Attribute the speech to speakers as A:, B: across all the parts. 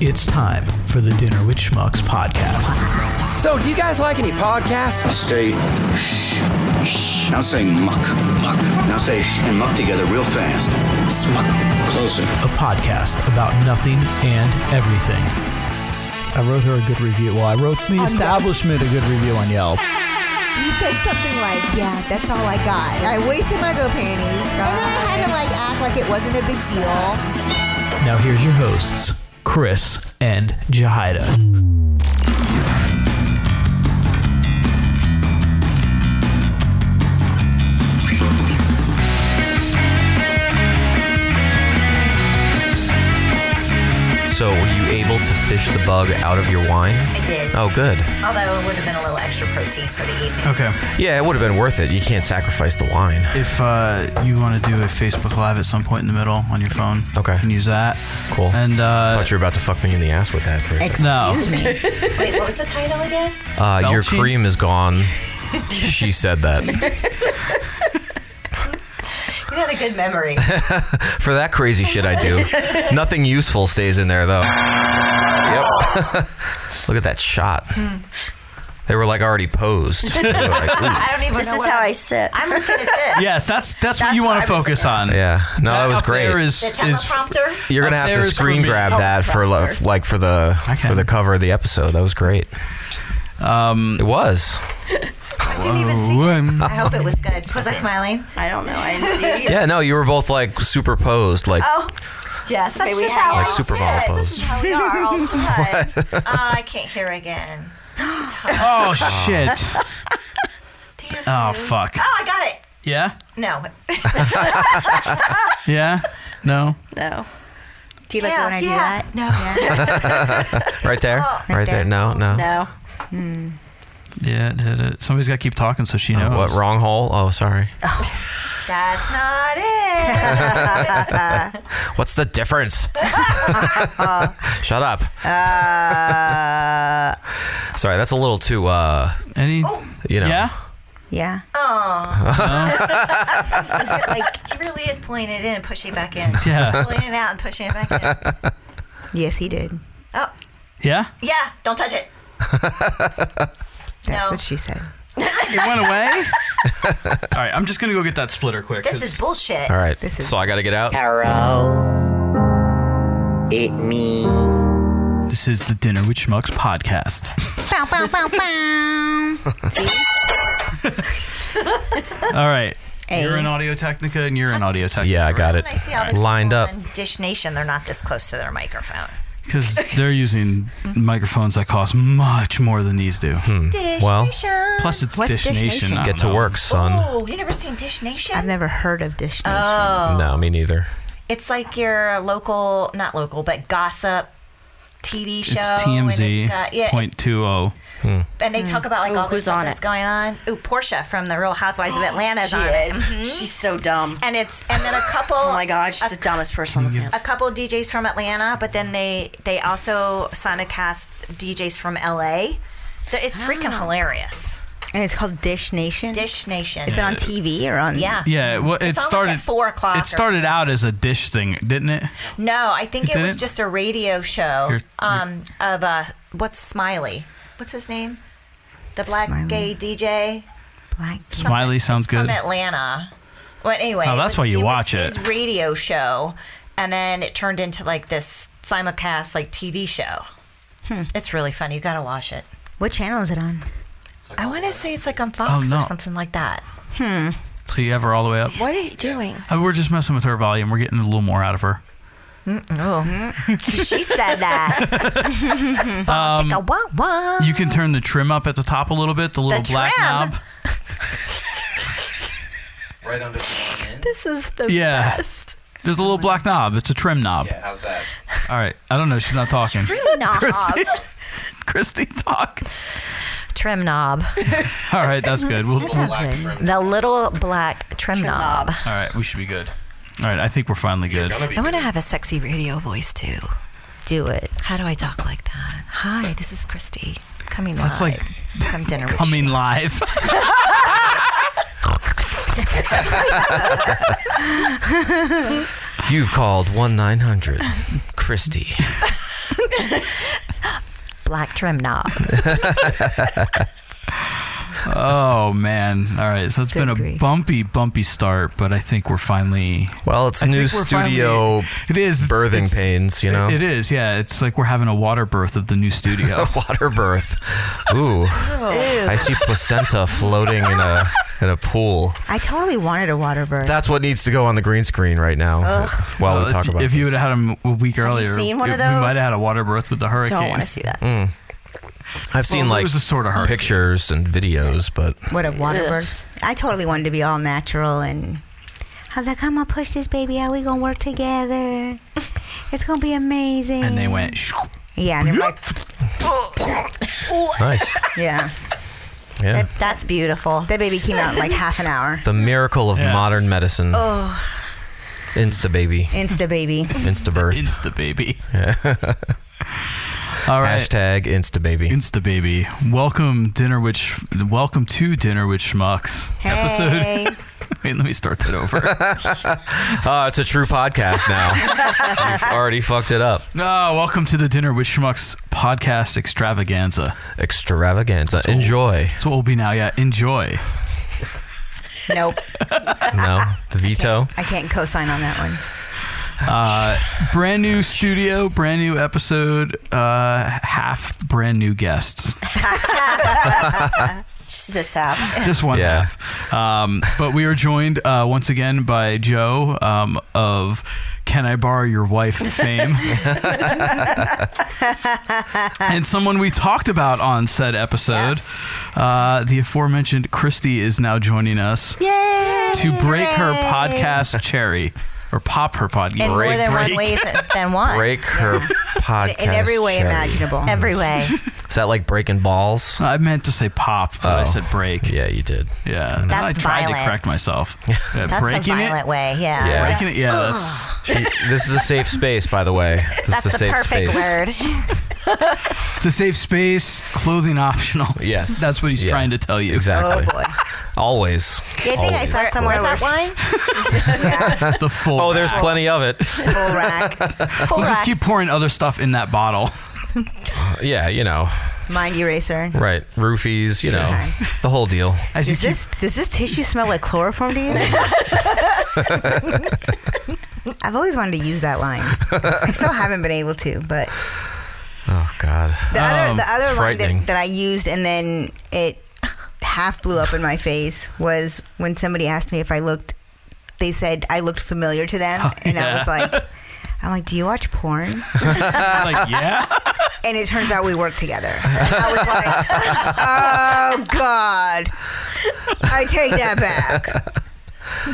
A: It's time for the Dinner with Schmucks podcast.
B: So, do you guys like any podcasts?
C: Say shh, shh. Now say muck, muck. Now say shh and muck together real fast. Smuck. Closer.
A: A podcast about nothing and everything.
D: I wrote her a good review. Well, I wrote the establishment a good review on Yelp.
E: He said something like, "Yeah, that's all I got. I wasted my go panties, and then I had to like act like it wasn't a big deal."
A: Now here's your hosts, Chris and Jahida.
F: So, were you able to fish the bug out of your wine?
G: I did.
F: Oh, good.
G: Although it would have been a little extra protein for the evening.
H: Okay.
F: Yeah, it would have been worth it. You can't sacrifice the wine.
H: If uh, you want to do a Facebook Live at some point in the middle on your phone,
F: Okay.
H: you can use that.
F: Cool.
H: And
F: I
H: uh,
F: thought you were about to fuck me in the ass with that. Trick.
H: no,
G: Wait, what was the title again?
F: Uh, your
H: Belching?
F: cream is gone. she said that.
G: You had a good memory.
F: For that crazy shit I do, nothing useful stays in there though. Yep. Look at that shot.
G: Hmm.
F: They were like already posed. They were like, ooh.
G: I don't even know.
I: This is
G: what
I: how
G: I'm-
I: I sit.
G: I'm looking at this.
H: yes, that's that's, what
G: That's
H: you
G: what
H: want
G: I
H: to
G: was
H: focus on.
F: Yeah. No, that was great.
H: There is,
G: The
H: is
G: teleprompter.
F: You're gonna
H: Up
F: have
H: there
F: to
H: is for
F: screen
H: me.
F: grab that for lo-
G: teleprompter.
F: like for the for
H: can.
F: the cover of the episode. That was great. Um, it was.
G: I didn't even see.
H: One.
G: I hope it was good. Was I smiling?
I: I don't know. I didn't see it either.
F: Yeah, no, you were both like superposed, like
G: Oh, yes.
I: Okay,
G: That's
I: we
G: just
I: have
G: how
I: it.
G: I
F: like Super Bowl
G: sit.
F: posed.
G: This is how
I: We are all the time.
G: Oh, I can't hear again. Too tired.
H: Oh shit!
G: Damn
H: Oh
G: you.
H: fuck!
G: Oh, I got it.
H: Yeah,
G: No.
H: yeah, no.
I: No. Do you
G: yeah,
I: like it when
G: yeah.
I: I
G: No. Yeah.
F: right there, right, there. No, no.
I: do that? Hmm,
H: Yeah, it hit it. somebody's got to keep talking so she
F: Uh,
H: knows.
F: what wrong hole? Oh, sorry.
G: That's not it.
F: What's the difference? Shut up.
G: Uh.
F: sorry, that's a little too. uh
H: Any?
F: You know.
H: Yeah.
I: No. Yeah.
G: Oh,
I: Is it like
G: he really is pulling it in and pushing it back in.
H: Yeah.
G: Pulling it out and pushing it back in.
I: yes, he did.
G: Oh,
H: Yeah.
G: yeah. Don't touch it.
I: That's
G: No.
I: what she said.
H: It went away. All right, I'm just gonna go get that splitter quick.
G: This
H: 'cause-
G: is bullshit.
F: All right.
I: This is-
F: so I got to get out.
J: Hello. It me.
H: this is the Dinner with Schmucks podcast.
I: Bow, bow, bow, bow. See?
H: All right.
I: Hey.
H: You're in Audio Technica and you're in Audio Technica.
F: Yeah, I got it.
G: When I see all the
F: Lined
G: people
F: up.
G: on Dish Nation, they're not this close to their microphone.
H: Because they're using microphones that cost much more than these do.
G: Dish
F: Hmm. Mm. Well,
G: Nation.
H: Plus, it's
I: What's
H: Dish,
I: Dish
H: Nation.
I: Nation?
H: I
F: Get
H: don't
F: to
H: know.
F: work, son.
G: Ooh, you never seen Dish Nation?
I: I've never heard of Dish Nation.
G: oh,
F: No, me neither.
G: it's like your local, not local, but gossip TV show.
H: It's
G: and
H: TMZ
G: it's got- yeah,
H: point two oh.
F: Hmm.
G: and they talk about like
I: Mm. Ooh,
G: all the
I: who's
G: stuff
I: on
G: that's
I: it?
G: going on. Ooh, Portia from the Real Housewives of Atlanta is
I: She
G: on it. Mm-hmm.
I: is. She's so dumb.
G: And it's and then a couple.
I: Oh my God, she's the dumbest person on the
G: a
K: Uh,
I: planet.
G: couple DJs from Atlanta, but then they they also simulcast DJs from LA. They're- It's freaking
I: Oh.
G: hilarious.
I: And it's called Dish Nation.
G: Dish Nation.
I: Is it on TV or on?
G: Yeah.
H: Yeah, well, it
G: It's on, like,
H: started
G: at four o'clock or
H: It started out as a dish thing, didn't it?
G: No, I think
H: It
G: it, was
H: didn't?
G: just a radio show
H: You're-
G: um, of uh, what's Smiley? What's his name? The black
I: Smiley.
G: gay DJ.
I: Black.
H: Smiley sounds
G: From
H: good.
G: Atlanta. Well, anyway,
H: Oh,
G: it
H: that's
G: was-
H: why you
G: it was
H: watch it.
G: his radio show, and then it turned into like this simulcast like TV show. It's really funny. You got to watch it.
I: Hmm. What channel is it on?
G: I want to say it's like on Fox
H: Oh,
G: or
H: no.
G: something like that.
I: Hmm.
H: So you have her all the way up.
I: What are you doing?
H: Uh, We're just messing with her volume. We're getting a little more out of her.
G: Oh. She said that. Mm-hmm.
I: Chicka wah wah.
H: Um, You can turn the trim up at the top a little bit. The little black
G: trim?
H: knob.
F: Right under the
I: This is the
H: Yeah.
I: best.
H: There's a little black knob. It's a trim knob.
F: How's that?
H: All right. I don't know. She's not talking.
I: Knob.
H: Christy, Christy, talk.
G: trim knob.
H: All right, that's good. We'll, we'll- all
I: That's good.
G: The little black trim, knob.
I: Knob.
H: right, we should be good. All right, I think we're finally good.
G: I want to have a sexy radio voice too.
I: Do it.
G: How do I talk like that? Hi, this is Christy. Coming
H: That's
G: live
H: like
G: from dinner. with
H: coming live.
F: You've called one nine hundred Christie.
I: Black trim knob.
H: Oh man! All right, so it's been a bumpy, bumpy start, but I think we're finally.
F: Well, it's new studio
H: it is it's-
F: birthing
H: it's-
F: pains, you know?
H: It is, yeah. It's like we're having a water birth of the new studio.
F: water birth. Ooh. I see placenta floating in a in a pool.
I: I totally wanted a water bird.
F: That's what needs to go on the green screen right now
I: Ugh.
F: while
H: Well,
F: we talk
H: if,
F: about
H: If you would have had him a week earlier,
I: seen one
H: it-
I: of
H: we
I: those?
H: might have had a water birth with the hurricane.
I: wanna see that.
F: Mm. I've seen
H: Well, it
F: like
H: was a sort of hurricane.
F: pictures and videos, but
I: What a water birth. I totally wanted to be all natural and I was like, I'm gonna push this baby out. We gonna work together. It's gonna be amazing.
H: And they went. "Shoo."
I: Yeah, and they were like,
F: nice.
I: yeah.
F: Yeah.
I: That, that's beautiful. That baby came out in like half an hour.
F: The miracle of modern medicine.
I: Oh,
F: Insta baby.
I: insta baby.
F: Insta birth.
H: Insta baby.
F: All
H: right.
F: Hashtag Insta baby.
H: Insta baby. Welcome dinner with Sch- welcome to dinner with schmucks
I: Hey.
H: episode. Wait, let me start that over.
F: Oh, it's a true podcast now. You've already fucked it up.
H: No, welcome to the dinner with schmucks podcast extravaganza.
F: Extravaganza. Enjoy.
H: That's what we'll be now. Yeah, enjoy.
I: Nope,
F: No. Veto.
I: I can't co-sign on that one.
H: Uh, brand new studio, brand new episode, uh, half brand new guests.
G: She's this app.
H: Just one
F: Yeah.
H: half. Um, but we are joined uh, once again by Joe um, of Can I Borrow Your Wife fame. and someone we talked about on said episode. Uh, the aforementioned Christy is now joining us
I: Yay!
H: to break her
I: Hooray!
H: podcast cherry. Or pop her podcast.
G: In more
F: Break,
G: than one
F: break.
G: way than one.
F: Break her podcast.
I: In every way
F: cherry.
I: imaginable.
G: Every way.
F: Is that like breaking balls?
H: I meant to say pop, but I
F: Oh.
H: said break.
F: Yeah, you did.
H: Yeah, and
G: That's
H: I tried to
G: violent.
H: correct myself. Yeah,
G: That's
H: breaking
G: a violent
H: it,
G: way. Yeah.
F: Yeah.
H: breaking it. Yeah, that's,
F: She, this is a safe space, by the way. This
G: That's
F: is a
G: the
F: safe
G: perfect
F: space.
G: word.
H: it's a safe space. Clothing optional.
F: Yes.
H: that's what he's
F: Yeah.
H: trying to tell you.
F: Exactly.
I: Oh boy.
F: Always.
I: Yeah, I think I
F: Always.
I: saw somewhere.
G: Where's that
I: where-
G: line?
I: Yeah,
H: The full.
F: Oh, there's plenty of it.
I: full rack.
G: Full
H: We'll just
G: rack.
H: keep pouring other stuff in that bottle.
F: Uh, Yeah, you know,
I: Mind eraser.
F: right? Roofies, you know, the whole deal.
H: As you
I: Does
H: keep,
I: this does this tissue smell like chloroform to you? I've always wanted to use that line. I still haven't been able to, but
F: Oh God.
I: the
H: Um,
I: other the other line
F: it's frightening.
I: that, that I used and then it half blew up in my face was when somebody asked me if I looked. They said I looked familiar to them,
F: Oh,
I: and I was like, "I'm like, do you watch porn?"
H: like, yeah,
I: And it turns out we work together. And I was like, "Oh God, I take that back."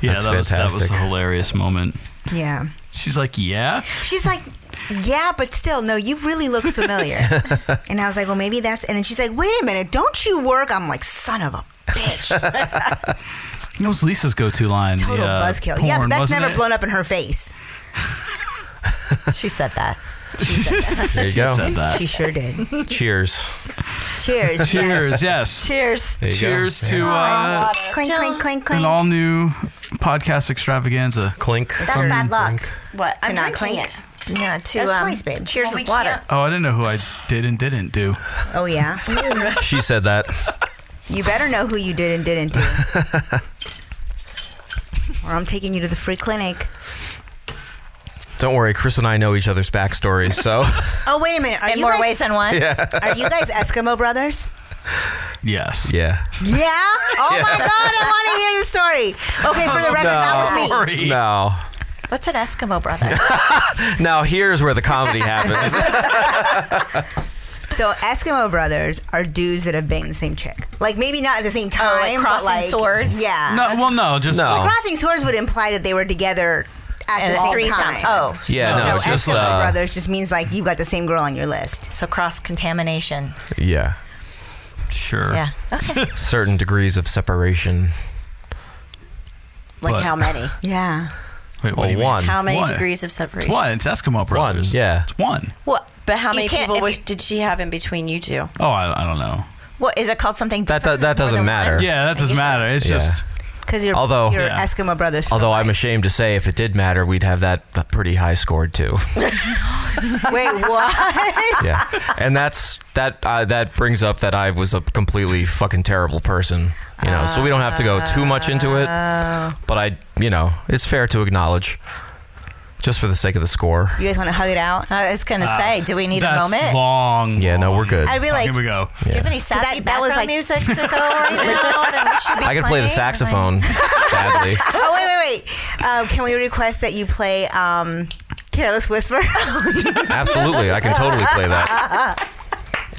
H: yeah,
F: That's
H: that was that was a
F: fantastic.
H: hilarious moment.
I: Yeah.
H: She's like, yeah,
I: She's like, yeah, but still, no, you really look familiar. and I was like, well, maybe that's. And then she's like, wait a minute, don't you work? I'm like, son of a bitch.
H: that was Lisa's go-to line.
I: Total
H: yeah,
I: buzzkill. yeah, but
H: porn,
I: that's
H: wasn't
I: never
H: it?
I: blown up in her face.
G: She said that.
F: There you go.
H: Said that.
I: She sure did.
F: Cheers.
I: Cheers.
H: Cheers.
I: Yes.
H: Yes.
G: Cheers.
F: There you go.
H: Cheers to
G: Oh,
H: uh,
I: Clink, clink, clink,
H: an
I: clink.
H: all-new podcast extravaganza. Um,
F: Clink.
G: That's bad luck.
F: Clink.
G: What? I'm
I: not
G: not clean.
I: clink?
G: No, to
I: That's
G: um,
I: twice, babe.
G: cheers
I: Well, we
G: with water.
I: can't-
H: Oh, I didn't know who I did and didn't do.
I: Oh, yeah.
F: She said that.
I: You better know who you did and didn't do. or I'm taking you to the free clinic.
F: Don't worry, Chris and I know each other's backstories, so
I: Oh, wait a minute. Are,
G: In
I: you,
G: more
I: guys,
G: ways than one.
I: are you guys Eskimo brothers?
H: Yes.
F: yeah.
I: Yeah? Oh, my God, I want to hear the story. Okay, for the record, that was me.
H: Sorry.
F: No.
G: What's an Eskimo brother?
F: Now here's where the comedy happens.
I: So Eskimo brothers are dudes that have banged the same chick. Like maybe not at the same time,
G: Oh, like
I: but
G: crossing
I: like
G: swords?
I: Yeah,
H: No, well, no, just
F: No.
I: Well, crossing swords would imply that they were together at
G: and
I: the
G: it's
I: same
G: three
I: time.
G: times. Oh,
F: Yeah,
I: so
F: no, it's just
I: Eskimo
F: uh,
I: brothers just means like you got the same girl on your list.
G: so cross contamination.
F: yeah,
H: sure.
G: Yeah. Okay.
F: certain degrees of separation.
H: Like But- how
G: many?
I: Yeah,
H: Wait,
F: Well, one.
K: How many
H: One.
K: degrees of separation?
H: One. It's Eskimo brothers.
F: yeah.
H: It's one.
K: What? But how
G: You
K: many
G: can't-
K: people
G: if
K: was,
G: you-
K: did she have in between you two?
H: Oh, I, I don't know.
G: What is it called? Something
F: That- that-
G: different?
F: that
G: More
F: doesn't
G: than
F: matter.
G: one?
H: Yeah, that doesn't matter. It's
F: Yeah.
H: just
I: Because your,
F: Although-
I: your
F: Yeah.
I: Eskimo brother's from-
F: Although I'm ashamed to say, if it did matter, we'd have that pretty high scored too.
I: Wait, what?
F: yeah, and that's that. Uh, that brings up that I was a completely fucking terrible person. You know, so we don't have to go too much into it.
I: Oh.
F: But I, you know, it's fair to acknowledge, just for the sake of the score.
I: You guys want to hug it out?
G: I was
F: Uh,
G: gonna say, do we need a moment?
F: Ah, long. Yeah, no, we're good.
G: I'd be like- Here we
F: go.
G: Do you have any sappy that, background music to go right now? that we should be
F: I could play the
G: playing?
F: saxophone. badly.
I: oh wait, wait, wait. Um, can we request that you play um, "Careless Whisper"?
F: Absolutely, I can totally play that.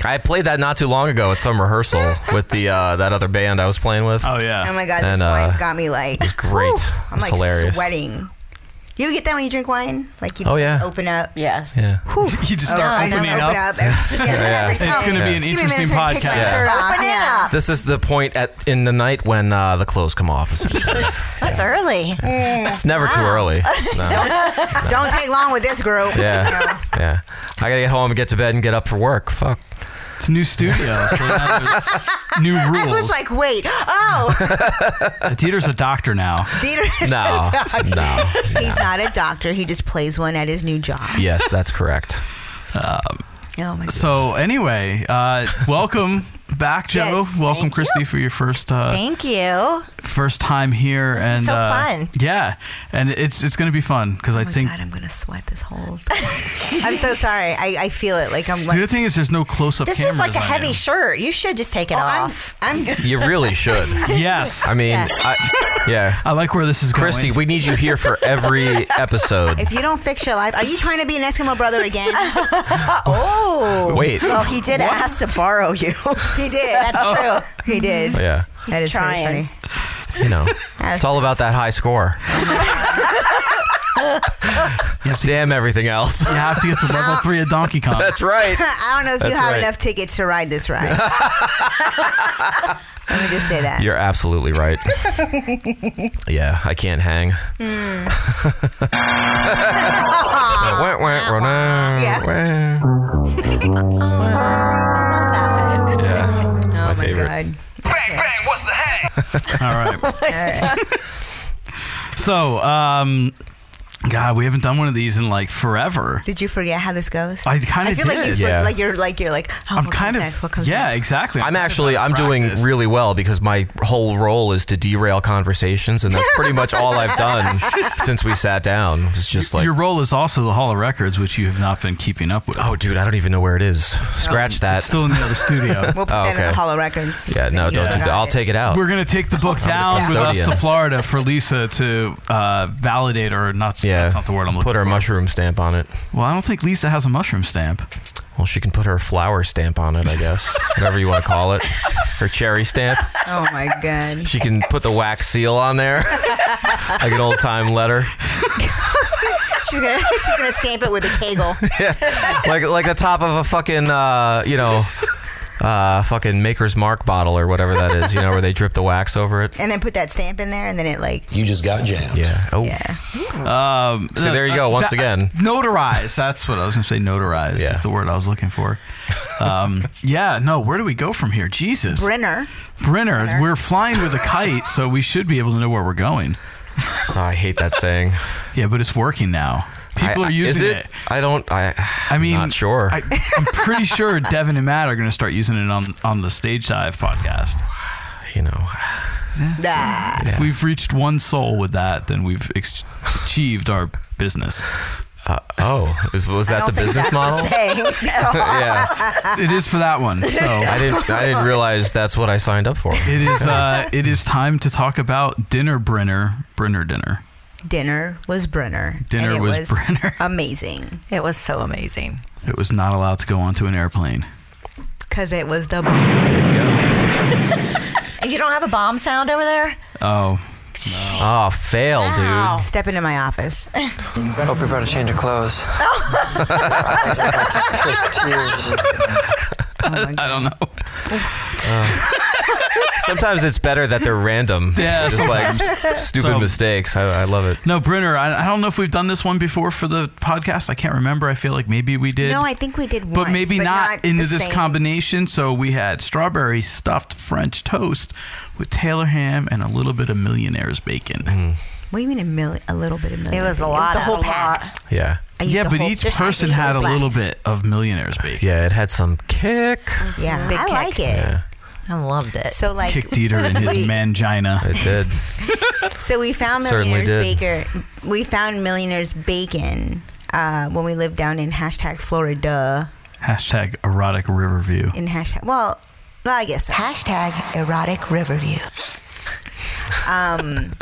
F: I played that not too long ago at some rehearsal with the uh, that other band I was playing with. Oh yeah.
I: Oh my god,
F: And
I: this
F: uh,
I: wine's got me like
F: it's great.
I: I'm
F: It's
I: like
F: hilarious.
I: sweating. You ever get that when you drink wine? Like you just
F: Oh, yeah.
I: like, open up.
K: Yes.
F: Yeah.
I: Whew.
H: You just start
I: I know,
H: opening
I: open
H: up.
I: everything- yeah,
F: Yeah.
I: everything.
F: It's gonna be
I: Give
F: an
I: me a minute
F: interesting
I: to take my
F: podcast. Yeah.
I: shirt off,
G: Open it
I: yeah.
G: up.
F: This is the point at in the night when uh, the clothes come off. essentially.
G: That's early.
F: It's never too early. No.
I: Mm. Don't take long with this group.
F: Yeah. Yeah. I gotta get home and get to bed and get up for work. Fuck.
H: It's new studio. so now there's new
I: I was
H: rules.
I: like, wait, oh,
H: Dieter's a doctor now.
I: Dieter is
H: No,
I: not a doctor.
H: no,
I: He's not a doctor. He just plays one at his new job.
F: Yes, that's correct.
H: Um,
K: oh my
H: so anyway, uh, welcome back, Joe. welcome, Christy, for your first uh,
G: Thank you.
H: first time here,
G: This is
H: and
G: so
H: uh,
G: fun.
H: Yeah, and it's it's gonna be fun because I
I: Oh my
H: think
I: God, I'm gonna sweat this whole. Thing. I'm so sorry. I, I feel it. Like I'm
H: the other
I: like.
H: thing is there's no close up
G: This
H: cameras.
G: is like a
H: on
G: heavy
H: you.
G: shirt. You should just take it off.
I: Oh, I'm,
F: You really should.
H: Yes.
F: I mean,
G: Yeah.
F: I, yeah.
H: I like where this is
F: Christy,
H: going.
F: we need you here for every episode.
I: If you don't fix your life, are you trying to be an Eskimo brother again?
K: oh.
F: Wait.
K: Well, he did ask to borrow you.
I: He did.
K: That's true.
I: He did.
H: Oh,
F: Yeah.
K: He's
I: That is pretty
K: trying.
F: You know, it's all about that high score. Damn everything else. You
H: have to get to level three of Donkey Kong.
F: That's right.
I: I don't know if you
F: That's
I: have
F: right.
I: enough tickets to ride this ride. Let me just say that.
F: You're absolutely right. Yeah, I can't hang. Wah, wah, wah, wah. Yeah, it's
I: Oh,
F: my favorite.
C: Bang, bang, what's the hang?
H: All right. So, um, God, we haven't done one of these in like forever.
I: Did you forget how this goes?
H: I kinda
I: I feel like you
H: did.
I: for,
H: Yeah.
I: like you're like you're like oh,
H: I'm
I: what comes
H: kind of
I: next? What comes
H: yeah,
I: next?
H: exactly.
F: I'm actually I'm doing really well because my whole role is to derail conversations, and that's pretty much all I've done since we sat down. It's just like
H: Your role is also the Hall of Records, which you have not been keeping up with.
F: Oh, dude, I don't even know where it is. Scratch that.
H: still in the other studio.
I: We'll put
F: Oh,
I: that in
F: okay.
I: the Hollow Records.
F: Yeah, no,
I: You
F: don't do
I: forgot
F: that. I'll take it out.
H: We're gonna take the book down with us to
F: custodian.
H: Florida for Lisa to uh, validate or not.
F: Yeah,
H: that's not the word I'm looking
F: put her mushroom stamp on it.
H: Well, I don't think Lisa has a mushroom stamp.
F: Well, she can put her flower stamp on it, I guess, whatever you want to call it, her cherry stamp.
I: Oh my god.
F: She can put the wax seal on there, like an old time letter,
I: she's gonna she's gonna stamp it with a kegel.
F: like like the top of a fucking uh, you know. Uh, fucking Maker's Mark bottle or whatever that is, you know, where they drip the wax over it.
I: And then put that stamp in there and then it like
F: You just got jammed. Yeah. Oh.
H: Um,
F: So there you go, once again.
H: Notarize. That's what I was going to say. Notarize is the word I was looking for. Um, yeah. No. Where do we go from here? Jesus.
I: Brenner.
H: Brenner. We're flying with a kite, so we should be able to know where we're going.
F: Oh, I hate that saying.
H: Yeah, but it's working now. People
F: I-
H: are
F: I- is
H: using
F: it? I don't. I.
H: I mean,
F: not sure.
H: I, I'm pretty sure Devin and Matt are going to start using it on on the Stage Dive podcast.
F: You know,
I: nah.
H: If we've reached one soul with that, then we've ex- achieved our business.
F: Uh, oh, was, was that the business model? yeah,
H: it is for that one. So
F: I didn't. I didn't realize that's what I signed up for.
H: It is. Uh, it is time to talk about dinner, Brenner, Brenner dinner.
I: Dinner was Brenner.
H: Dinner
I: and it
H: was
I: Brenner. Amazing.
K: It was so amazing.
H: It was not allowed to go onto an airplane.
I: Cause it was the bomb.
G: You don't have a bomb sound over there?
H: Oh.
F: Oh, fail, dude.
I: Step into my office.
B: Ah.
I: Oh,
B: Hope you brought a change of clothes. Chris tears.
H: I don't know.
F: Oh. Sometimes it's better that they're random.
H: Yeah,
F: just like
H: sometimes.
F: stupid
H: So-
F: mistakes. I, I love it.
H: No, Brenner, I, I don't know if we've done this one before for the podcast. I can't remember. I feel like maybe we did.
I: No, I think we did
H: but
I: once,
H: maybe
I: but
H: not,
I: not
H: into
I: the
H: this
I: same.
H: combination. So we had strawberry stuffed French toast with Taylor ham and a little bit of millionaire's bacon.
F: Mm.
I: What do you mean a, mil- a little bit of million?
G: It was a lot.
I: the
G: It was
I: whole
G: a lot.
I: pack.
F: Yeah.
I: I used
H: Yeah,
I: the
H: but
I: whole-
H: each
I: There's
H: person
I: chicken
H: had a
I: left.
H: little bit of millionaire's bacon.
F: Yeah, it had some kick.
I: Yeah, I like it.
G: I loved it.
I: So like
H: Kicked Dieter in his
I: we-
H: mangina.
F: It did.
I: So we found
H: Certainly
I: millionaires baker. We found millionaires bacon uh, when we lived down in hashtag Florida
H: Hashtag erotic Riverview.
I: in hashtag. Well, well, I guess so. hashtag erotic Riverview. Um.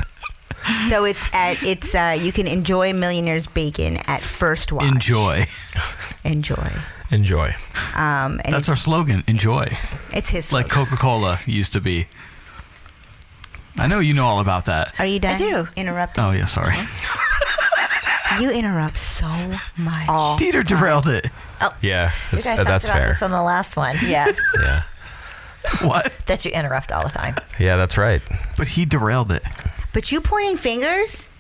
I: So it's at it's uh, you can enjoy millionaires bacon at first watch.
H: Enjoy.
I: Enjoy.
F: Enjoy.
I: Um, and
H: That's
I: it's,
H: our slogan. Enjoy.
I: it's his.
H: Like Coca Cola used to be. I know you know all about that.
I: Are you done? Uh-huh. I do. Interrupt.
H: Oh, yeah, sorry.
I: You interrupt so much.
H: Dieter derailed it.
I: Oh.
F: Yeah,
G: You
F: that's, uh,
G: guys talked
F: that's
G: about
F: fair.
G: this on the last one. Yes.
F: Yeah.
H: What?
G: That you interrupt all the time.
F: Yeah, that's right.
H: But he derailed it.
I: But you pointing fingers?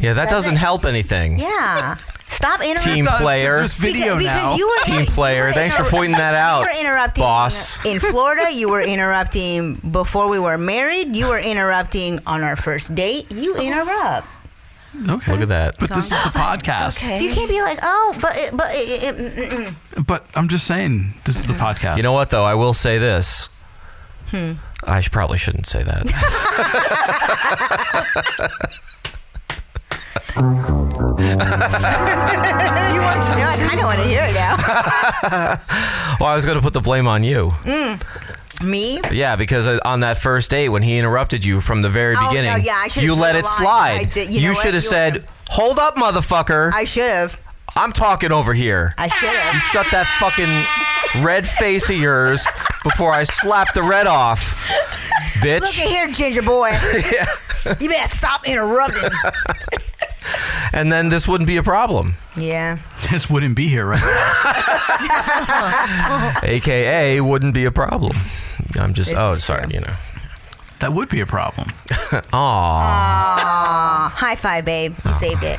F: Yeah, that
I: That's
F: doesn't
I: it.
F: help anything.
I: Yeah. Stop interrupting.
F: Team player.
I: because, Because you were
F: Team player. Thanks for pointing that out.
I: You were interrupting
F: Boss.
I: in Florida. You were interrupting before we were married. You were interrupting on our first date. You interrupt.
H: Okay.
F: Look at that.
H: But this is the podcast.
I: You can't be like, oh, but it, but it, it, mm, mm, mm.
H: But um, I'm just saying, this is the podcast.
F: You know what, though? I will say this.
I: Hmm.
F: I sh- probably shouldn't say that.
I: you want some? I kind of want to hear it now.
F: well, I was going to put the blame on you.
I: Mm. Me?
F: Yeah, because uh, on that first date when he interrupted you from the very
I: Oh, no,
F: beginning,
I: yeah, I should've
F: you
I: told
F: let
I: a
F: it
I: lie.
F: slide.
I: I did- you know what?
F: should have
I: You
F: said, "Hold up, motherfucker."
I: I should have.
F: I'm talking over here.
I: I should have.
F: You shut that fucking red face of yours before I slap the red off, bitch.
I: Look at here, ginger boy. You better stop interrupting.
F: and then this wouldn't be a problem.
I: yeah.
H: This wouldn't be here right now.
F: AKA wouldn't be a problem. I'm just
I: This
F: oh
I: is
F: sorry, you know.
H: That would be a problem.
F: Aww.
I: Aw, high five, babe. You saved it.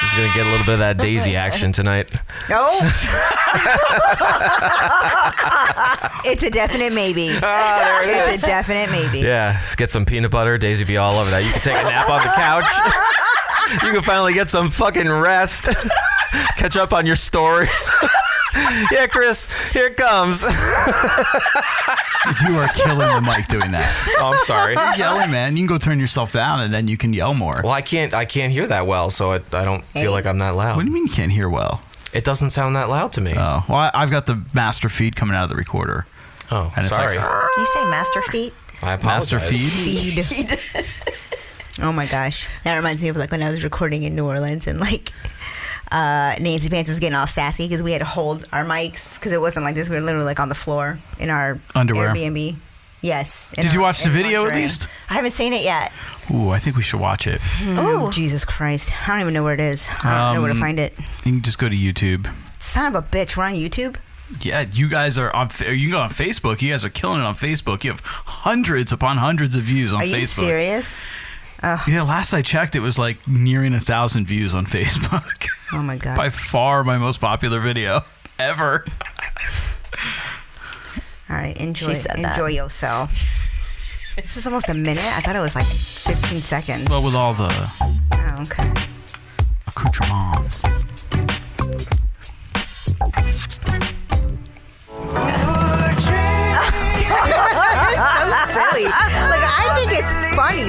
F: He's gonna get a little bit of that daisy action tonight.
I: No. it's a definite maybe.
F: Ah, there it
I: it's a definite maybe.
F: Yeah, just get some peanut butter. Daisy be all over that. You can take a nap on the couch. you can finally get some fucking rest. Catch up on your stories. yeah, Chris, here it comes.
H: you are killing the mic doing that.
F: Oh, I'm sorry.
H: You're yelling, man. You can go turn yourself down and then you can yell more.
F: Well, I can't. I can't hear that well, so I, I don't feel like I'm that loud.
H: What do you mean you can't hear well?
F: It doesn't sound that loud to me.
H: Oh, well, I- I've got the master feed coming out of the recorder.
F: Oh,
H: and it's
F: sorry.
H: Like,
G: You say master feet?
F: I apologize.
H: master feed?
I: Feed. Oh my gosh, that reminds me of like when I was recording in New Orleans and like uh, Nancy Pants was getting all sassy because we had to hold our mics because it wasn't like this. We were literally like on the floor in our
H: Underwear.
I: Airbnb. Yes. in
H: Did you
I: our-
H: watch the
I: in
H: video at
I: lingerie.
H: least?
G: I haven't seen it yet.
H: Ooh, I think we should watch it.
I: Oh Jesus Christ! I don't even know where it is. I don't know where to
H: Um,
I: find it.
H: You can just go to YouTube.
I: Son of a bitch, we're on YouTube.
H: Yeah, you guys are on. fa- You can go on Facebook. You guys are killing it on Facebook. You have hundreds upon hundreds of views on
I: Are you
H: Facebook.
I: serious? Oh,
H: Yeah, last I checked, it was like nearing a thousand views on Facebook.
I: oh my god.
H: By far, my most popular video ever.
I: All right, enjoy.
G: She said
I: enjoy
G: that.
I: yourself. this was almost a minute. I thought it was like 15 seconds.
H: Well, with all the
I: Oh, okay.
H: accoutrements.
I: That's so silly. Like I think it's funny.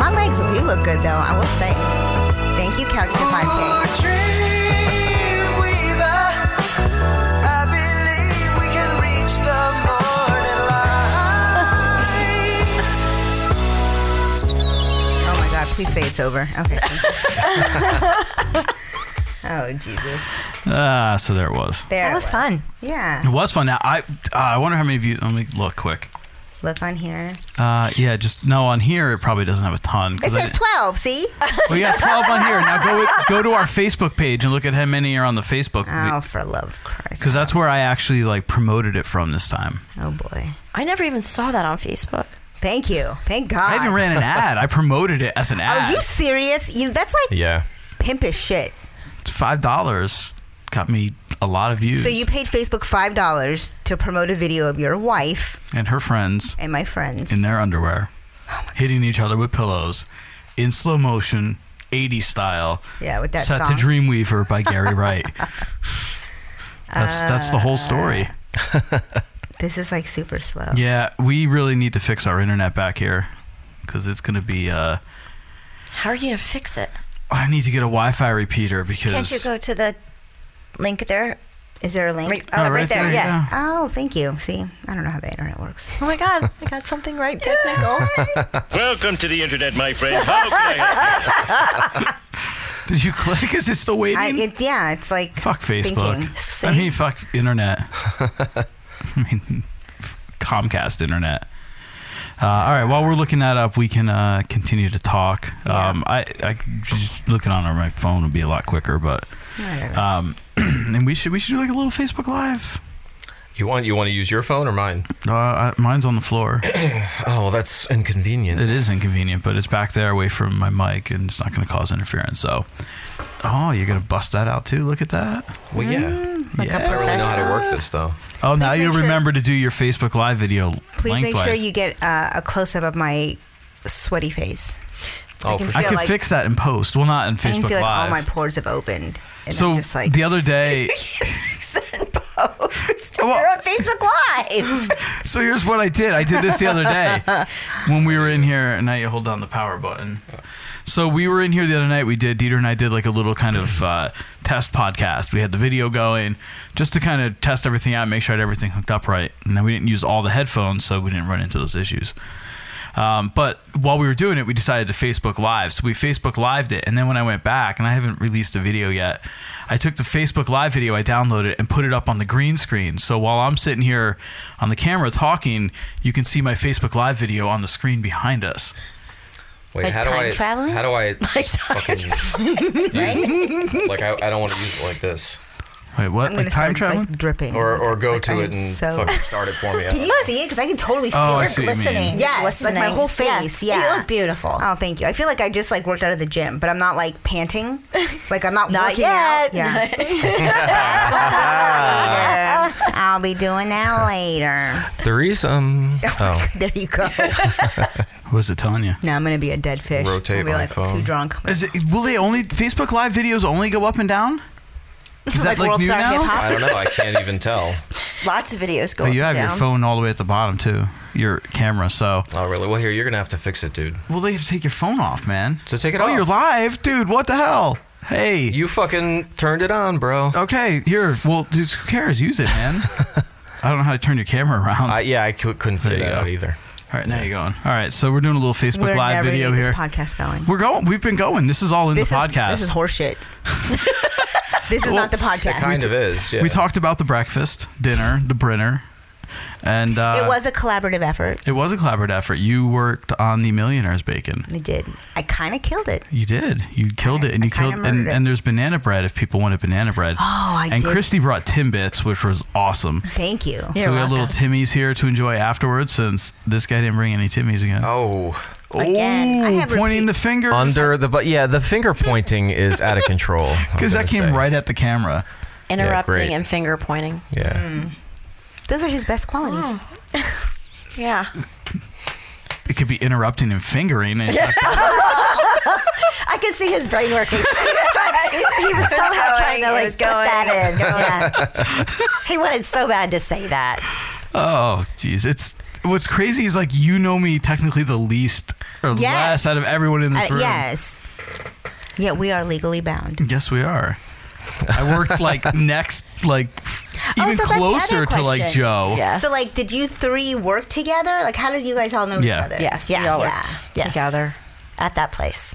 I: My legs do look good though. I will say. Thank you, Couch to
G: Oh,
I: 5K. Oh my God! Please say it's over. Okay. thank you. oh Jesus!
H: Ah, so there it was.
I: There.
G: That was fun.
I: Yeah.
H: It was fun. Now I, uh, I wonder how many views. Let me look quick.
I: Look on here.
H: Uh, yeah, just no on here. It probably doesn't have a ton.
I: It
H: 'cause I
I: says
H: didn't-
I: 12, see?
H: well, yeah, twelve on here. Now go go to our Facebook page and look at how many are on the Facebook.
I: Oh, for love of Christ!
H: Because that's where I actually like promoted it from this time.
I: Oh boy.
K: I never even saw that on Facebook.
I: Thank you. Thank God.
H: I even ran an ad. I promoted it as an
I: Are
H: ad.
I: Oh, you serious? You that's like
H: yeah,
I: pimpish shit.
H: it's five dollars got me a lot of views.
I: So you paid Facebook five dollars to promote a video of your wife
H: and her friends
I: and my friends.
H: in their underwear,
I: Oh,
H: hitting each other with pillows in slow motion, 80s style.
I: Yeah, with that
H: set
I: song.
H: to Dreamweaver by Gary Wright. that's that's the whole story.
I: Uh, This is like super slow.
H: Yeah, we really need to fix our internet back here because it's gonna be. Uh,
K: How are you gonna fix it?
H: I need to get a Wi-Fi repeater because
K: Can't you go to the link there?
I: Is there a link?
K: Right, oh, right, there. yeah.
I: Oh, thank you. See, I don't know how the internet works.
K: Oh my God, I got something right technical.
L: Welcome to the internet, my friend. How can I help you?
H: Did you click? Is it still waiting?
I: I, it, yeah, it's like
H: fuck
I: thinking.
H: Facebook. I mean, fuck internet. I mean, Comcast internet. Uh, all right. While we're looking that up, we can uh, continue to talk. Um, I, I just looking on my phone would be a lot quicker, but
F: Whatever.
H: um, and we should we should do like a little Facebook Live.
F: You want you want to use your phone or mine?
H: Uh, I, mine's on the floor.
F: oh, well, that's inconvenient.
H: It is inconvenient, but it's back there away from my mic, and it's not going to cause interference. So, oh, you're going to bust that out too. Look at that.
F: Well, yeah.
I: Mm,
H: Yeah.
F: I don't really know how to work this though.
H: Oh, now
I: make
H: you'll
I: sure-
H: remember to do your Facebook Live video.
I: Please make
H: lengthwise.
I: sure you get uh, a close up of my sweaty face.
F: Oh,
H: Oh, I
I: can
H: can,
I: for feel like-
H: fix that in post. Well, not in
I: I can
H: Facebook
I: feel like all
H: Live.
I: my pores have opened. And
H: so
I: I'm just like,
H: the other day,
K: You're on Facebook Live.
H: so here's what I did. I did this the other day
I: uh,
H: when we were in here, and now you hold down the power button. So we were in here the other night. We did Dieter and I did like a little kind of uh, test podcast. We had the video going just to kind of test everything out, make sure I had everything hooked up right, and then we didn't use all the headphones, so we didn't run into those issues. Um, but while we were doing it, we decided to Facebook Live. So we Facebook Lived it. And then when I went back, and I haven't released a video yet, I took the Facebook Live video I downloaded and put it up on the green screen. So while I'm sitting here on the camera talking, you can see my Facebook Live video on the screen behind us.
F: Wait, how do I? How do I? fucking use- like I, I don't want to use it like this.
H: Wait, what?
I: I'm gonna
H: Like
I: start,
H: time travel?
I: like, dripping.
F: Or or go to
I: I
F: it
I: am
F: and
I: so-
F: fucking start it for
I: Can
F: me.
I: you see it? Because I can totally feel
F: Oh, I
I: it.
F: see what you mean. Listening.
I: Yes,
K: Listening.
I: like my whole
K: Yeah.
I: face.
K: You
I: Yeah.
K: look beautiful.
I: Oh, thank you. I feel like I just like worked out of the gym, but I'm not like panting. Like I'm not,
K: Not
I: working out.
K: yet.
I: Yeah. That's going on later. I'll be doing that later.
F: Threesome. Oh.
I: There you go.
H: Was it Tanya?
I: now I'm gonna be a dead fish.
F: Rotate
I: I'll be
F: my
I: like
F: phone.
I: too drunk.
H: Is it, will they only Facebook Live videos only go up and down? Is
K: Like
H: that like,
K: World
H: new
K: Star Hip
H: now?
K: Hop?
F: I don't know. I can't even tell.
K: Lots of videos
F: Oh,
H: But
K: going
H: Oh, you have
K: down.
H: your phone all the way at the bottom too, your camera. So
F: Oh really? Well, here you're gonna have to fix it, dude.
H: Well, they have to take your phone off, man.
F: So take it
H: oh,
F: off.
H: you're live, dude. What the hell? Hey,
F: you fucking turned it on, bro.
H: Okay, here. Well, dude, who cares? Use it, man. I don't know how to turn your camera around.
F: I, yeah, I cou- couldn't figure
H: There you
F: it
H: go.
F: out either.
H: All right, now you're going. All right, so we're doing a little Facebook
I: We're
H: Live
I: never
H: video
I: getting
H: here.
I: This podcast going.
H: We're going. We've been going. This is all in
I: This
H: the
I: is-
H: podcast.
I: This is horseshit. this is not the podcast.
F: is.
H: We talked about the breakfast, dinner, the Brenner, and uh,
I: it was a collaborative effort.
H: it was a collaborative effort. You worked on the Millionaire's Bacon.
I: I did. I kind of killed it.
H: You did. You killed it, and you
I: kinda
H: killed. And,
I: murdered it.
H: and there's banana bread if people wanted banana bread.
I: Oh, I
H: And
I: did.
H: Christy brought Timbits, which was awesome.
I: Thank you.
H: so we had little Timmy's here to enjoy afterwards, since this guy didn't bring any Timmy's again. Oh,
F: Oh,
H: Again,
I: I have
H: pointing the finger
F: under the but yeah, the finger pointing is out of control.
H: because that came right at the camera.
K: Interrupting
F: great.
K: and finger pointing.
F: Yeah.
I: Those are his best qualities.
K: Oh. Yeah.
H: It could be interrupting and fingering. And
G: I can see his brain working. He was, trying, he was somehow trying to
K: It
G: like
K: was
G: put that in. Yeah. He wanted so bad to say that.
H: oh, jeez, it's what's crazy is like you know me technically the least or
I: Yes.
H: less out of everyone in this
I: Uh,
H: room.
I: yes. Yeah, we are legally bound.
H: Yes, we are. I worked like next, like
I: Oh,
H: even
I: so that's the other
H: closer to like
I: question.
H: Joe.
I: So, like, did you three work together? Like, how did you guys all know
H: Yeah.
I: each other?
K: Yes, we all worked together.
G: at that place.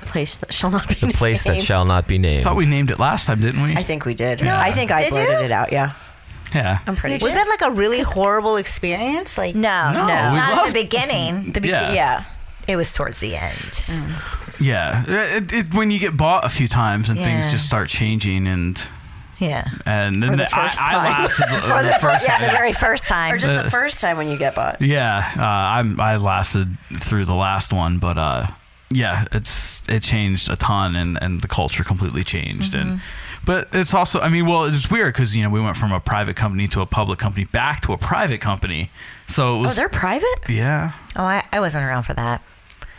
K: The place that shall not be
F: The place that
K: named.
F: shall not be
H: I
F: named.
H: thought we named it last time, didn't we?
K: I think we did.
H: Yeah.
K: I think I
G: Did you?
K: blurted it out. Yeah.
H: Yeah.
K: I'm pretty
I: Was
K: sure.
I: that like a really horrible experience? Like
G: no,
H: No, we
G: not at
H: loved-
G: the beginning.
H: The be- Yeah. yeah.
G: It was towards the end.
I: Mm.
H: Yeah, it, it, when you get bought a few times and things
G: Yeah.
H: just start changing and
G: Yeah.
H: and then
K: Or the
H: the- I,
K: first
H: I
K: time.
H: lasted the,
K: Or
H: the first
K: yeah,
H: time.
K: the very first time, or just
H: Uh,
K: the first time when you get bought.
H: Yeah, uh, I'm I lasted through the last one, but uh, yeah, it's it changed a ton, and and the culture completely changed, and
G: Mm-hmm.
H: but it's also I mean, well, it's weird because you know we went from a private company to a public company back to a private company, so it was
G: oh, they're private.
H: yeah
G: Oh, I, I wasn't around for that.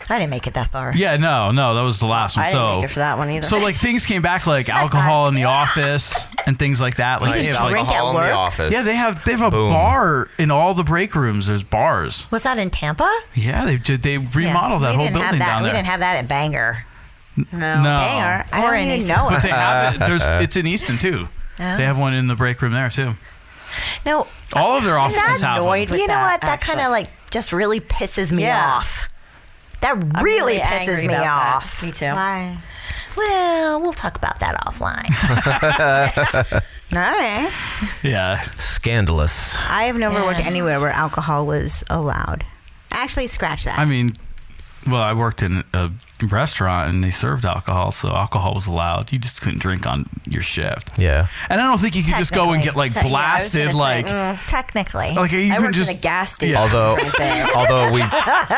G: I didn't make it that far.
H: yeah no no that was the last one.
G: I
H: so
G: didn't make it for that one either.
H: So like things came back like alcohol in the office and things like that.
F: You
H: Like
F: can
H: they have,
F: drink
H: like,
F: at Alcohol in the work? office.
H: Yeah, they have they have a bar in all the break rooms. There's bars.
G: Was that in Tampa?
H: Yeah, they ju- they remodeled that
G: we
H: whole
G: didn't have
H: building
G: that.
H: down
G: We
H: there.
G: didn't have that at Bangor.
H: No.
I: Banger. I don't even know
H: But they
I: it.
H: have it. There's, it's in Easton too.
G: Oh.
H: They have one in the break room there too.
G: No,
H: All of their offices have them.
G: You know what? That kind of like just really pisses me
K: Yeah.
G: off. That really,
K: really
G: pisses
K: angry
G: me
K: about that.
G: off.
K: Me too.
G: Why? Well, we'll talk about that offline.
I: All right.
H: yeah,
F: scandalous.
I: I have never worked anywhere where alcohol was allowed. Actually, scratch that.
H: I mean, well, I worked in a restaurant and they served alcohol, so alcohol was allowed. You just couldn't drink on your shift.
F: Yeah.
H: And I don't think you could just go and get like
K: Technically. Te- yeah, I was
H: blasted
K: gonna say,
H: like
K: mm,
G: technically.
H: Like, you
K: I
H: can
K: worked
H: just-
K: in a gas station.
F: Although,
K: right there.
F: although we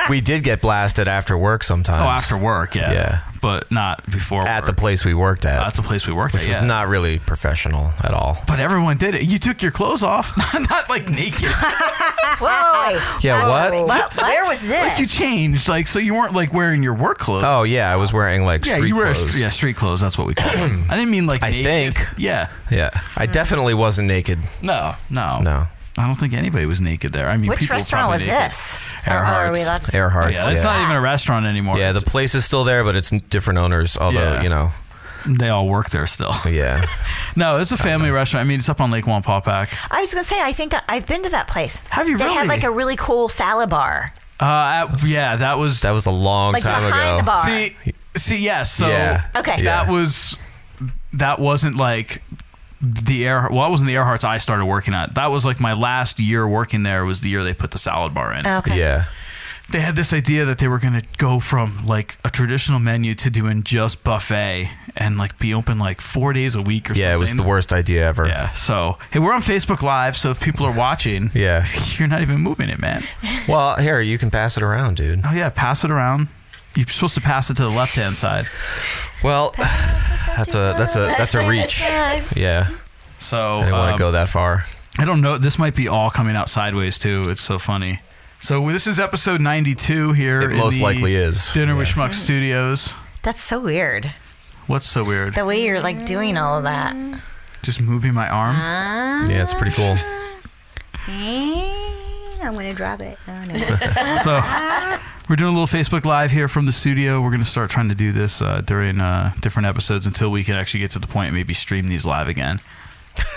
F: we did get blasted after work sometimes.
H: Oh, after work, yeah.
F: yeah,
H: but not before
F: at the place we worked at. At
H: the place we worked
F: which
H: at,
F: was
H: yeah.
F: not really professional at all.
H: But everyone did it. You took your clothes off, not like naked.
G: Whoa.
F: Yeah, what?
K: Where was this?
H: Like you changed, like so you weren't like wearing your work clothes.
F: Oh yeah, I was wearing like
H: Yeah,
F: street
H: you were
F: clothes.
H: yeah street clothes. That's what we call them. I didn't mean like
F: I
H: naked.
F: think.
H: Yeah,
F: yeah. I definitely wasn't naked.
H: No, no,
F: no.
H: I don't think anybody was naked there. I mean,
G: Which
H: people were
G: restaurant was
H: probably naked.
G: this? Or- or
I: Oh,
G: are we allowed
F: Earhart's.
G: to-
F: Earhart's.
H: Yeah, it's not even a restaurant anymore.
F: Yeah, the place is still there, but it's n- different owners. Although
H: Yeah.
F: you know,
H: they all work there still.
F: Yeah.
H: No, it's a family restaurant. I mean, it's up on Lake Wampapak.
G: I was gonna say, I think I- I've been to that place.
H: Have you
G: They had
H: really?
G: like a really cool salad bar.
H: Uh, at- yeah, that was
F: that was a long
G: Like time behind ago. the bar.
H: See, see, yes. so
F: Yeah.
G: Okay.
H: that
G: Yeah.
H: was that wasn't like the air. Well, that wasn't the Earhart's I started working at. That was like my last year working there. Was the year they put the salad bar in.
G: Okay.
F: Yeah.
H: They had this idea that they were going to go from like a traditional menu to doing just buffet and like be open like four days a week or something.
F: yeah, it was the worst idea ever.
H: Yeah. So hey, we're on Facebook Live, so if people are watching,
F: yeah,
H: you're not even moving it, man.
F: Well, here you can pass it around, dude.
H: Oh yeah, pass it around. You're supposed to pass it to the left hand side.
F: Well, that's a that's a that's a reach. Yeah.
H: So um,
F: I didn't want to go that far.
H: I don't know. This might be all coming out sideways too. It's so funny. So this is episode 92 here.
F: It
H: in
F: most
H: the
F: likely is.
H: Dinner with
F: Yeah.
H: Schmuck Studios.
G: That's so weird.
H: What's so weird?
G: The way you're like doing all of that.
H: Just moving my arm.
F: Yeah, it's pretty cool.
I: Eh, I'm gonna drop it. Oh, no.
H: so we're doing a little Facebook Live here from the studio. We're going to start trying to do this uh, during uh, different episodes until we can actually get to the point and maybe stream these live again.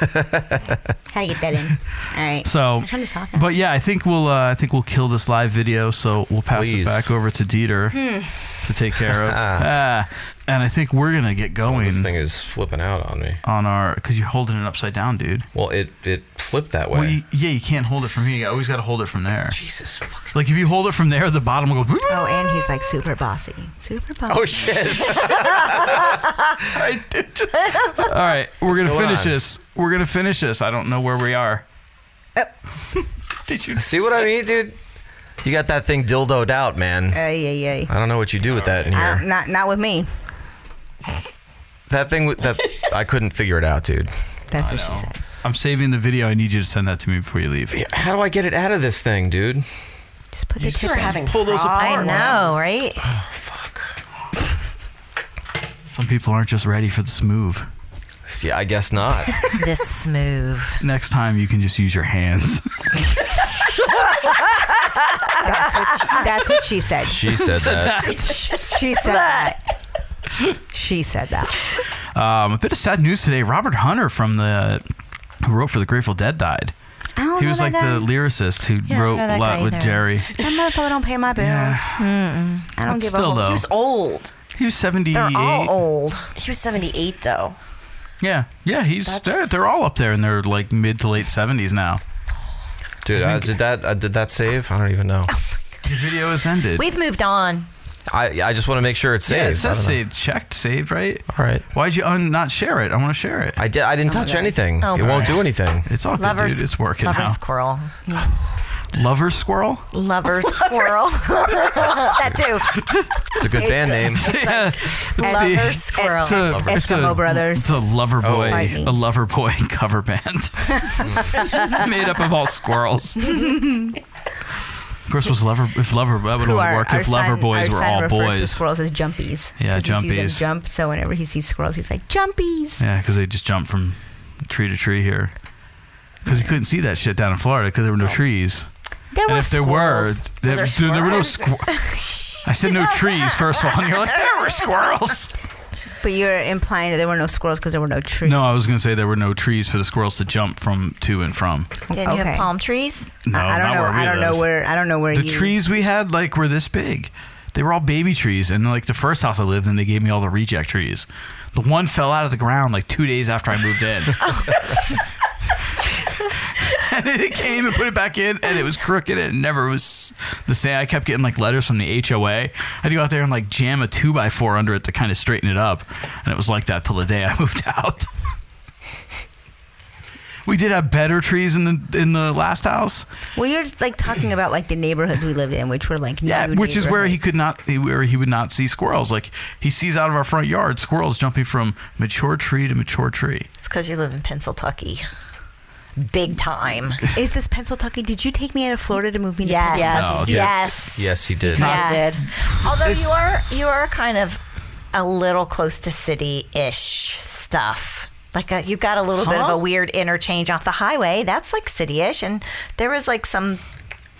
I: How to get that in? All right.
H: So,
I: I'm trying to talk.
H: but yeah, I think we'll uh, I think we'll kill this live video. So we'll pass
F: Please.
H: it back over to Dieter
I: Hmm.
H: to take care of. Ah, and I think we're gonna get going.
F: This thing is flipping out on me.
H: on our because you're holding it upside down, dude.
F: Well, it it flipped that way.
H: Well, you, yeah, you can't hold it from here. You always got to hold it from there.
F: Jesus.
H: Like if you hold it from there, the bottom will go.
I: Oh, and he's like super bossy. Super bossy.
H: Oh, All right, we're
F: What's
H: gonna
F: going
H: finish
F: on?
H: this. We're gonna finish this. I don't know where we are. Did you
F: see what I mean, dude? You got that thing dildoed out, man.
I: Ay, ay, Ah. ay.
F: I don't know what you do with that in
I: I
F: here.
I: don't- not not with me.
F: That thing with- that I couldn't figure it out, dude.
I: That's
H: what she said. I'm saving the video. I need you to send that to me before you leave.
F: How do I get it out of this thing, dude?
I: Just put
K: the two. We're having
H: pull those
K: problems.
G: I know, right?
H: Some people aren't just ready for this move.
F: Yeah, I guess not.
G: this move.
H: Next time, you can just use your hands.
I: That's what she, that's what she said.
H: She said that.
I: she said that. She said that.
H: Um, a bit of sad news today. Robert Hunter from the who wrote for the Grateful Dead died.
I: I don't
H: he
I: know
H: was
I: that
H: like
I: guy.
H: the lyricist who
I: Yeah, I don't
H: wrote
I: know that
H: a lot
I: guy
H: with
I: either.
H: Jerry.
I: That motherfucker don't pay my bills. Mm-mm. I don't
H: But
I: give
H: still,
I: a
H: though.
I: whole.
H: He was
I: old.
H: old. He was seventy eight.
K: They're all old. He was 78 though.
H: Yeah, yeah, he's they're, they're all up there in their like mid to late seventies now.
F: Dude, uh, did that uh, did that save? I don't even know.
H: The video has ended.
G: We've moved on.
F: I I just want to make sure it's saved.
H: Yeah, it
F: I
H: says
F: don't know.
H: saved, checked, saved, right?
F: All right.
H: Why'd you un- not share it? I want to share it.
F: I did. I didn't
H: Oh my
F: touch
H: God.
F: anything.
H: Oh,
F: it
H: all right.
F: won't do anything.
H: It's all
G: Lovers,
H: good, dude. It's working
G: lover
H: now.
G: squirrel.
H: Lover squirrel.
G: Lover squirrel. that too.
F: It's a good
G: It's
F: band
G: a-
F: name.
G: it's
H: Yeah.
G: like
H: the-
G: Lover Squirrel.
H: It's a,
G: Lover
H: it's a-
G: Eskimo Brothers.
H: It's a lover
G: Oh,
H: boy,
G: wait.
H: a lover boy cover band made up of all squirrels. Of course, was lover if lover that would
I: Who
H: only
I: are
H: work
I: our
H: if lover
I: son-
H: boys
I: our
H: were
I: son
H: all
I: refers To
H: boys.
I: squirrels as jumpies.
H: Yeah,
I: 'cause He sees them
H: jumpies.
I: jump. So whenever he sees squirrels, he's like jumpies.
H: Yeah, because they just jump from tree to tree here. Because you couldn't see that shit down in Florida because there were no trees.
I: There
H: and
I: were
H: if there were,
I: squirrels.
H: there,
I: Were there
H: dude, there were no
I: squirrels?
H: squirrels. I said no trees first of all, and you're like there were squirrels.
I: But you're implying that there were no squirrels because there were no trees.
H: No, I was gonna say there were no trees for the squirrels to jump from to and from.
G: Didn't you have palm trees?
H: No,
I: I, I don't
H: not
I: know.
H: where we
I: I don't know
H: lived.
I: where. I don't know where
H: the
I: you.
H: trees we had like were this big. They were all baby trees, and like the first house I lived in, they gave me all the reject trees. The one fell out of the ground like two days after I moved in.
I: Oh.
H: and then it came and put it back in, and it was crooked. And it never was the same. I kept getting like letters from the HOA. I had to go out there and like jam a two by four under it to kind of straighten it up. And it was like that till the day I moved out. we did have better trees in the in the last house.
I: Well, you're just, like talking about like the neighborhoods we lived in, which were like
H: Yeah,
I: new
H: which is where
I: neighborhoods.
H: he could not, he- where he would not see squirrels. Like he sees out of our front yard squirrels jumping from mature tree to mature tree.
G: It's because you live in Pennsylvania. Big time.
I: Is this Pennsylvania? Did you take me out of Florida to move me?
G: Yes.
I: to
H: Oh,
F: No,
G: Yes.
F: dude. Yes, he did.
G: Yeah. Although you are you are kind of a little close to city-ish stuff. Like uh you've got a little bit of
K: Huh?
G: a weird interchange off the highway. That's like city-ish, and there was like some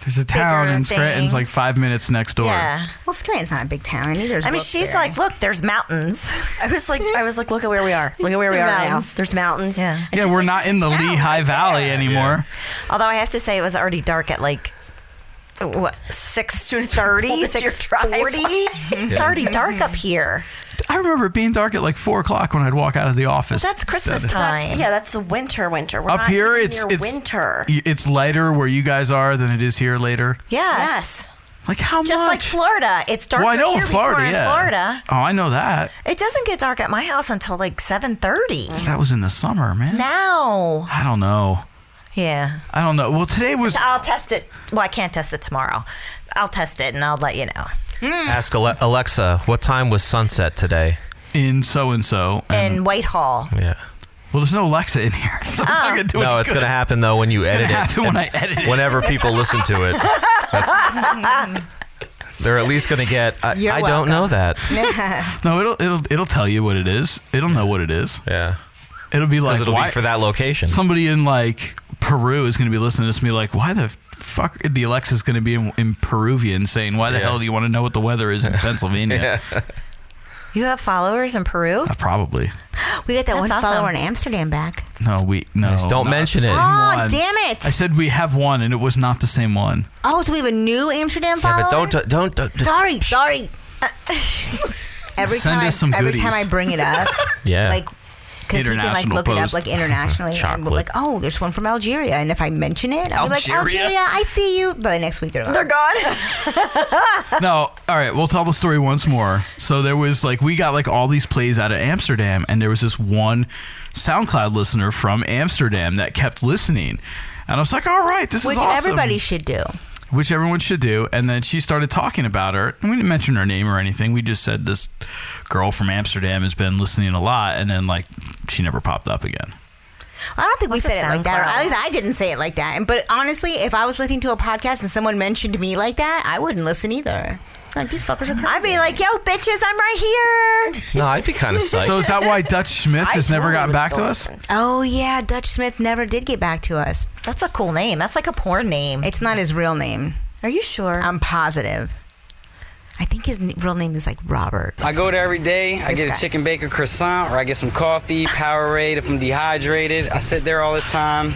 H: There's a town
G: Bigger
H: in Scranton's like
G: things.
H: five minutes next door.
G: yeah.
I: Well, Scranton's not a big town. Neither.
G: I mean, she's like, look, there's mountains.
K: I was like, I was like, look at where we are. Look at where we
G: The
K: are
G: mountains.
K: now. There's mountains. Yeah.
H: yeah, we're not in the Lehigh Valley anymore.
G: Although I have to say, it was already dark at like what six thirty,
K: pulled into your
G: six forty. It's
H: Yeah.
G: already dark
H: Mm-hmm.
G: up here.
H: I remember it being dark at like four o'clock when I'd walk out of the office. That-
K: That's, yeah, that's the winter. Winter. We're
H: Up
K: not
H: here,
K: even
H: it's
K: near
H: it's
K: winter.
H: y- It's lighter where you guys are than it is here later.
G: Yes.
H: Like how
G: Just like Florida, it's dark.
H: well, I know
G: here
H: in Florida,
G: before in
H: yeah.
G: Florida,
H: Oh, I know that.
G: it doesn't get dark at my house until like seven thirty.
H: That was in the summer, man.
G: Now,
H: I don't know.
G: yeah,
H: I don't know. Well, today was
G: I'll test it. Well, I can't test it tomorrow. I'll test it and I'll let you know.
H: Hmm.
F: Ask Ale- Alexa what time was sunset today.
H: In so and so.
G: In Whitehall, Ah.
F: Yeah.
H: Well, there's no Alexa in here, so it's not gonna do
F: No,
H: any
F: it's
H: good.
F: gonna happen though when you
H: It's gonna
F: edit it.
H: happen when
F: and
H: I edit it.
F: Whenever people listen to it, they're at least gonna get. I,
H: You're
F: I don't know that.
H: No, it'll it'll it'll tell you what it is. It'll know what it is.
F: Yeah.
H: It'll be like
F: it'll
H: why-
F: be for that location.
H: Somebody in like Peru is going to be listening to this and be like, why the fuck the Alexa's going to be in, in Peruvian saying, why the
F: Yeah.
H: hell do you want to know what the weather is in Pennsylvania? Uh,
G: you have followers in Peru.
H: Probably.
I: we got that
G: That's
I: one
G: awesome.
I: follower in Amsterdam back.
H: No, we no.
F: Nice. Don't
H: not
F: mention
H: the
F: it.
H: same
I: Oh,
H: one.
I: damn it.
H: I said we have one, and it was not the same one.
I: Oh, so we have a new Amsterdam follower.
F: don't don't.
I: Sorry, sorry. every
H: Send
I: time,
H: us some
I: every
H: goodies.
I: time I bring it up,
H: Yeah.
I: like because he can like
H: International
I: look it up
H: post.
I: like internationally, and
H: Chocolate.
I: we'll like, oh, there's one from Algeria, and if I mention it, I'll be like,
H: Algeria?
I: Algeria, I see you, but next week they're gone. they're
G: gone.
H: no, all right, we'll tell the story once more. So there was like we got like all these plays out of Amsterdam, and there was this one SoundCloud listener from Amsterdam that kept listening, and I was like, all right, this
I: which
H: is awesome.
I: everybody should do.
H: which everyone should do. And then she started talking about her. And we didn't mention her name or anything. We just said this girl from Amsterdam has been listening a lot, and then like she never popped up again.
I: I don't think we said it like that, or
G: SoundCloud?
I: at least I didn't say it like that. And- But honestly, if I was listening to a podcast and someone mentioned me like that, I wouldn't listen either. Like these fuckers are crazy.
G: I'd be like, yo, bitches, I'm right here.
F: No, I'd be kind of psyched.
H: So is that why Dutch Smith has never gotten back to us?
I: Oh yeah, Dutch Smith never did get back to us.
G: That's a cool name. That's like a porn name.
I: It's not his real name.
G: Are you sure?
I: I'm positive. I think his n- real name is like Robert.
M: I go there every day. I get a chicken bacon croissant, or I get some coffee, Powerade if I'm dehydrated. I sit there all the time.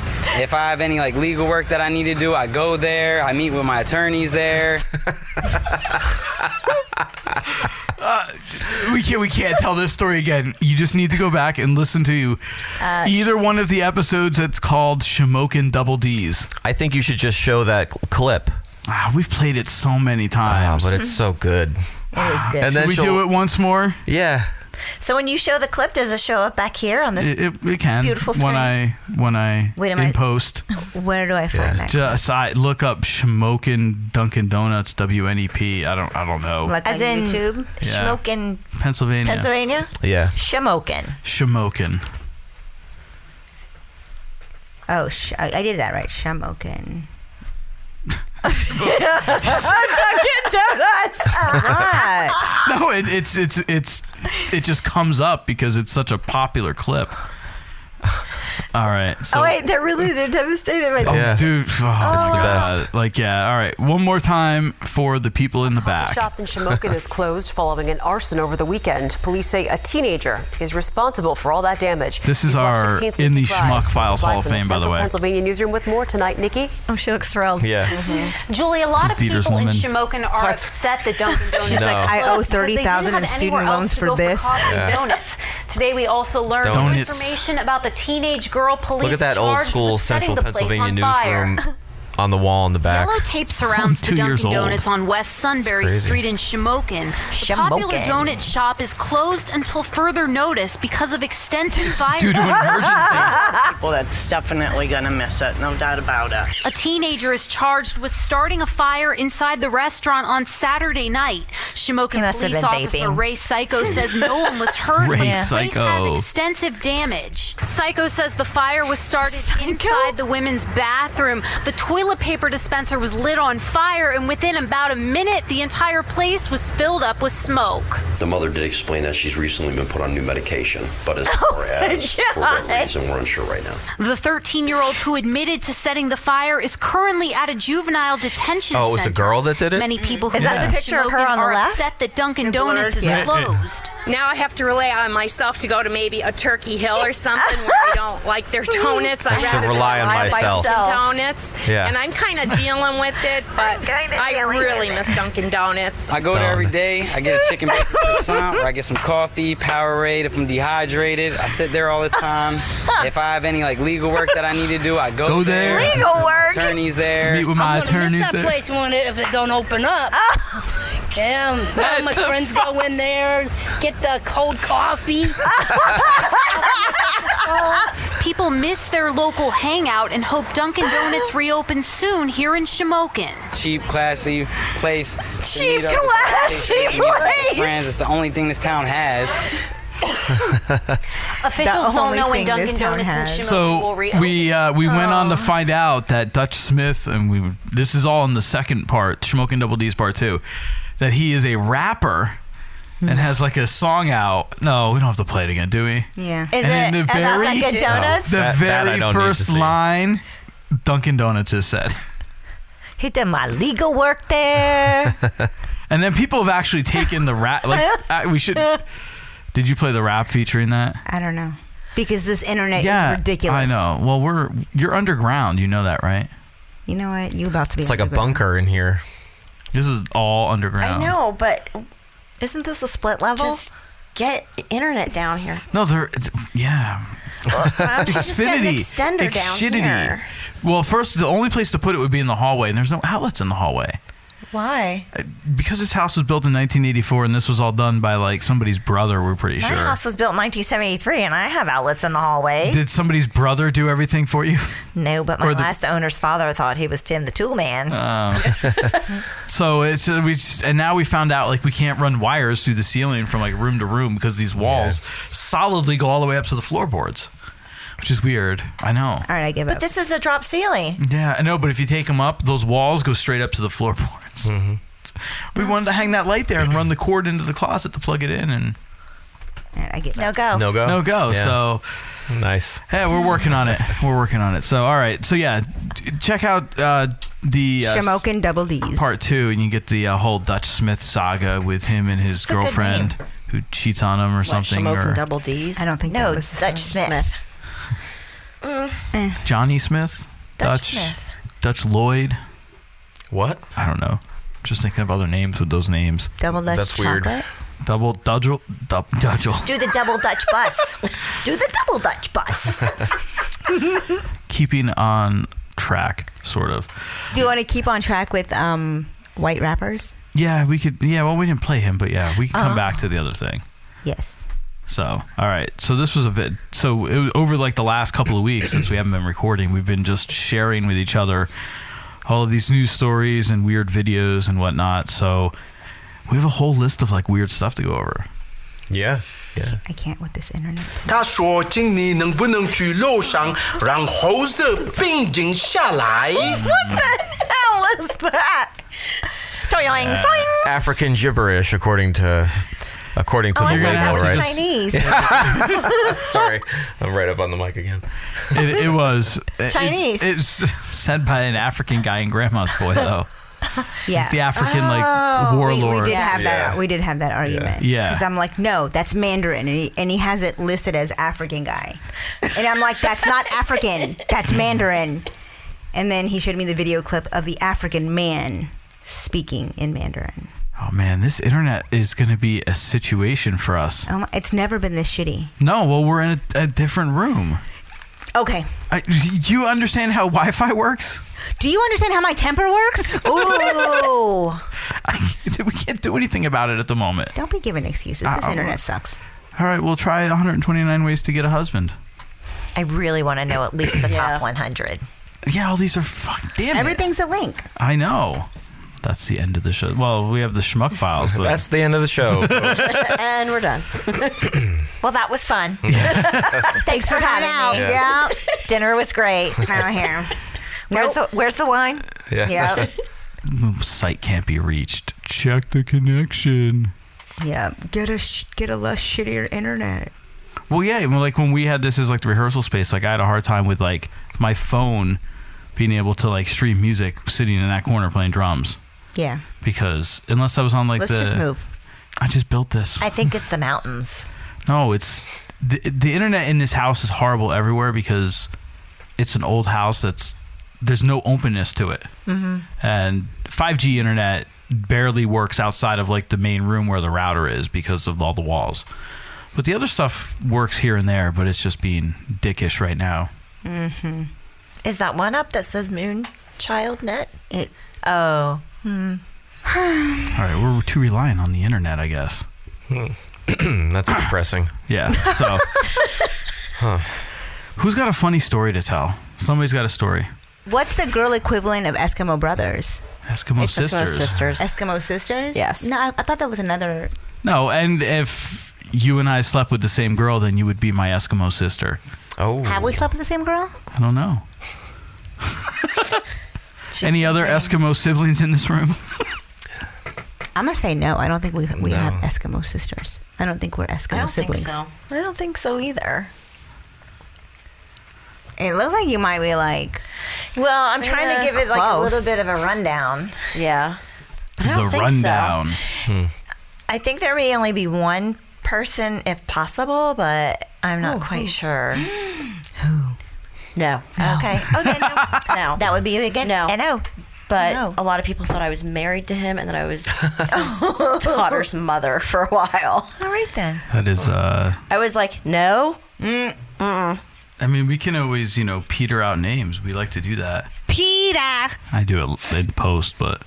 M: If I have any like legal work that I need to do, I go there. I meet with my attorneys there.
H: we can't we can't tell this story again. You just need to go back and listen to
G: Uh,
H: either one of the episodes that's called Shamokin Double D's.
F: I think you should just show that clip. Ah,
H: Ah, we've played it so many times,
F: but it's so good.
G: It is good.
H: And then we do it once more.
F: Yeah,
G: So when you show the clip, does it show up back here on this?
H: it, it, it can.
G: Beautiful screen.
H: When I when I
G: Wait, am
H: in
G: I-
H: post.
I: Where do I find that?
H: Just I look up Shamokin Dunkin' Donuts WNEP. I don't I don't know.
G: Like As in YouTube?
H: Yeah.
G: Schmokin,
H: Pennsylvania.
G: Pennsylvania?
F: Yeah.
G: Shemokin.
H: Shamokin.
I: Oh, sh- I, I did that right. Shamokin.
G: Dunkin' Donuts.
H: No, it, it's it's it's it just comes up because it's such a popular clip. All right. So
I: oh wait, they're really they're devastated by
H: Oh,
I: that.
H: dude, oh,
I: the
H: God. Like, yeah. All right, one more time for the people in the back.
N: Shop in Shamokin is closed following an arson over the weekend. Police say a teenager is responsible for all that damage.
H: This is
N: He's locked
H: our
N: 16th
H: In the
N: Nikki Grimes.
H: Schmuck Files
N: Live
H: Hall of
N: from
H: Fame, by the
N: Central
H: way.
N: Pennsylvania newsroom with more tonight, Nikki. Oh, she looks thrilled.
F: Yeah.
O: Julie, a lot
H: This
O: of
H: is Dieter's
O: people in
H: woman.
O: Shamokin are upset that Dunkin' Donuts.
I: She's like,
O: is
I: I
O: closed
I: owe
O: because they didn't
I: 30,000
O: have
I: in student
O: anywhere else
I: loans
O: to
I: for
O: go
I: this.
O: coffee and
F: Yeah.
O: donuts. Today we also learned more
F: Donuts.
O: information about the teenage girl police
F: look at that old
O: charged
F: school
O: with setting
F: Central
O: the place
F: Pennsylvania
O: on fire.
F: newsroom on the wall in the back.
O: Yellow tape surrounds
F: Two
O: the
F: years
O: Dunkin'
F: old.
O: Donuts on West Sunbury
F: crazy.
O: Street in Shamokin. The popular
F: Shamokin.
O: donut shop is closed until further notice because of extensive violence.
P: People that's definitely gonna miss it, no doubt about it.
O: A teenager is charged with starting a fire inside the restaurant on Saturday night. Shamokin
G: must have
O: police
G: been
O: officer
G: vaping.
O: Ray Psycho says no one was hurt,
H: Ray
O: but the place
H: Psycho.
O: has extensive damage. Psycho says the fire was started inside the women's bathroom. The toilet paper dispenser was lit on fire, and within about a minute, the entire place was filled up with smoke.
Q: The mother did explain that she's recently been put on new medication, but as far as for
O: God.
Q: what reason, we're unsure right now.
O: The 13 year old who admitted to setting the fire is currently at a juvenile detention
F: Oh, it was a
O: center.
F: girl that did it?
O: Many people who
F: Is that
O: live
F: the
O: in
R: picture of her
O: Shamokin
R: on the
O: are
R: left?
O: upset that Dunkin' Donuts is
R: Yeah, yeah.
O: closed.
R: Now I have to rely on myself to go to maybe a Turkey Hill or something where I don't like their donuts.
F: I
R: I
F: have to
R: rather
F: rely on
R: rely
F: myself.
R: Dunkin' Donuts.
F: Yeah.
R: And I'm kind of dealing with it, but I really miss Dunkin' Donuts.
M: I go there every day. I get a chicken bacon croissant, or I get some coffee, Powerade if I'm dehydrated. I sit there all the time. If I have any like legal work that I need to do, I go,
H: Go there. Legal
M: My
H: work?
M: Attorneys there.
H: Meet with my I'm gonna miss attorneys that there. place
S: when it, if it don't open up. Damn, all my friends go in there, get the cold coffee.
O: People miss their local hangout and hope Dunkin' Donuts reopens soon here in Shamokin.
M: Cheap, classy place. to
O: Cheap,
M: meet up with
O: classy
M: family, meet up with
O: place.
M: Friends. It's the only thing this town has.
O: Officials don't
I: only
O: know when
I: thing this town
O: Dunkin' Donuts
I: has.
O: and Shamokin will
H: So
O: reopen.
H: we uh, we went on to find out that Dutch Smith and we this is all in the second part, Smoking Double D's part two, that he is a rapper and has like a song out. No, we don't have to play it again, do we?
I: Yeah.
G: Is
H: and
G: it
H: in the
G: about
H: very
G: like a donuts?
H: the
F: That- that I
H: very
F: don't need to
H: first
F: see.
H: line, Dunkin' Donuts is said.
G: He did my legal work there.
H: And then people have actually taken the rap. Like I- we should. Did you play the rap featuring that?
I: I don't know because this internet is ridiculous.
H: I know. Well, we're you're underground. You know that, right?
I: You know what? You about to be
F: It's like a
I: underground.
F: bunker in here.
H: This is all underground.
K: I know, but
G: isn't this a split level?
K: Just get internet down here.
H: No, they're it's- yeah.
K: don't you just get an extender down here?
H: Well, first, the only place to put it would be in the hallway, and there's no outlets in the hallway
G: Why?
H: because this house was built in 1984, and this was all done by like somebody's brother. We're pretty
G: My
H: sure.
G: house was built in 1973, and I have outlets in the hallway.
H: Did somebody's brother do everything for you?
G: no, but my
H: or the-
G: last owner's father thought he was Tim the Tool Man.
H: Oh. so it's uh, we just, and now we found out like we can't run wires through the ceiling from like room to room because these walls solidly go all the way up to the floorboards, which is weird. I know.
I: All right, I give
G: but this is a drop ceiling.
H: Yeah, I know. But if you take them up, those walls go straight up to the floorboards. We wanted to hang that light there and run the cord into the closet to plug it in, and
I: I get
G: no go.
F: No go.
H: no go.
F: Yeah.
H: So
F: nice.
H: Hey, we're working on it. We're working on it. So all right. So yeah, d- check out uh, the uh,
I: Shamokin double D's.
H: part two, and you get the uh, whole Dutch Smith saga with him and his
I: a good
H: girlfriend who cheats on him or something, or
K: double D's.
I: I don't think
G: No,
I: that was
G: Dutch Smith.
K: Mm,
I: Eh,
H: Johnny Smith,
G: Dutch
H: Dutch,
G: Smith.
H: Dutch Lloyd.
F: What?
H: I don't know. Just thinking of other names with those names.
I: Double Dutch
H: That's weird.
I: chocolate.
H: Double dudgel, dub, dudgel.
G: Do the double Dutch bus. Do the double Dutch bus.
H: Keeping on track, sort of.
I: Do you want to keep on track with um, white rappers?
H: Yeah, we could. Yeah, well, we didn't play him, but yeah, we could come
I: Oh.
H: back to the other thing.
I: Yes.
H: So, all right. So this was a bit. So it was over like the last couple of weeks since we haven't been recording, we've been just sharing with each other all of these news stories and weird videos and whatnot. So we have a whole list of like weird stuff to go over.
F: Yeah. Yeah.
I: I can't with this internet.
T: 他说：“请你能不能去路上让猴子平静下来？”
G: What the hell is that? Toyoing, toing.
F: African gibberish, according to according to
G: Oh, I
F: the
G: thought
F: label,
G: that was
F: right?
G: Chinese.
F: Sorry, I'm right up on the mic again.
H: It, it was it's-
G: Chinese.
H: It's, said by an African guy in Grandma's Boy, though.
I: Yeah.
H: The African, like,
I: Oh, we- We,
H: warlord.
I: did have
H: Yeah.
I: that. We did have that argument.
H: Yeah.
I: Because I'm like, no, that's Mandarin, and he, and he has it listed as African guy, and I'm like, that's not African. That's Mandarin. And then he showed me the video clip of the African man speaking in Mandarin.
H: Oh man, this internet is going to be a situation for us.
I: Oh my, it's never been this shitty.
H: No, well, we're in a, a different room.
I: Okay.
H: I, do you understand how Wi-Fi works?
I: Do you understand how my temper works? Ooh.
H: we can't do anything about it at the moment.
I: Don't be giving excuses. This
H: Uh-oh.
I: internet sucks.
H: All right, we'll try 129 ways to get a husband.
G: I really want to know at least the top 100.
H: Yeah, all these are fuck. Damn
I: Everything's a link.
H: I know. That's the end of the show. Well, we have the schmuck files, but
F: That's the end of the show.
G: and we're done. well, that was fun. Thanks for having out.
F: me. Yeah.
G: Dinner was great.
I: Out here.
G: Where's, the, where's the wine?
F: Yeah.
I: Yeah.
H: site can't be reached. Check the connection.
I: Yeah. Get a sh- get a less shittier internet.
H: Well, yeah, well, like when we had this as like the rehearsal space, like I had a hard time with like my phone being able to like stream music sitting in that corner playing drums
I: Yeah.
H: because unless I was on like
G: Let's
H: the
G: just move.
H: I just built this.
G: I think it's the mountains.
H: No, it's the the internet in this house is horrible everywhere because it's an old house that's there's no openness to it.
G: Mhm.
H: And 5G internet barely works outside of like the main room where the router is because of all the walls. But the other stuff works here and there, but it's just being dickish right now.
G: Mm-hmm. Is that one up that says Moon Child Net? It. Oh. Hmm.
H: All right, we're too reliant on the internet, I guess.
F: Hmm. That's depressing.
H: Yeah. So, who's got a funny story to tell? Somebody's got a story.
I: What's the girl equivalent of Eskimo brothers?
H: Eskimo sisters.
I: Eskimo sisters. Yes. No, I, I thought that was another.
H: No, and if you and I slept with the same girl, then you would be my Eskimo sister. Oh.
I: Have we slept with the same girl?
H: I don't know. Any other Eskimo siblings in this room?
I: I'm gonna say no. I don't think we we
H: No.
I: have Eskimo sisters. I don't think we're Eskimo
G: I don't
I: siblings.
G: think so. I don't think so either.
I: It looks like you might be like.
G: Well, I'm trying to
I: Yeah,
G: give it like a
I: close.
G: little bit of a rundown. eh, Yeah.
H: the rundown.
G: I think there may only be one person if possible, but I'm not quite sure.
K: No.
G: Okay. Oh, then no.
K: No.
G: That would be again.
K: No.
G: I know.
K: But a lot of people thought I was married to him and that I was his daughter's mother for a while.
G: All right then.
H: That is, uh,
K: I was like, no. Mm, mm.
H: I mean, we can always, you know, peter out names. We like to do that.
K: Peter.
H: I do it in post, but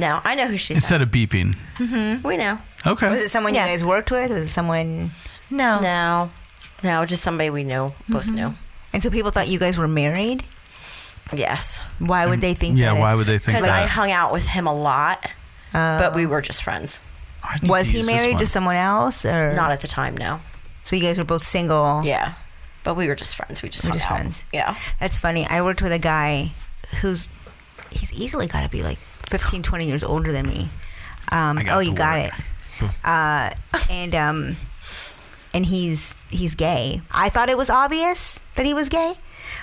K: No, I know who she's.
H: instead of beeping.
K: Mm-hmm. We know.
H: Okay.
I: Was it someone you guys worked with? Was it someone?
G: No.
K: No. No, just somebody we knew, both knew.
I: Mm-hmm. And so people thought you guys were married.
K: Yes.
I: Why would they think?
H: Yeah,
I: that?
H: why would they think
K: Because I
H: that?
K: hung out with him a lot, but we were just friends.
H: need
I: Oh. was
K: to
I: he
K: use this
I: married to
K: one.
I: someone else or
K: Not at the time, no.
I: So you guys were both single.
K: Yeah, but we were just friends. We just
I: We're
K: hung
I: just
K: out.
I: friends.
K: Yeah.
I: That's funny. I worked with a guy who's he's easily got to be like 15, 20 years older than me. Um,
K: I got
I: oh, you
K: the
I: got it. uh, and um, and he's he's gay. I thought it was obvious that he was gay.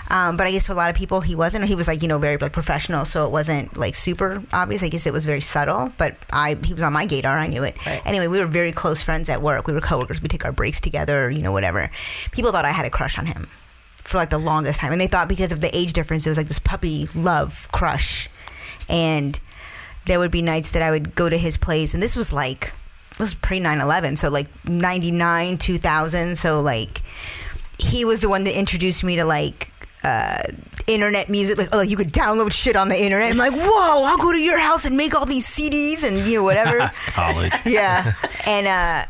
I: Um, but I guess to a lot of people he wasn't, or he was like you know very like professional, so it wasn't like super obvious. I guess it was very subtle, but I he was on my gator, I knew it. Anyway, we were very close friends at work. We were coworkers. We take our breaks together, you know whatever. People thought I had a crush on him for like the longest time. And they thought because of the age difference, it was like this puppy love crush. And there would be nights that I would go to his place, and this was like was pre 9-11 so like 99 2000 so like he was the one that introduced me to like uh, internet music like oh you could download shit on the internet i'm like whoa i'll go to your house and make all these cds and you know whatever
F: College.
I: yeah and uh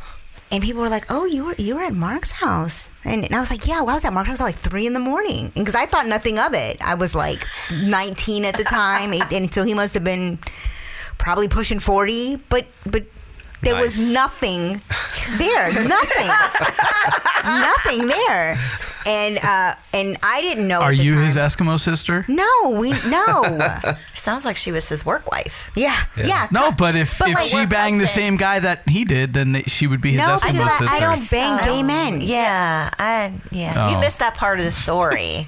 I: and people were like, "Oh, you were you were at Mark's house," and, and I was like, "Yeah, well, I was at Mark's house at like three in the morning," because I thought nothing of it. I was like 19 at the time, eight- and so he must have been probably pushing 40. But but there was
E: Nice.
I: nothing there, nothing, nothing there, and uh, and I didn't know.
H: Are
I: at the
H: you
I: time.
H: his Eskimo sister?
I: No, we no.
G: Sounds like she was his work wife.
I: Yeah, yeah.
H: No, but if
I: But
H: if
I: like-
H: she banged the same guy that he did, then they, she would be his
G: No,
H: Eskimo
G: because I-
H: sister.
G: I don't
I: bang gay men.
G: Yeah, I yeah.
H: Oh.
G: You missed that part of the story.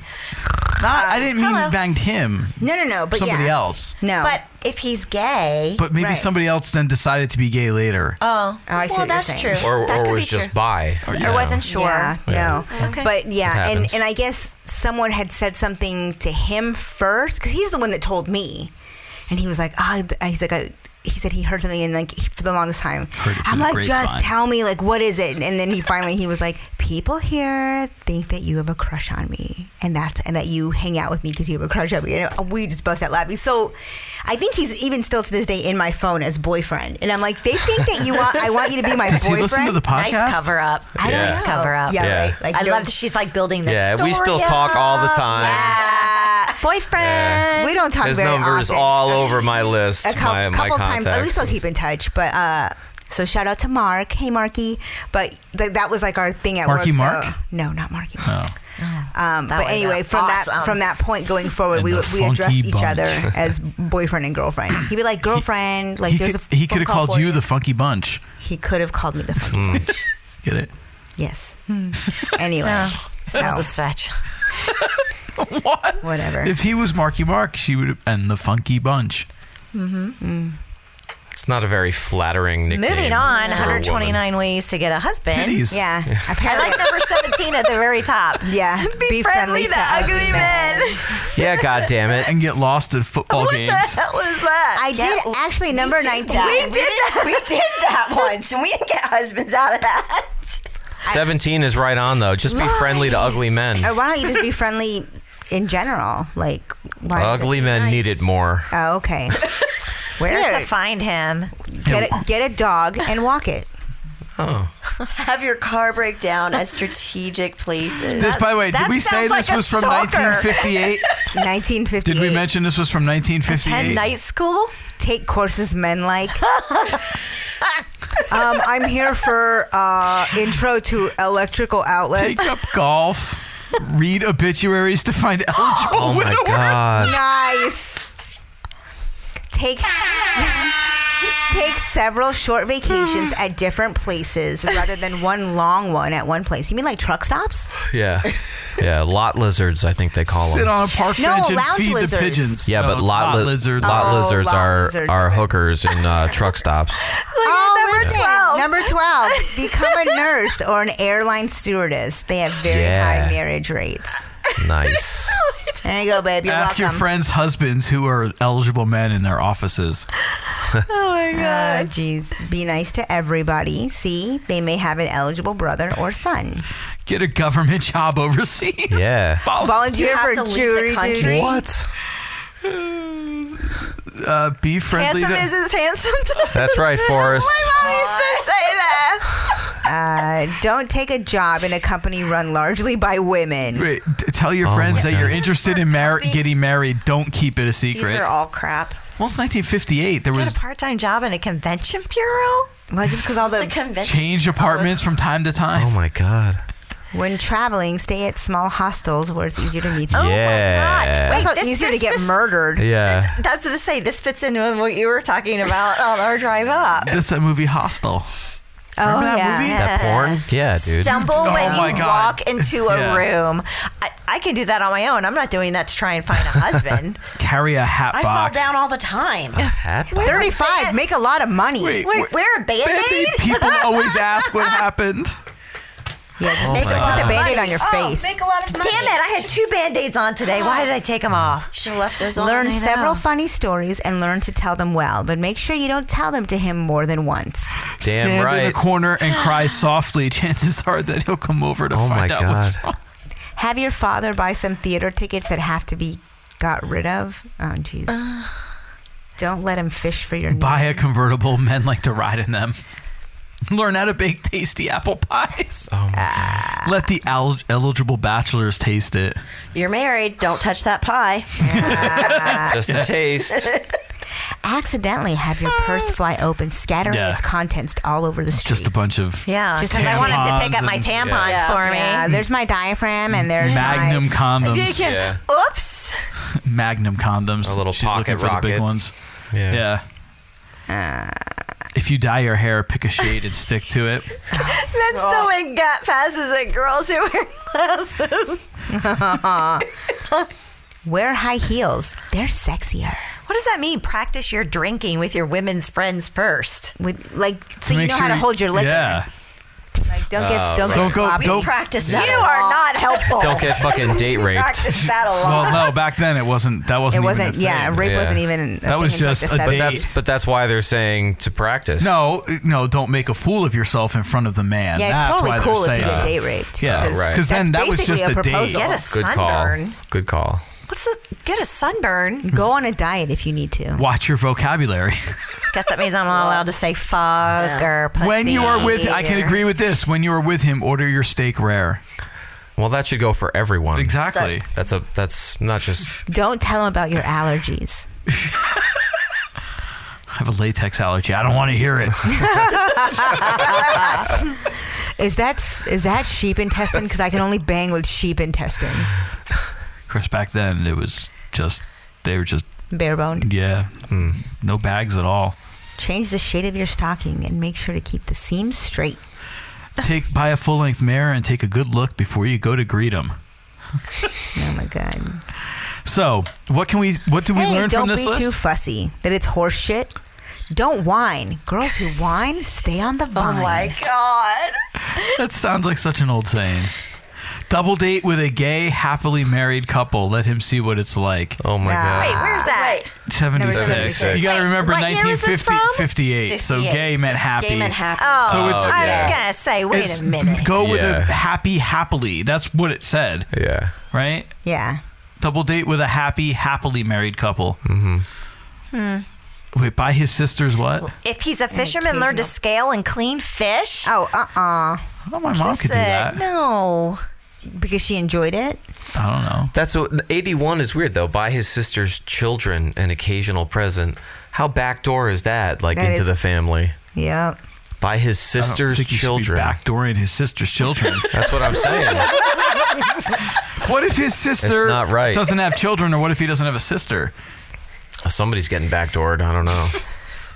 H: Not, I didn't mean banged him.
I: No, no, no.
G: but
H: somebody
G: yeah.
H: else.
I: No.
G: But if he's gay,
H: But maybe
G: Right.
H: somebody else then decided to be gay later.
G: Oh,
I: I
G: well, that's true.
F: Or,
G: that
F: or
G: could
F: was
G: be
F: just
G: true.
F: by.
G: Or wasn't sure.
I: Yeah,
F: Yeah.
I: no.
G: Okay.
I: But yeah,
F: It
I: and,
F: happens.
I: and I guess someone had said something to him first because he's the one that told me, and he was like, ah, th- he's like, I, he said he heard something and like he- for the longest time, I'm
E: the
I: like, just
E: grapevine."
I: tell me like what is it, and then he finally he was like, people here think that you have a crush on me, and that's and that you hang out with me because you have a crush on me, and uh, we just bust out laughing. So. I think he's even still to this day in my phone as boyfriend, and I'm like, they think that you want. I want you to be my
F: Does he
I: boyfriend.
F: listen to the podcast?
G: Nice cover up.
F: I don't
G: Nice
F: know.
G: cover up.
F: Yeah, Yeah. right.
G: Like,
F: Like,
G: I
F: no-
G: love that she's like building this.
F: Yeah,
G: story Uh,
F: we still talk all the time.
G: Boyfriend.
H: Eh,
F: Yeah.
I: We don't talk
F: His
I: very
F: number's
I: often.
F: all over my list.
I: a couple,
F: my, my
I: couple times.
F: contacts.
I: We still keep in touch, but uh, so shout out to Mark. Hey, Marky. But th- that was like our thing at
H: Marky
I: work. so-
H: Mark?
I: no, not Marky. Mark.
H: Oh.
I: Um,
G: That
I: but
G: way,
I: anyway,
G: yeah.
I: from
G: Awesome.
I: that from that point going forward,
H: And
I: we
H: the
I: we addressed
H: funky
I: each
H: bunch.
I: other as boyfriend and girlfriend. He'd be like girlfriend, like
H: he
I: there's
H: could,
I: a
H: he
I: phone
H: could have
I: call
H: called
I: for
H: you the funky bunch.
I: He could have called me the funky
F: Hmm.
I: bunch.
H: Get it?
I: Yes. Hmm. Anyway, so
G: That was a stretch.
H: what?
I: Whatever.
H: If he was Marky Mark, she would have and the funky bunch.
G: Mm-hmm.
F: It's not a very flattering nickname.
G: Moving on,
F: for a
G: 129 ways to get a husband.
F: Titties.
G: Yeah.
F: Yeah.
G: I like number 17 at the very top.
I: Yeah.
G: Be, friendly, to ugly men.
F: woman. Yeah, God damn it.
H: And get lost at football games.
G: hell was that?
I: I did actually number nineteen.
K: We did that. We did that once, and we didn't get husbands out of that.
F: 17 is right on, though. Just be friendly to ugly men.
I: Or why don't you just be friendly in general? Like why does it-
F: Ugly men need it more.
I: Oh, okay. Where
G: to find him?
I: Get a, get a dog and walk it.
F: Oh.
K: Have your car break down at strategic places.
H: This, by the way, did we say this was from 1958?
I: 1958.
H: Did we mention this was from 1958?
I: Attend night school. Take courses men like. um, I'm here for uh, intro to electrical outlet.
H: Take up golf. Read obituaries to find eligible
F: Oh my
H: widowers.
F: God.
I: Nice. Take take several short vacations at different places rather than one long one at one place. You mean like truck stops?
F: Yeah. Yeah. Lot lizards, I think they call them.
H: Sit on a park
I: No,
H: bench and
I: lounge
H: feed
I: lizards.
H: the pigeons.
F: Yeah,
H: No,
F: but
H: it's
F: lot, li-
H: lizards.
F: lot
I: Oh,
F: lizards
I: lot
F: are
I: lizards.
F: are hookers in uh, truck stops.
I: oh, number twelve. Number twelve. Become a nurse or an airline stewardess. They have very
H: Yeah.
I: high marriage rates.
F: Nice.
I: There you go, babe. You're
H: Ask your
I: welcome.
H: friends' husbands who are eligible men in their offices.
I: Oh my god. Jeez. Be nice to everybody. See, they may have an eligible brother or son.
H: Get a government job overseas.
F: Yeah.
G: Oh,
I: Volunteer for jury duty.
F: What?
H: Uh, be friendly
G: Handsome
H: to.
G: is as handsome.
F: That's right, Forrest.
I: My mom used to say that. Uh, don't take a job in a company run largely by women.
H: Wait, t- tell your
F: Oh
H: friends
F: my
H: that you're
F: God.
H: interested in mar- getting married. Don't keep it a secret.
K: These are all crap.
H: well, it's 1958. There
G: Got
H: was
G: a part-time job in a convention bureau.
I: Well, just because all the
H: change apartments from time to time.
F: Oh my god.
I: when traveling, stay at small hostels where it's easier to meet.
F: Oh my Yeah. God.
I: It's
G: Wait,
I: also
G: this-
I: easier
G: this-
I: to get
G: this-
I: murdered.
F: Yeah.
G: I was going to say this fits into what you were talking about on our drive up.
H: That's that movie Hostel. Remember that movie?
F: That porn? Yeah, dude.
G: Oh, Stumble
H: Oh
G: when
H: my
G: you
H: God.
G: walk into a
H: Yeah.
G: room. I, I can do that on my own. I'm not doing that to try and find a husband.
H: Carry a hat
K: I fall
H: box.
K: down all the time.
F: Hat box?
I: Thirty-five, make a lot of money.
H: Wait,
G: Wear,
H: wait.
G: wear a band-aid?
H: People always ask what happened.
I: Yeah, just
G: Oh
I: make
G: my
I: a, put the
G: God.
I: band-aid on your
G: Oh,
I: face.
G: make a lot of money. Damn it! I had two band aids on today. Why did I take them off? Should have left those on.
I: Learn several funny stories and learn to tell them well, but make sure you don't tell them to him more than once.
F: Damn
H: Stand
F: right.
H: in a corner and cry softly. Chances are that he'll come over to find
F: Oh my
H: out what's
F: God.
H: wrong.
I: Have your father buy some theater tickets that have to be got rid of. Oh, jeez.
G: Uh.
I: don't let him fish for your.
H: Buy a convertible. Men like to ride in them. Learn how to bake tasty apple pies. Oh my God. Let the al- eligible bachelors taste it.
K: You're married. Don't touch that pie.
F: Just a taste.
I: Accidentally have your
G: Uh.
I: purse fly open, scattering
H: Yeah.
I: its contents all over the street.
H: Just a bunch of
I: Yeah,
G: Just 'cause I wanted to pick up my
H: tampons and-
G: tampons for me.
I: Yeah, there's my diaphragm and there's
H: Magnum
I: my,
H: condoms. Yeah.
I: Oops.
H: Magnum condoms.
F: A little
H: She's
F: pocket
H: looking for the big
F: rocket.
H: ones.
F: Yeah.
I: Uh.
H: if you dye your hair, pick a shade and stick to it.
S: Oh,
G: That's
I: Oh
G: the way got passes at girls who wear glasses.
I: Wear high heels. They're sexier.
G: What does that mean? Practice your drinking with your women's friends first.
I: With like, so you know how to hold your liquor. Like, don't get
H: Uh,
F: Oh,
I: don't get
F: right. Don't go-
I: sloppy.
F: don't-
K: Practice that.
I: You
K: a
I: are
K: lot.
I: not helpful.
F: Don't get fucking date raped.
K: Practice that a lot.
H: Well, no, back then it wasn't. That wasn't.
I: Oh. It
H: even a
I: wasn't- yeah,
H: thing.
I: rape Yeah. wasn't even a
H: That was
I: thing until
H: just
I: like
H: a
I: the
F: But
H: date.
F: that's but that's why they're saying to practice.
H: No, no, don't make a fool of yourself in front of the man.
I: Yeah, it's
H: That's
I: totally
H: why they're
I: cool if you
H: saying
I: get
H: that.
I: date raped,
H: Yeah,
I: 'cause
H: right.
I: that's
H: Because then that was
I: basically
H: just
I: a
H: a, date.
I: proposal. Get a
F: Good
I: sunburn.
F: call. Good call.
G: What's the get a sunburn?
I: Go on a diet if you need to.
H: Watch your vocabulary.
G: Guess that means I'm not allowed to say fuck or pussy.
H: when you are with, I can
G: or-
H: agree with this. When you are with him, order your steak rare.
F: Well, that should go for everyone.
H: Exactly.
F: That's a that's not just
I: Don't tell him about your allergies.
H: I have a latex allergy. I don't want to hear it.
G: Oh
I: is that is that sheep intestine? Because I can only bang with sheep intestine,
H: Chris, back then it was just they were just
I: bare boned.
H: yeah,
F: Hmm.
H: no bags at all.
I: Change the shade of your stocking and make sure to keep the seams straight.
H: Take buy a full length mirror and take a good look before you go to greet him.
I: Oh my god!
H: So, what can we? What do we
I: hey,
H: learn
I: don't
H: from this
I: be
H: list?
I: too fussy. That it's horse shit. Don't whine. Girls who whine stay on the vine. Oh my
K: God.
H: that sounds like such an old saying. Double date with a gay, happily married couple. Let him see what it's like.
F: Oh my
G: Wait, where's that?
H: Seventy six. You got to remember
G: What year was this
H: 1950,
G: from?
H: 58. So
G: 58.
H: gay meant happy.
G: Gay meant happy. Oh,
H: so it's
G: I was gonna say, wait a
H: it's
G: minute.
H: Go with
F: Yeah.
H: a happy, happily. That's what it said.
F: Yeah.
H: Right.
I: Yeah.
H: Double date with a happy, happily married couple. Mm-hmm. Wait, by his sister's what?
G: Hmm. If he's a fisherman, learn to scale and clean fish.
I: Oh, uh uh
H: Oh, my mom could do that.
I: No, because she enjoyed it.
H: I don't know.
F: That's what 81 is weird though. By his sister's children, an occasional present. How backdoor is that? Like
I: That
F: into
I: is-
F: the family.
I: Yep.
F: By his
H: I don't
F: sister's
H: think you should be
F: children.
H: backdooring his sister's children.
F: That's what I'm saying.
H: What if his sister
F: It's not right.
H: doesn't have children, or what if he doesn't have a sister?
F: Somebody's getting backdoored. I don't know.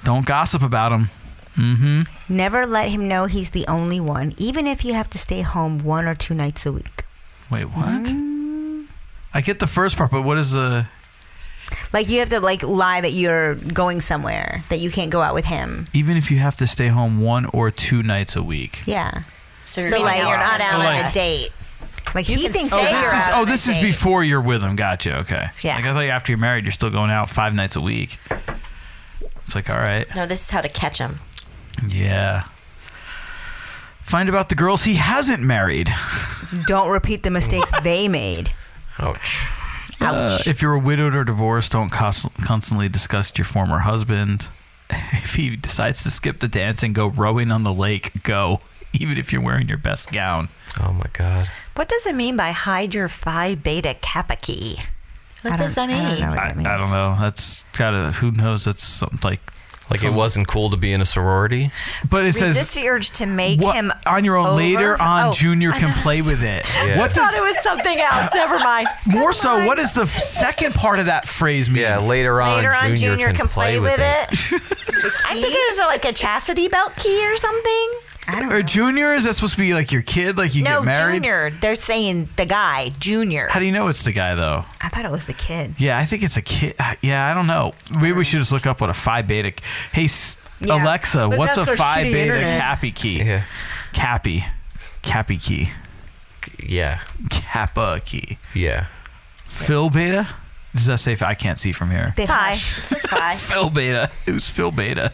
H: Don't gossip about him. Mm-hmm.
I: Never let him know he's the only one, even if you have to stay home one or two nights a week.
H: Wait, what? I get the first part, but what is uh, the?
I: Like you have to like lie that you're going somewhere that you can't go out with him.
H: Even if you have to stay home one or two nights a week.
I: Yeah.
K: So
G: you're not out. You're not out So, on like- a
I: date. Like he thinks
G: say
I: you're
G: you're
I: out.
H: This is,
G: out
H: oh,
G: on a
H: this is
G: date.
H: before you're with him. Gotcha. Okay.
K: Yeah.
H: Like I thought after you're married, you're still going out five nights a week. It's like all right.
K: No, this is how to catch him.
H: Yeah. Find about the girls he hasn't married.
I: Don't repeat the mistakes they made.
F: Ouch.
H: Uh,
I: Ouch.
H: if you're widowed or divorced, don't cons- constantly discuss your former husband. If he decides to skip the dance and go rowing on the lake, go. Even if you're wearing your best gown.
F: Oh my god.
G: What does it mean by hide your phi beta kappa key? What
I: I
G: does that
I: don't-
G: mean?
I: I don't know what
H: I, I don't know. That's gotta. Who knows? That's something like.
F: Like it
H: some-
F: wasn't cool to be in a sorority.
H: But it
G: Resist
H: says
G: the urge to make
H: what-
G: him
H: on your own.
G: over?
H: Later on,
G: Oh,
H: Junior
G: I
H: can
G: thought-
H: play with it.
F: Yeah.
H: What
G: I thought
H: does
G: it was something else. Never mind.
H: more so? What does the second part of that phrase mean? Yeah,
F: later on,
G: Later on, Junior, can, play, with it. I think it was like a chastity belt key or something.
H: Or Junior is that supposed to be like your kid? Like you
G: no,
H: get married?
G: Junior. They're saying the guy, Junior.
H: How do you know it's the guy though?
I: I thought it was the kid.
H: Yeah, I think it's a kid. uh, Yeah, I don't know. Maybe we should just look up what a phi beta. Hey, s
I: Yeah.
H: Alexa,
I: Let's
H: what's
I: ask
H: a
I: our
H: phi
I: shitty
H: beta
I: internet.
H: Kappa key? Cappy. Cappy Key.
F: Yeah.
H: Kappa Key.
F: Yeah.
H: Phil Beta? Does that say I can't see from here?
K: Phi. It says phi.
H: Phil Beta. It was Phil Beta.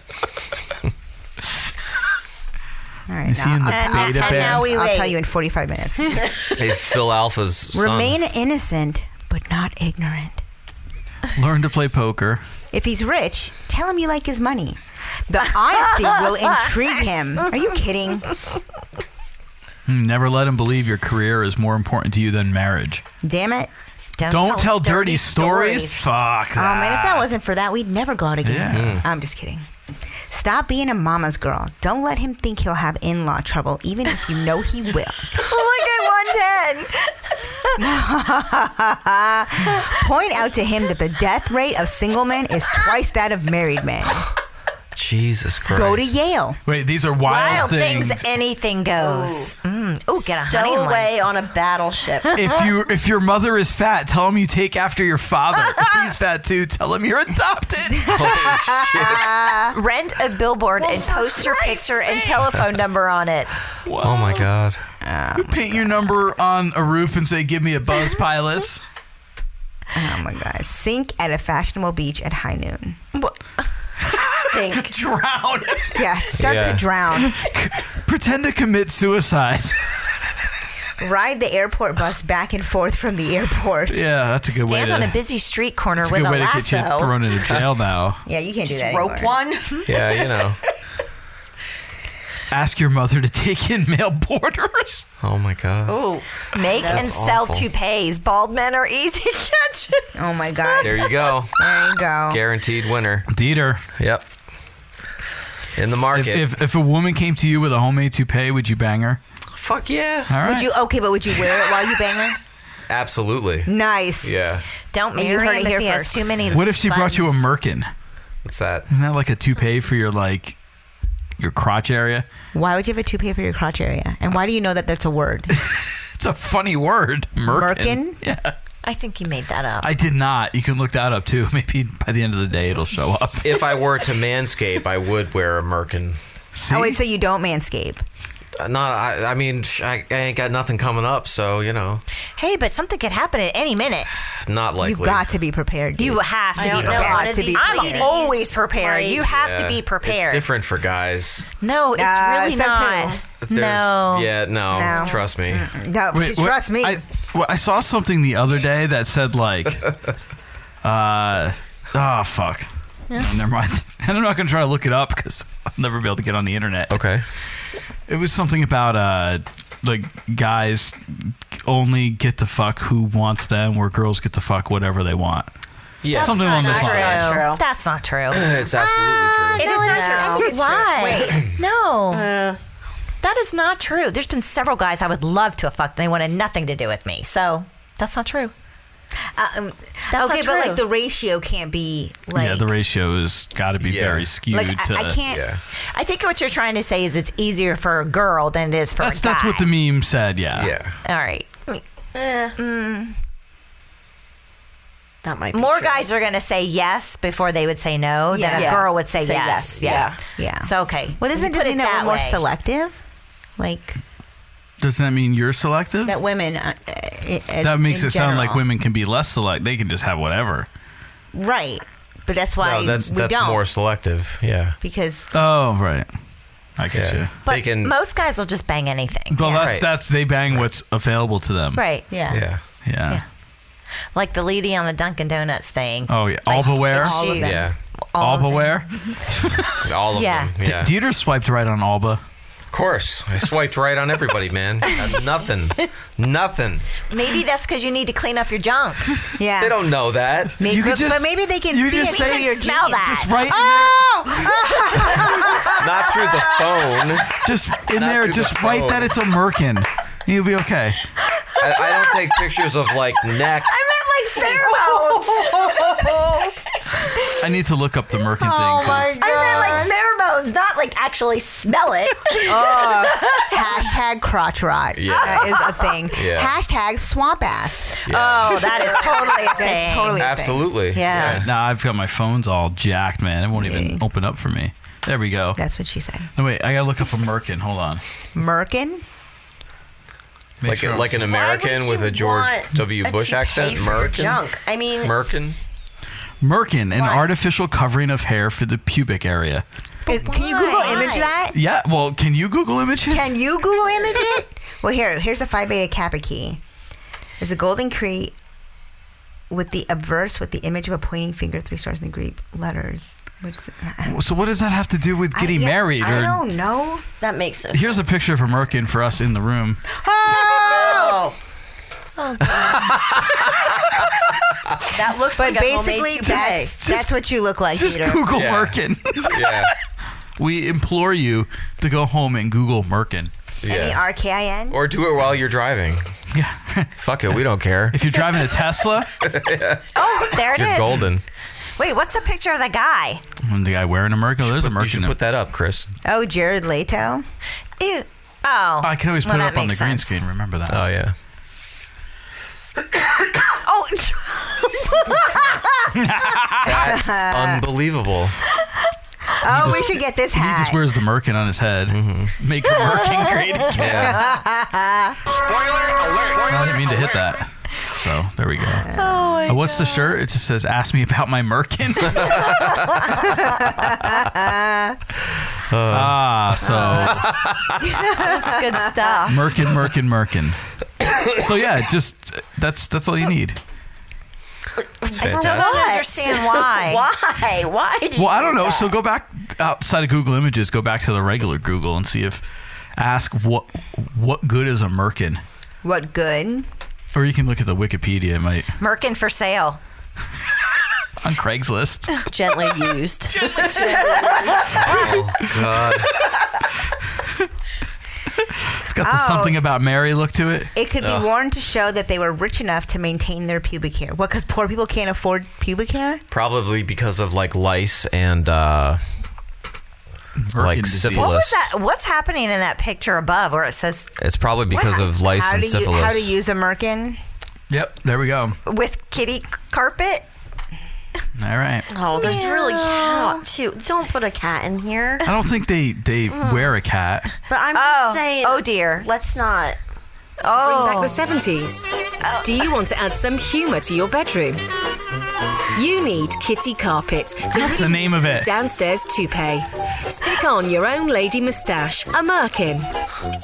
I: All right,
H: Is he in the
G: Uh,
I: I'll- I'll
F: beta
I: tell
F: band?
I: you-
F: Now we
I: I'll tell
F: wait.
I: you in 45 minutes.
F: He's Phil Alpha's son.
I: Remain innocent, but not ignorant.
H: Learn to play poker.
I: If he's rich, tell him you like his money. The honesty will intrigue him. Are you kidding?
H: Hmm, Never let him believe your career is more important to you than marriage.
I: Damn it.
H: Don't, tell, dirty, stories. Fuck
I: Oh man, if that
H: that.
I: wasn't for that, we'd never go out again.
H: Yeah. Mm.
I: I'm just kidding. Stop being a mama's girl. Don't let him think he'll have in law trouble, even if you know he will.
G: Look at 110.
I: Point out to him that the death rate of single men is twice that of married men.
F: Jesus Christ.
I: Go to Yale.
H: Wait, these are
G: Wild
H: wild,
G: things, anything goes. Mm. Ooh, get a honey
K: Stow away
G: on a battleship.
H: if you if your mother is fat, tell him you take after your father. if he's fat too, tell him you're adopted.
G: Rent a billboard and post your picture and telephone number on it.
F: Oh my god.
H: You paint your number on a roof and say, "Give me a buzz, pilots."
I: Oh my god. Sink at a fashionable beach at high noon.
K: Sink.
H: drown.
I: Yeah, it starts
H: Yeah.
I: to drown.
H: Pretend to commit suicide.
I: Ride the airport bus back and forth from the airport.
H: yeah, that's a good way
G: Stand
H: to.
G: on a busy street corner
H: that's a
G: with
H: good way
G: a
H: to get you
G: lasso.
H: thrown into jail now.
I: Yeah, you can't do
G: Just
I: that.
G: rope
I: anymore.
G: one.
F: Yeah, you know.
H: Ask your mother to take in male boarders.
F: Oh my god.
G: Ooh, make
F: That's
G: and sell
F: awful.
G: toupees. Bald men are easy catches.
I: Oh my god.
F: There you go.
I: There you go.
F: Guaranteed winner.
H: Dieter.
F: Yep. In the
H: If,
F: market.
H: if if a woman came to you with a homemade toupee, would you bang her?
F: Fuck yeah.
H: All right.
I: Would you okay, but would you wear it while you bang her?
F: Absolutely.
I: Nice.
F: Yeah.
G: Don't
I: You
G: marry
I: heard
G: him
I: it
G: if
I: here
G: he has
I: first.
G: too many.
H: What if she brought you a
G: buttons.
H: merkin?
F: What's that?
H: Isn't that like a toupee for your like your crotch area?
I: Why would you have a toupee for your crotch area? And why do you know that that's a word?
H: It's a funny word. Merkin.
I: Merkin?
H: Yeah.
G: I think you made that up.
H: I did not. You can look that up too. Maybe by the end of the day it'll show up.
F: If I were to manscape, I would wear a merkin.
I: Oh, wait, so you don't manscape.
F: Uh, Not, I, I mean, sh- I, I ain't got nothing coming up, so you know,
G: Hey, but something could happen at any minute.
F: not likely.
I: You've got to be prepared. dude.
G: You have to
I: I
G: be
I: don't know.
G: prepared.
I: Got to be
G: I'm
I: prepared.
G: always prepared. you have to
F: Yeah.
G: be prepared.
F: It's different for guys.
G: no, it's
I: Nah,
G: really
I: says
G: not.
F: There's-
G: No.
F: Yeah, no,
G: No.
F: Trust me.
I: No,
H: Wait, what-
I: trust me.
H: I, well, I saw something the other day that said like, uh, oh fuck. No, never mind. And I'm not gonna try to look it up because I'll never be able to get on the internet.
F: Okay.
H: It was something about uh, like guys only get to fuck who wants them, where girls get to fuck whatever they want.
F: Yeah.
H: something along those
G: True.
H: lines.
G: That's not true.
F: It's absolutely true.
G: It is
I: I think
G: not true.
I: it's true. Uh.
G: Why? No. that is not true. There's been several guys I would love to have fucked. They wanted nothing to do with me. So that's not true.
I: Um,
G: That's
I: okay,
G: not
I: but
G: true.
I: like the ratio can't be like.
H: yeah, the ratio has got to be very skewed.
I: like I,
H: to,
I: I can't.
G: I think what you're trying to say is it's easier for a girl than it is for
H: That's
G: a guy.
H: that's what the meme said. Yeah.
F: Yeah.
G: All right. Mm.
K: That might be
G: More
K: true.
G: guys are going to say yes before they would say no than a
K: Yeah.
G: girl would say,
K: Say
G: yes.
K: yes.
G: Yeah.
I: Yeah.
G: So, okay.
I: Well, doesn't
G: You
I: it
G: put
I: just mean that, we're more
G: way.
I: selective? Like
H: Doesn't that mean you're selective?
I: that women. Uh, uh, as-
H: that makes
I: in
H: it sound like
I: general.
H: women can be less select. They can just have whatever.
I: Right, but that's why
F: no, that's
I: we
F: that's
I: don't
F: more selective. Yeah.
I: because
H: Oh, right. I get
F: Yeah.
H: you.
G: But
F: they can.
G: most guys will just bang anything.
H: Well, that's
F: Right.
H: that's they bang what's available to them.
G: Right.
F: yeah.
H: Yeah.
G: Like the lady on the Dunkin' Donuts thing.
H: Oh yeah. All beware.
G: it's
I: All of
G: she-
I: them.
F: Yeah.
G: all
H: All
G: of them.
H: beware.
F: All of
G: Yeah.
F: them. Yeah.
H: D- Dieter swiped right on Alba.
F: of course, I swiped right on everybody, man. Got nothing. Nothing.
G: Maybe that's because you need to clean up your junk.
I: yeah.
F: They don't know that.
I: Maybe,
H: You could
I: but,
H: just-
I: but maybe they can Oh!
H: you
I: see
H: just
I: it
H: say-
I: through your
G: Smell
I: jeans.
G: that.
H: Just right. in
F: Not through the phone.
H: there- Just in there.
F: through the
H: Just write
F: phone.
H: that it's a merkin. You'll be okay.
F: I, I don't take pictures of like neck.
G: I meant like pheromones.
H: I need to look up the merkin
G: Oh,
I: Oh
H: thing. 'cause-
G: I meant like pheromones, not like actually smell it.
I: Oh, hashtag crotch rot.
F: Yeah.
I: That is a thing.
F: Yeah.
I: Hashtag swamp ass.
G: Oh, that is totally a thing.
I: That's totally a thing.
F: Absolutely.
G: Yeah.
H: Now I've got my phones all jacked, man. It won't even open up for me. There we go.
I: That's what she said.
H: No, wait, I gotta look up a merkin. Hold on.
I: Merkin.
F: Like
H: sure
F: a,
H: I'm
F: like an
H: safe.
F: American with a George
K: want
F: W.
K: that
F: Bush
K: you pay
F: accent.
K: for your
F: Merkin.
K: junk? I mean-
F: Merkin.
H: Merkin, an artificial covering of hair for the pubic area.
I: Can you Google image that?
H: Yeah, well, can you Google image it?
I: Can you Google image it? Well, here, here's the Phi Beta Kappa key. There's a golden key with the obverse with the image of a pointing finger, three stars, and Greek letters. Which
H: So what does that have to do with getting married?
I: I
H: or-
I: don't know.
K: That makes sense.
H: Here's a picture of a Merkin for us in the room.
I: Oh!
K: that looks
I: but
K: like a homemade
I: basically
K: toupee.
I: that's, that's what you look like.
H: Just
I: Peter.
H: Google Merkin.
F: yeah.
H: We implore you to go home and Google Merkin.
I: M E R K I N.
F: Or do it while you're driving.
H: Yeah.
F: Fuck it, we don't care.
H: If you're driving a Tesla,
G: Oh, there it is.
F: you're golden.
G: Wait, what's the picture of the guy?
H: And the guy wearing a Merkin, there's a Merkin.
F: You should put that up, Chris.
I: Oh, Jared Leto.
G: Ew. Oh.
H: I can always put
G: Well, that
H: it up on the
G: makes
H: green
G: sense.
H: screen. Remember that?
F: Oh yeah.
G: Oh.
U: Uh,
F: That's unbelievable.
I: Oh,
H: He
I: we
H: just-
I: should get this
H: He just
I: hat.
H: wears the Merkin on his head.
F: Mm-hmm.
H: Make a Merkin great again. I didn't mean to hit that. So there we go.
I: Oh
H: Uh, what's the shirt? It just says, "Ask me about my Merkin."
I: Uh,
F: Uh,
H: ah, so
G: Good stuff.
H: Merkin, Merkin, Merkin. So yeah, just that's that's all you need.
K: I still
G: fantastic.
K: don't
G: understand why.
K: why? Why? do you
H: Well, I don't
K: do
H: know.
K: that?
H: So go back outside of Google Images. Go back to the regular Google and see if ask what what good is a Merkin,
I: What good?
H: or you can look at the Wikipedia. It might
G: Merkin for sale.
H: on Craigslist.
K: Gently used.
H: oh God. It's got the
I: Oh.
H: something about Mary look to it.
I: It could be worn to show that they were rich enough to maintain their pubic hair. What? Because poor people can't afford pubic hair.
F: Probably because of like lice and uh, like
H: disease.
F: syphilis.
G: What was that? What's happening in that picture above where it says
F: It's probably because
G: What?
F: of lice
I: how
F: and
I: to u-
F: syphilis.
I: how to use a merkin?
H: Yep, there we go.
G: with kitty c- carpet?
H: All right.
K: Oh, there's really cat too. Don't put a cat in here.
H: I don't think they they
I: Hmm.
H: wear a cat.
K: But I'm just saying. Oh dear. Let's not.
G: Oh.
K: Let's bring back the 70s.
N: Do you want to add some humor to your bedroom? You need Kitty Carpet.
H: That's the name of it.
N: Downstairs toupee. Stick on your own lady moustache, a merkin.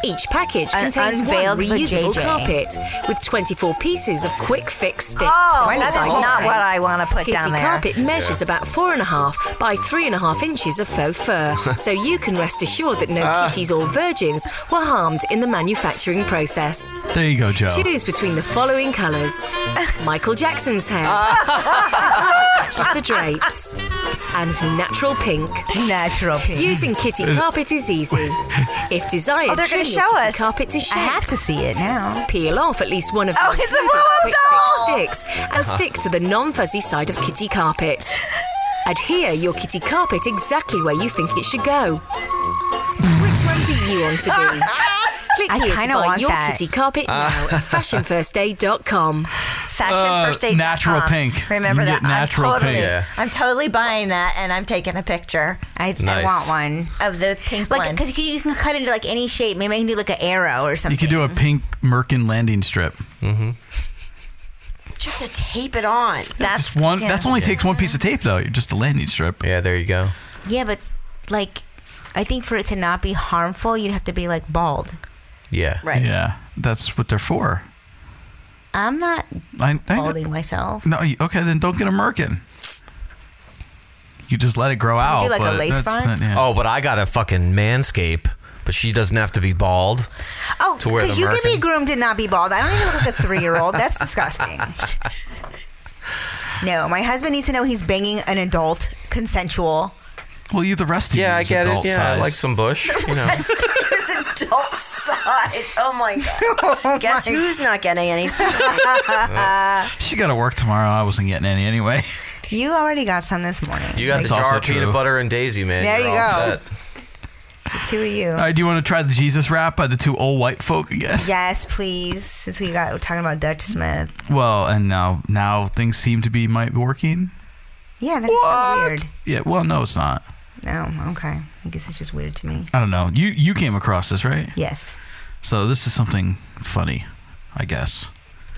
N: Each package
I: An
N: contains one
I: unveiled
N: reusable
I: vajayjay.
N: carpet with 24 pieces of quick fix sticks.
G: Oh,
N: all
G: that is
N: sided
G: not
N: down.
G: what I wanna put
N: Kitty
G: down there.
N: Carpet measures
G: Yeah.
N: about four and a half by three and a half inches of faux fur, so you can rest assured that no
H: Ah.
N: kitties or virgins were harmed in the manufacturing process.
H: There you go, Joe.
N: Choose between the following colours Michael Jackson's hair, matches the drapes, and natural pink.
I: Natural pink.
N: Using kitty
H: Uh,
N: carpet is easy. If desired,
I: Oh, they're
N: trim
I: gonna
N: your
I: show
N: kitty
I: us.
N: carpet to shape. I have
I: to see it now.
N: Peel off at least one of
I: Oh,
N: the
I: it's a
N: included
I: blow-up
N: quick
I: doll!
N: fix sticks and stick to the non-fuzzy side of kitty carpet. Adhere your kitty carpet exactly where you think it should go. Which one do you want to do? Click
I: I
N: here to
I: kinda
N: buy
I: want
N: your
I: that.
N: kitty carpet now at fashionfirstaid.com.
G: Fashion first aid.
H: Uh, natural pink.
G: Remember
H: You
G: that.
H: get natural
G: I'm totally,
H: pink. Yeah.
G: I'm totally buying that, and I'm taking a picture.
I: I,
H: Nice. want
I: one
G: of the pink
I: Like,
G: one.
I: because you, you can cut into like any shape. Maybe I can do like an arrow or something.
H: You could do a pink Merkin landing strip. Mm-hmm.
K: You have to tape it on.
I: That's
H: Just one. That's only takes one piece of tape though. Just a landing strip.
F: Yeah, there you go.
I: Yeah, but like, I think for it to not be harmful, you'd have to be like bald.
F: Yeah.
K: Right.
H: Yeah, that's what they're for.
I: I'm not
H: I, I
I: balding myself.
H: no. you- Okay, then don't get a Merkin. You just let it grow
I: you
H: out.
I: do, like, a
H: but
I: lace
H: that's
I: front?
H: not- yeah.
F: Oh, but I got a fucking manscape, but she doesn't have to be bald.
I: Oh,
F: to wear the
I: because you can be
F: Merkin.
I: groomed and not be bald. I don't even look like a three year old. That's disgusting. No, my husband needs to know he's banging an adult, consensual.
H: Well, you the rest of
F: yeah,
H: you
F: I
H: is
F: get it.
H: adult
F: Yeah, I
H: size.
F: like some bush. You know.
K: That's his adult size. Oh my god. Guess who's not getting anything?
H: She got to work tomorrow. I wasn't getting any anyway.
I: You already got some this morning.
F: You got
H: That's
F: the
H: also
F: jar of peanut
H: true.
F: butter and Daisy, man.
I: There
F: You're
I: you
F: all
I: go.
F: set.
I: The two of you.
H: All right, do you want to try the Jesus rap by the two old white folk again?
I: Yes, please. Since we got we're talking about Dutch Smith.
H: Well, and now now things seem to be might be working.
I: Yeah, that's so weird.
H: Yeah. Well, no, it's not.
I: No, okay. I guess it's just weird to me.
H: I don't know. You you came across this, right?
I: Yes.
H: So this is something funny, I guess.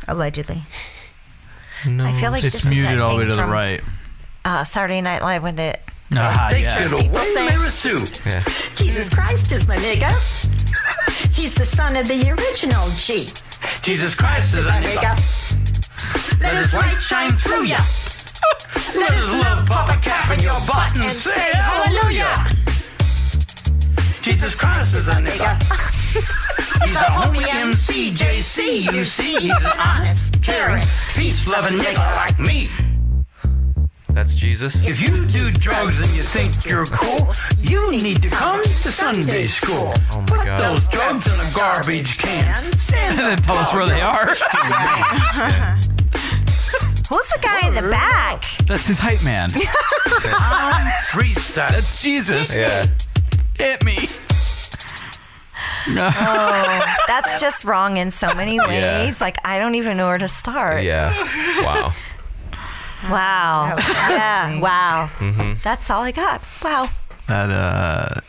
I: allegedly.
H: No,
G: I feel like
H: it's
G: this is
H: muted
G: that
H: all the way
G: thing
H: to the
G: from-
H: right.
G: Uh, Saturday Night Live when the
H: Ah,
G: They
H: yeah.
G: took it away,
H: Yeah.
V: Jesus Christ is my nigga. He's the son of the original G.
U: Jesus Christ is our nigga. Let his light shine through ya. Let his love pop a cap in your butt and say hallelujah. Jesus Christ is our nigga. He's a homie MCJC, you see. He's an honest, caring, peace-loving nigga like me.
F: That's Jesus.
U: If you do drugs and you think you're cool, you need to come to Sunday school.
F: Oh
U: Put
F: my God.
U: those drugs in a garbage can. Stand
H: and then tell us where they are.
I: Who's the guy in the back?
H: That's his hype man.
U: I'm freestyle.
H: That's Jesus.
U: Yeah.
H: Um, Hit me. No.
G: Oh, that's just wrong in so many ways.
F: Yeah.
G: Like I don't even know where to start.
F: Yeah. Wow.
G: Wow. Yeah. Wow.
H: Mm-hmm.
G: That's all I got. Wow.
H: That uh,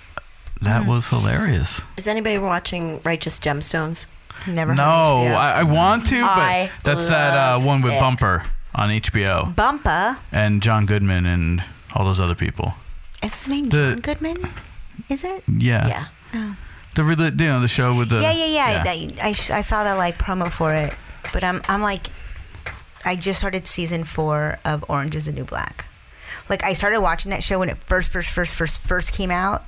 H: that
I: Hmm.
H: was hilarious.
K: Is anybody watching Righteous Gemstones?
I: Never.
H: No, I, I want to, but
K: I
H: that's that uh,
K: love
H: one with
K: it.
H: Bumper on HBO
I: Bumpa.
H: and John Goodman and all those other people.
I: Is his name
H: The-
I: John Goodman? Is it?
H: Yeah.
I: Yeah. Oh.
H: The rel- you know the show with the
I: yeah, yeah, yeah. That- I, sh- I saw that like promo for it, but I'm I'm like, I just started season four of Orange Is the New Black. Like I started watching that show when it first, first, first, first, first came out,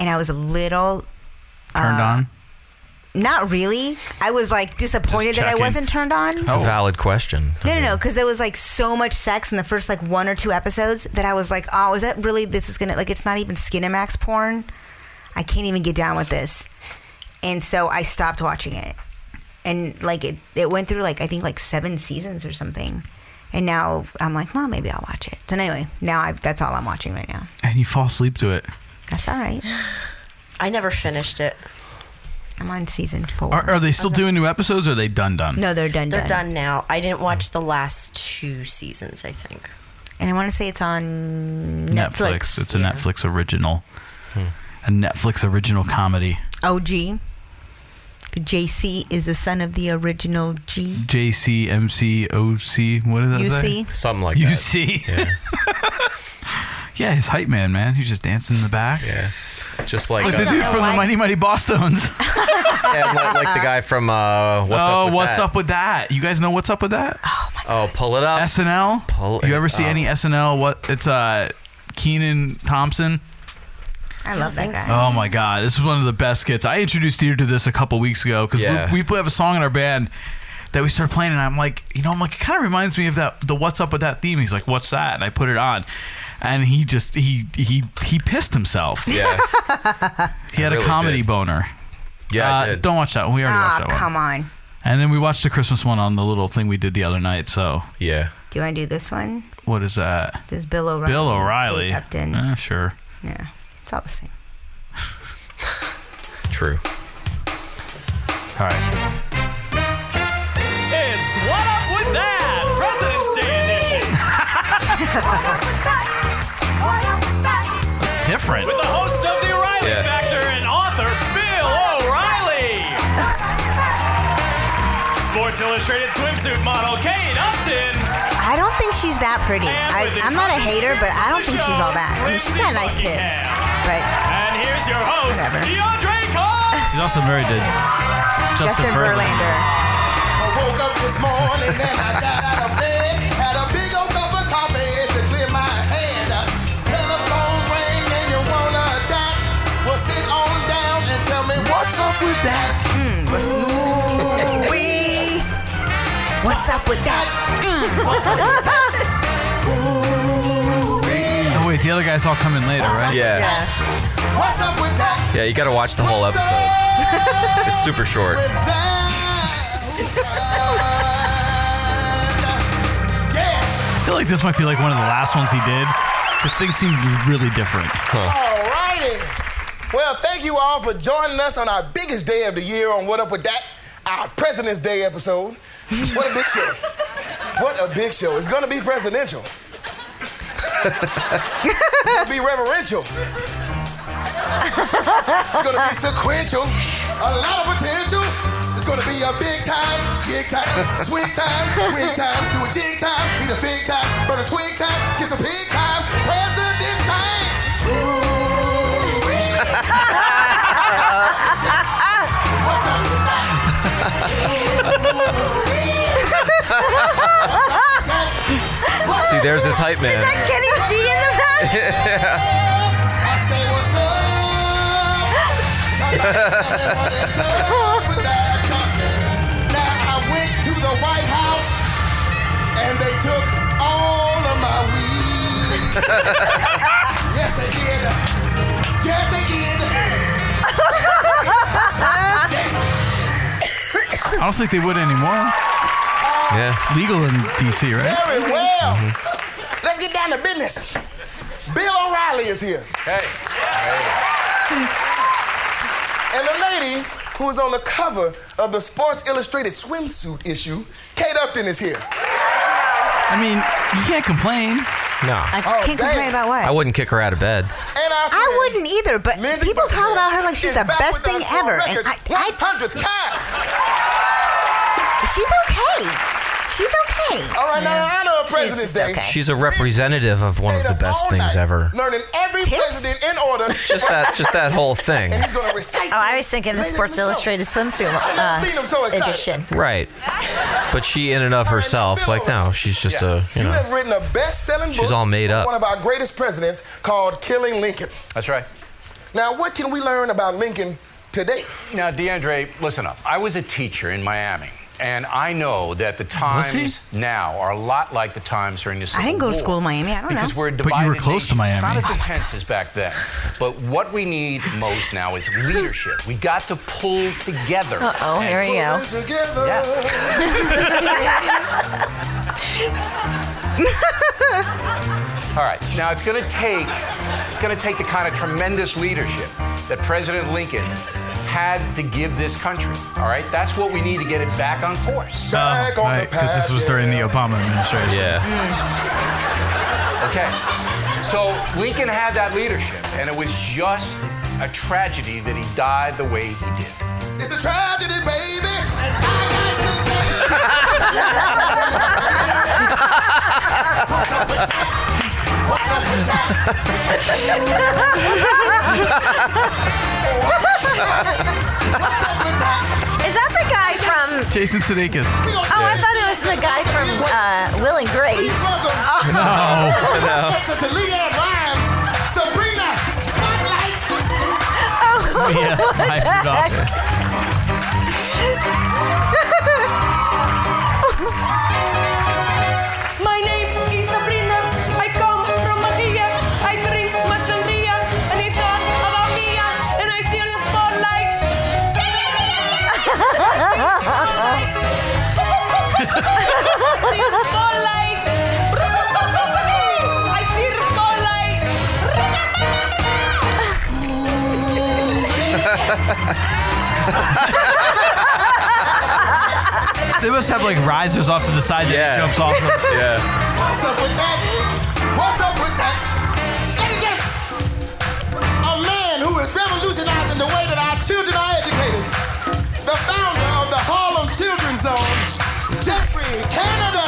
I: and I was a little
H: turned on.
I: not really. I was like disappointed that
F: Just
I: I
F: checking. Oh,
I: wasn't turned on.
F: It's a valid question.
I: No, no, no, because there was like so much sex in the first like one or two episodes that I was like, oh, is that really this is gonna like it's not even Skinamax porn? I can't even get down with this, and so I stopped watching it, and like it it went through like I think like seven seasons or something, and now I'm like, well, maybe I'll watch it. So anyway, now I that's all I'm watching right now.
H: And you fall asleep to it.
I: That's all right.
K: I never finished it.
I: I'm on season four.
H: Are, are they still doing new episodes? or Are they done done?
I: No, they're done.
K: They're done now. I didn't watch the last two seasons, I think.
I: And I want to say it's on
H: Netflix.
I: Netflix.
H: It's a Netflix original. A Netflix original comedy.
I: OG. JC is the son of the original G.
H: J C M C O C. What is that?
I: UC?
H: say? UC.
F: Yeah.
H: Yeah, his hype man, man. He's just dancing in the back. Yeah.
F: Just like
H: Look,
F: uh,
H: the dude from the Mighty Mighty Boston's.
F: yeah, like, like the guy from uh, What's
H: oh,
F: Up With
H: what's
F: That?
H: up with that? You guys know what's up with that? Oh
F: my god. Oh, pull it up.
H: SNL.
F: Pull
H: you
F: it
H: ever see
F: up.
H: any SNL? What it's uh Keenan Thompson.
I: I love that guy.
H: Oh my god, this is one of the best skits. I introduced you to this a couple weeks ago because
F: Yeah.
H: we, we have a song in our band that we started playing, and I'm like, you know, I'm like, it kind of reminds me of that the "What's Up with That" theme. He's like, "What's that?" And I put it on, and he just he he he pissed himself.
F: Yeah.
H: he had
F: I really
H: a comedy
F: did.
H: boner.
F: Yeah, I
H: uh,
F: did.
H: don't watch that one. We already
I: Ah,
H: watched that one.
I: come on.
H: And then we watched the Christmas one on the little thing we did the other night. So
F: yeah,
I: Do I do this one?
H: what is that?
I: This Bill O'Reilly.
H: Bill
I: and
H: O'Reilly.
I: Kate Upton.
H: Eh, sure.
I: Yeah, it's all the same.
F: True.
H: All right.
U: It's What Up With That, President's Day edition.
H: It's different.
U: With the host of The O'Reilly
H: Yeah.
U: Factor and author Bill O'Reilly. Sports Illustrated swimsuit model Kate Upton.
I: I don't think she's that pretty. I, I'm not a hater, but I don't think she's all that. I mean, she's got nice tits. But
U: And here's your host, DeAndre Cole.
H: She's also married to
I: Justin
H: Justin,
I: Verlander.
W: I woke up this morning and I got out of bed. Had a big old cup of coffee to clear my head. Telephone ring and you wanna chat? Well, sit on down and tell me what's up with that.
I: Ooh-wee. What's up with that? Mm.
W: What's up with that?
H: Oh wait, the other guys all come in later, right?
F: Yeah.
W: What's up with that?
F: Yeah, you got to watch the whole episode. It's super short.
H: I feel like this might be like one of the last ones he did. This thing seemed really different.
W: Alrighty. Well, thank you all for joining us on our biggest day of the year on What Up With That, our President's Day episode. What a big show. What a big show. It's gonna be presidential. it's gonna be reverential. It's gonna be sequential. A lot of potential. gonna be a big time, gig time, swig time, wig time, do a jig time, eat a fig time, burn a twig time, get some pig time, president time. Ooh. Ah, What's up, with that?
F: See, there's his hype man.
I: Kenny G in the back.
W: I say what's up. Somebody tell me what is up with that company. Now I went to the White House and they took all of my weed. yes, they did. Yes, they did.
H: I don't think they would anymore.
F: Yeah.
H: It's legal in D.C., right? Mm-hmm.
W: Very well. Let's get down to business. Bill O'Reilly is here. Hey. And the lady who is on the cover of the Sports Illustrated swimsuit issue, Kate Upton, is here.
H: I mean, you can't complain.
F: No.
I: I
W: Oh,
I: can't complain about what.
F: I wouldn't kick her out of bed.
I: I wouldn't either, but people talk about her like she's the best thing ever. And I, I,
W: hundredth time.
I: She's okay. She's okay.
W: All right, now I know a President's Day.
F: She's a representative of one of the best things ever.
W: Learning every president in order.
F: Just that, just that whole thing.
W: And he's gonna recite.
G: Oh, I was thinking the Sports Illustrated swimsuit
W: I've never
G: uh,
W: seen him so excited.
G: edition.
F: Right. But she in and of herself, like no, she's just a you know.
W: have written a best-selling book.
F: She's all made
W: on
F: up.
W: One of our greatest presidents called "Killing Lincoln."
C: That's right.
W: Now, what can we learn about Lincoln today?
C: Now, DeAndre, listen up. I was a teacher in Miami, and I know that the times now are a lot like the times during the Civil
I: I didn't go to
C: War.
I: school in Miami. I don't
C: because
I: know.
C: we're a
I: But you were
C: divided
I: close to
C: nation.
I: Miami.
C: It's not as
I: Oh my
C: intense as back then. But what we need most now is leadership. We got to pull together.
G: Uh-oh,
C: And-
G: here we go.
W: Together.
C: All right. Now it's going to take it's going to take the kind of tremendous leadership that President Lincoln had to give this country. All right. That's what we need to get it back on course.
H: Oh, right, because this was during the Obama administration.
F: Yeah.
C: Okay. So Lincoln had that leadership, and it was just a tragedy that he died the way he did.
W: It's a tragedy, baby, and I got to say. What's up with that? What's up with
G: Is that the guy from?
H: Jason Sudeikis.
G: Oh, I thought it was the guy from uh, Will and Grace.
H: No.
W: What's up to Leon Rhymes, Sabrina Spotlight?
G: Oh,
H: Yeah, I forgot.
U: My name is Sabrina. I come from Bahia. I drink my sangria and I thought about me and I steal the spotlight. Steal the spotlight. I steal the spotlight.
H: They must have like risers off to the side that he jumps off of.
F: Yeah.
W: What's up with that? What's up with that? Ladies and gentlemen, a man who is revolutionizing the way that our children are educated. The founder of the Harlem Children's Zone, Jeffrey Canada.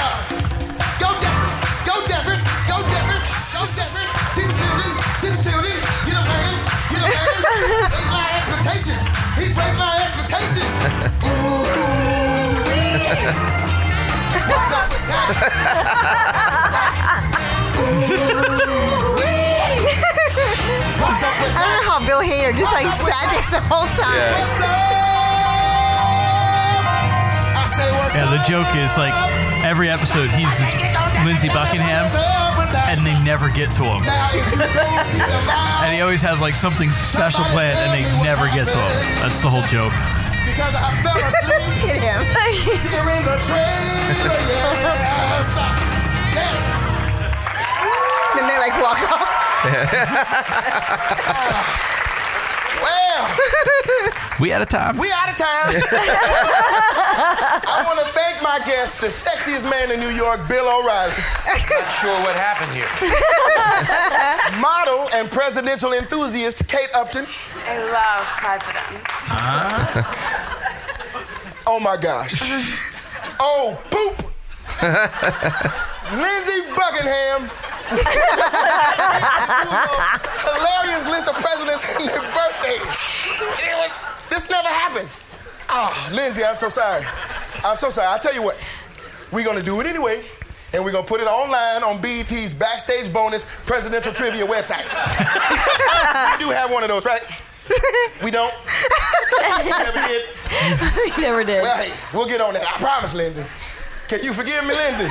W: Go Jeffrey, go Jeffrey, go Jeffrey, go Jeffrey. Teach the children, teach the children, get them learning, get them learning. Raise my expectations. He's raised my expectations. Ooh, yeah. What's up with that?
I: I don't know how Bill Hader just like sat there the whole time.
W: What's up? I say what's
H: Yeah, the joke is like every episode he's Lindsey Buckingham, and they never get to him.
W: Now if you go see the live
H: And he always has like something special planned, and they never get to him. That's the whole joke.
W: because I fell asleep. Get him. During the trailer, yes. Yes.
I: Then they like walk off.
W: Well.
H: We out of time.
W: We out of time. I want to thank my guest, the sexiest man in New York, Bill O'Reilly.
C: Not sure what happened here.
W: Model and presidential enthusiast, Kate Upton.
X: I love presidents.
W: Oh my gosh. Oh, poop. Lindsey Buckingham. Hilarious list of presidents and their birthdays. And it was- this never happens. Oh, Lindsay, I'm so sorry. I'm so sorry. I'll tell you what. We're gonna do it anyway, and we're gonna put it online on BET's Backstage Bonus Presidential Trivia website. we do have one of those, right? We don't. we never did.
G: We never did.
W: Well, hey, we'll get on that. I promise, Lindsay. Can you forgive me, Lindsay?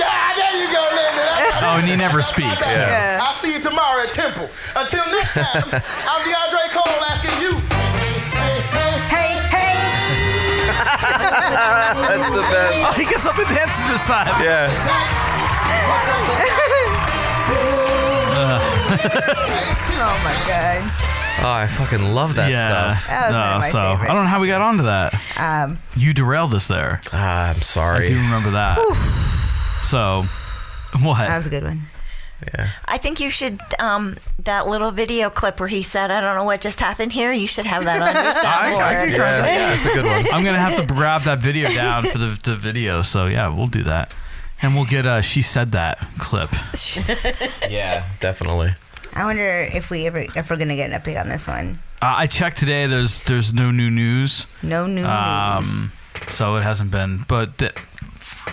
W: yeah, there you go, Lindsay. That's-
H: Oh, and he never speaks.
W: I'll see you tomorrow at Temple. Until next time, I'm DeAndre Cole asking you. Hey, hey.
H: That's the best. Oh, he gets up and dances this time. Yeah.
E: oh my god.
F: Oh, I fucking love that
H: yeah.
F: stuff.
E: That was one of
H: No,
E: my
H: so I
E: favorites.
H: don't know how we got onto that.
E: Um,
H: You derailed us there.
F: Ah, I'm sorry.
H: I do remember that. So, what? That
E: was a good one.
F: Yeah.
G: I think you should um, that little video clip where he said, "I don't know what just happened here." You should have that on your soundboard.
H: I'm gonna have to grab that video down for the, the video. So yeah, we'll do that, and we'll get uh, she said that clip.
F: Yeah, definitely.
I: I wonder if we ever if we're gonna get an update on this one.
H: Uh, I checked today. There's there's no new news.
I: No new
H: Um, so it hasn't been. But the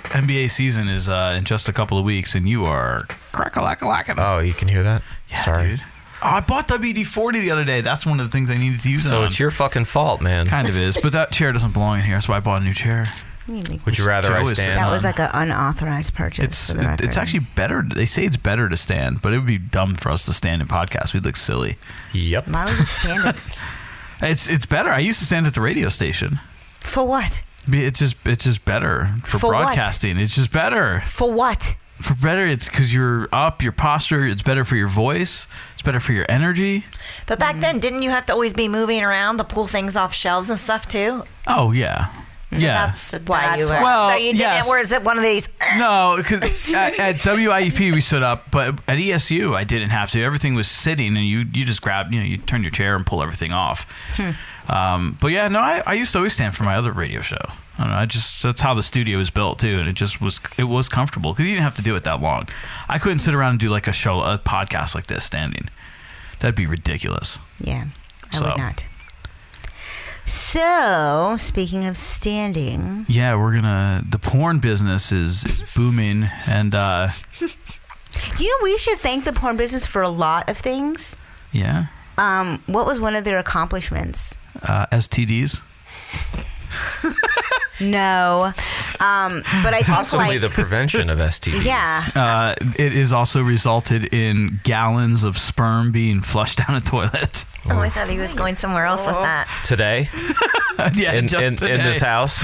H: NBA season is uh, in just a couple of weeks, and you are crack a lack a lack
F: Oh, you can hear that? sorry.
H: Oh, I bought WD forty the other day. That's one of the things I needed to use.
F: So
H: on.
F: it's your fucking fault, man.
H: kind of is, but that chair doesn't belong in here, so I bought a new chair.
I: news.
F: Would you rather
H: Joe
F: I
H: is
F: stand?
I: That was
H: on.
I: like an unauthorized purchase.
H: It's
I: for the
H: it, it's
I: record.
H: actually better. They say it's better to stand, but it would be dumb for us to stand in podcasts. We'd look silly.
F: Yep.
I: Why would you stand up?
H: It's it's better. I used to stand at the radio station.
I: For what?
H: Be- It's just it's just better for,
I: For what?
H: broadcasting. It's just better
I: For what?
H: for better. It's because you're up, your posture. It's better for your voice. It's better for your energy.
G: But back then, didn't you have to always be moving around to pull things off shelves and stuff too?
H: Oh yeah, yeah.
G: why you were.
H: Well,
G: so you didn't.
H: yes.
G: Where's it one of these?
H: No, 'cause at, at WIEP we stood up, but at ESU I didn't have to. Everything was sitting, and you you just grabbed, you know, you turn your chair and pull everything off. Um, but yeah, no, I, I used to always stand for my other radio show. I don't know. I just that's how the studio was built too, and it just was it was comfortable because you didn't have to do it that long. I couldn't sit around and do like a show a podcast like this standing. That'd be ridiculous.
I: Yeah, I
H: So.
I: would not. So, speaking of standing,
H: Yeah, we're gonna the porn business is, is booming, and uh,
I: do you know we should thank the porn business for a lot of things?
H: yeah,
I: Um, what was one of their accomplishments?
H: uh, STDs.
I: No, um, but I think
F: Possibly
I: like
F: the prevention of STDs.
I: yeah,
H: Uh, it has also resulted in gallons of sperm being flushed down a toilet.
G: Oh, I thought he was going somewhere else
W: Uh-huh.
G: with that.
F: Today?
H: yeah,
F: in,
H: just
F: in, in
H: today.
F: this house?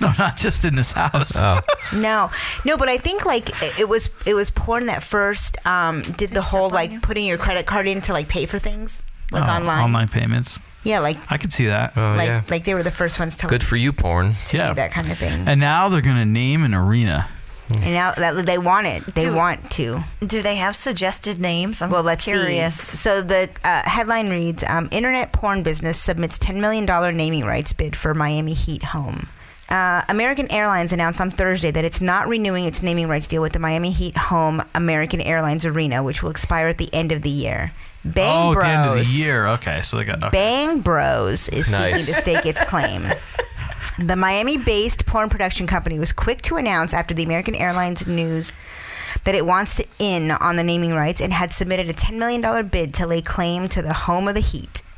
H: No, not just in this house.
F: Oh.
I: no, no, but I think like it it was it was porn that first um, did the whole like putting your credit card in to like pay for things like
H: Oh,
I: online.
H: Online payments.
I: Yeah, like
H: I could see that. Oh,
I: like like they were the first ones to
F: Good for you, porn.
H: Yeah.
I: do that kind of thing.
H: And now they're going to name an arena.
I: And now that they want it, they want to.
G: Do they have suggested names? I'm
I: well, let's
G: curious.
I: see. So the uh, headline reads: um, Internet porn business submits ten million dollar naming rights bid for Miami Heat home. Uh, American Airlines announced on Thursday that it's not renewing its naming rights deal with the Miami Heat home American Airlines Arena, which will expire at the end of the year. Bang
H: oh, at
I: Bros.
H: the end of the year. Okay, so they got. Okay.
I: Bang Bros is
H: Nice.
I: seeking to stake its claim. The Miami based porn production company was quick to announce after the American Airlines news that it wants to in on the naming rights and had submitted a $10 million bid to lay claim to the home of the Heat.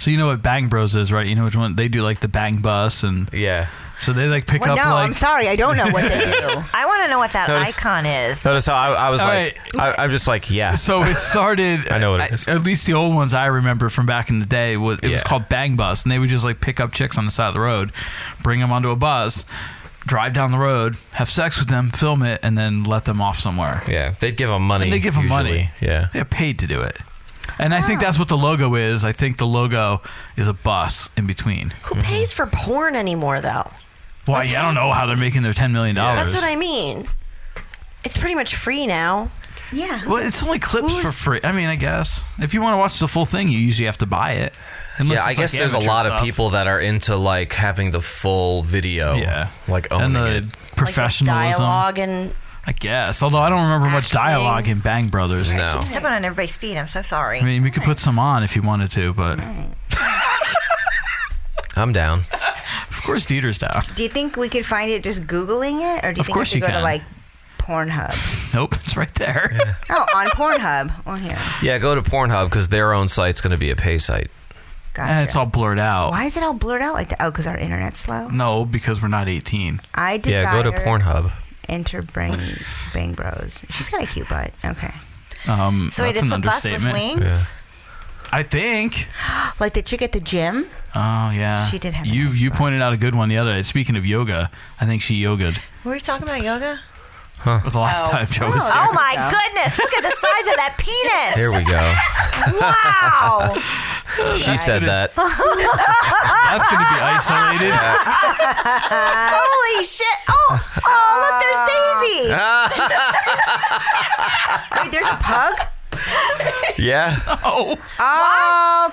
H: So you know what Bang Bros is, right? You know which one they do, like the Bang Bus and
F: yeah.
H: So they like pick
I: Well,
H: up
I: no,
H: like
I: I'm sorry. I don't know what they do.
G: I want to know what that
F: Notice-
G: icon is.
H: Oh.
F: Notice how I, I was
H: All
F: like, I, I'm just like, yeah.
H: So it started. I know
F: what
H: it is. At least the old ones I remember from back in the day was it
F: Yeah.
H: was called Bang Bus, and they would just like pick up chicks on the side of the road, bring them onto a bus, drive down the road, have sex with them, film it, and then let them off somewhere.
F: Yeah, they'd give them money.
H: And they give 'em money.
F: usually. Yeah.
H: They're paid to do it. And I think that's what the logo is. I think the logo is a bus in between.
K: Who pays for porn anymore, though?
H: Why? I don't know how they're making their ten million dollars.
K: That's what I mean. It's pretty much free now.
I: Yeah.
H: Well, it's only clips for free. I mean, I guess if you want to watch the full thing, you usually have to buy it. Unless
F: yeah, I
H: it's,
F: guess
H: like,
F: there's a
H: amateur
F: lot of
H: stuff.
F: people that are into like having the full video.
H: Yeah.
F: like owning
H: and the
F: it.
H: professionalism.
K: dialogue and
H: I guess. Although I don't remember much dialogue in Bang Brothers.
G: Keep stepping on everybody's feet. I'm so sorry.
H: I mean, we could put some on if you wanted to, but
F: I'm down.
H: Of course, Dieter's down.
I: Do you think we could find it just Googling it? Or do you
H: Of
I: think
H: course
I: we
H: you
I: should go
H: can.
I: to like Pornhub?
H: Nope, it's right there.
I: oh, on Pornhub. Well, here.
F: Yeah, go to Pornhub because their own site's going to be a pay site.
I: Gotcha. And it's all
H: blurred out.
I: Why is it all blurred out like that? Oh, because our internet's slow?
H: No, because we're not 18.
I: I desire
F: Pornhub.
I: Enter Bang, Bang Bros. She's got a cute butt. Okay.
H: Um,
I: So wait,
H: that's an
I: it's a bus with
H: understatement.
I: wings? Yeah.
H: I think.
I: like the chick at the gym.
H: Oh yeah.
I: She did have a
H: You you pointed out a good one the other day. Speaking of yoga, I think she yogaed.
G: Were we talking about yoga?
H: Huh. The last time Joe was
G: oh
H: here.
G: my goodness! Look at the size of that penis.
F: There we go.
G: Wow.
F: she said that.
H: That's going to be isolated.
G: Holy shit! Oh, oh, look, there's Daisy.
I: Wait, there's a pug.
F: Yeah.
H: Oh.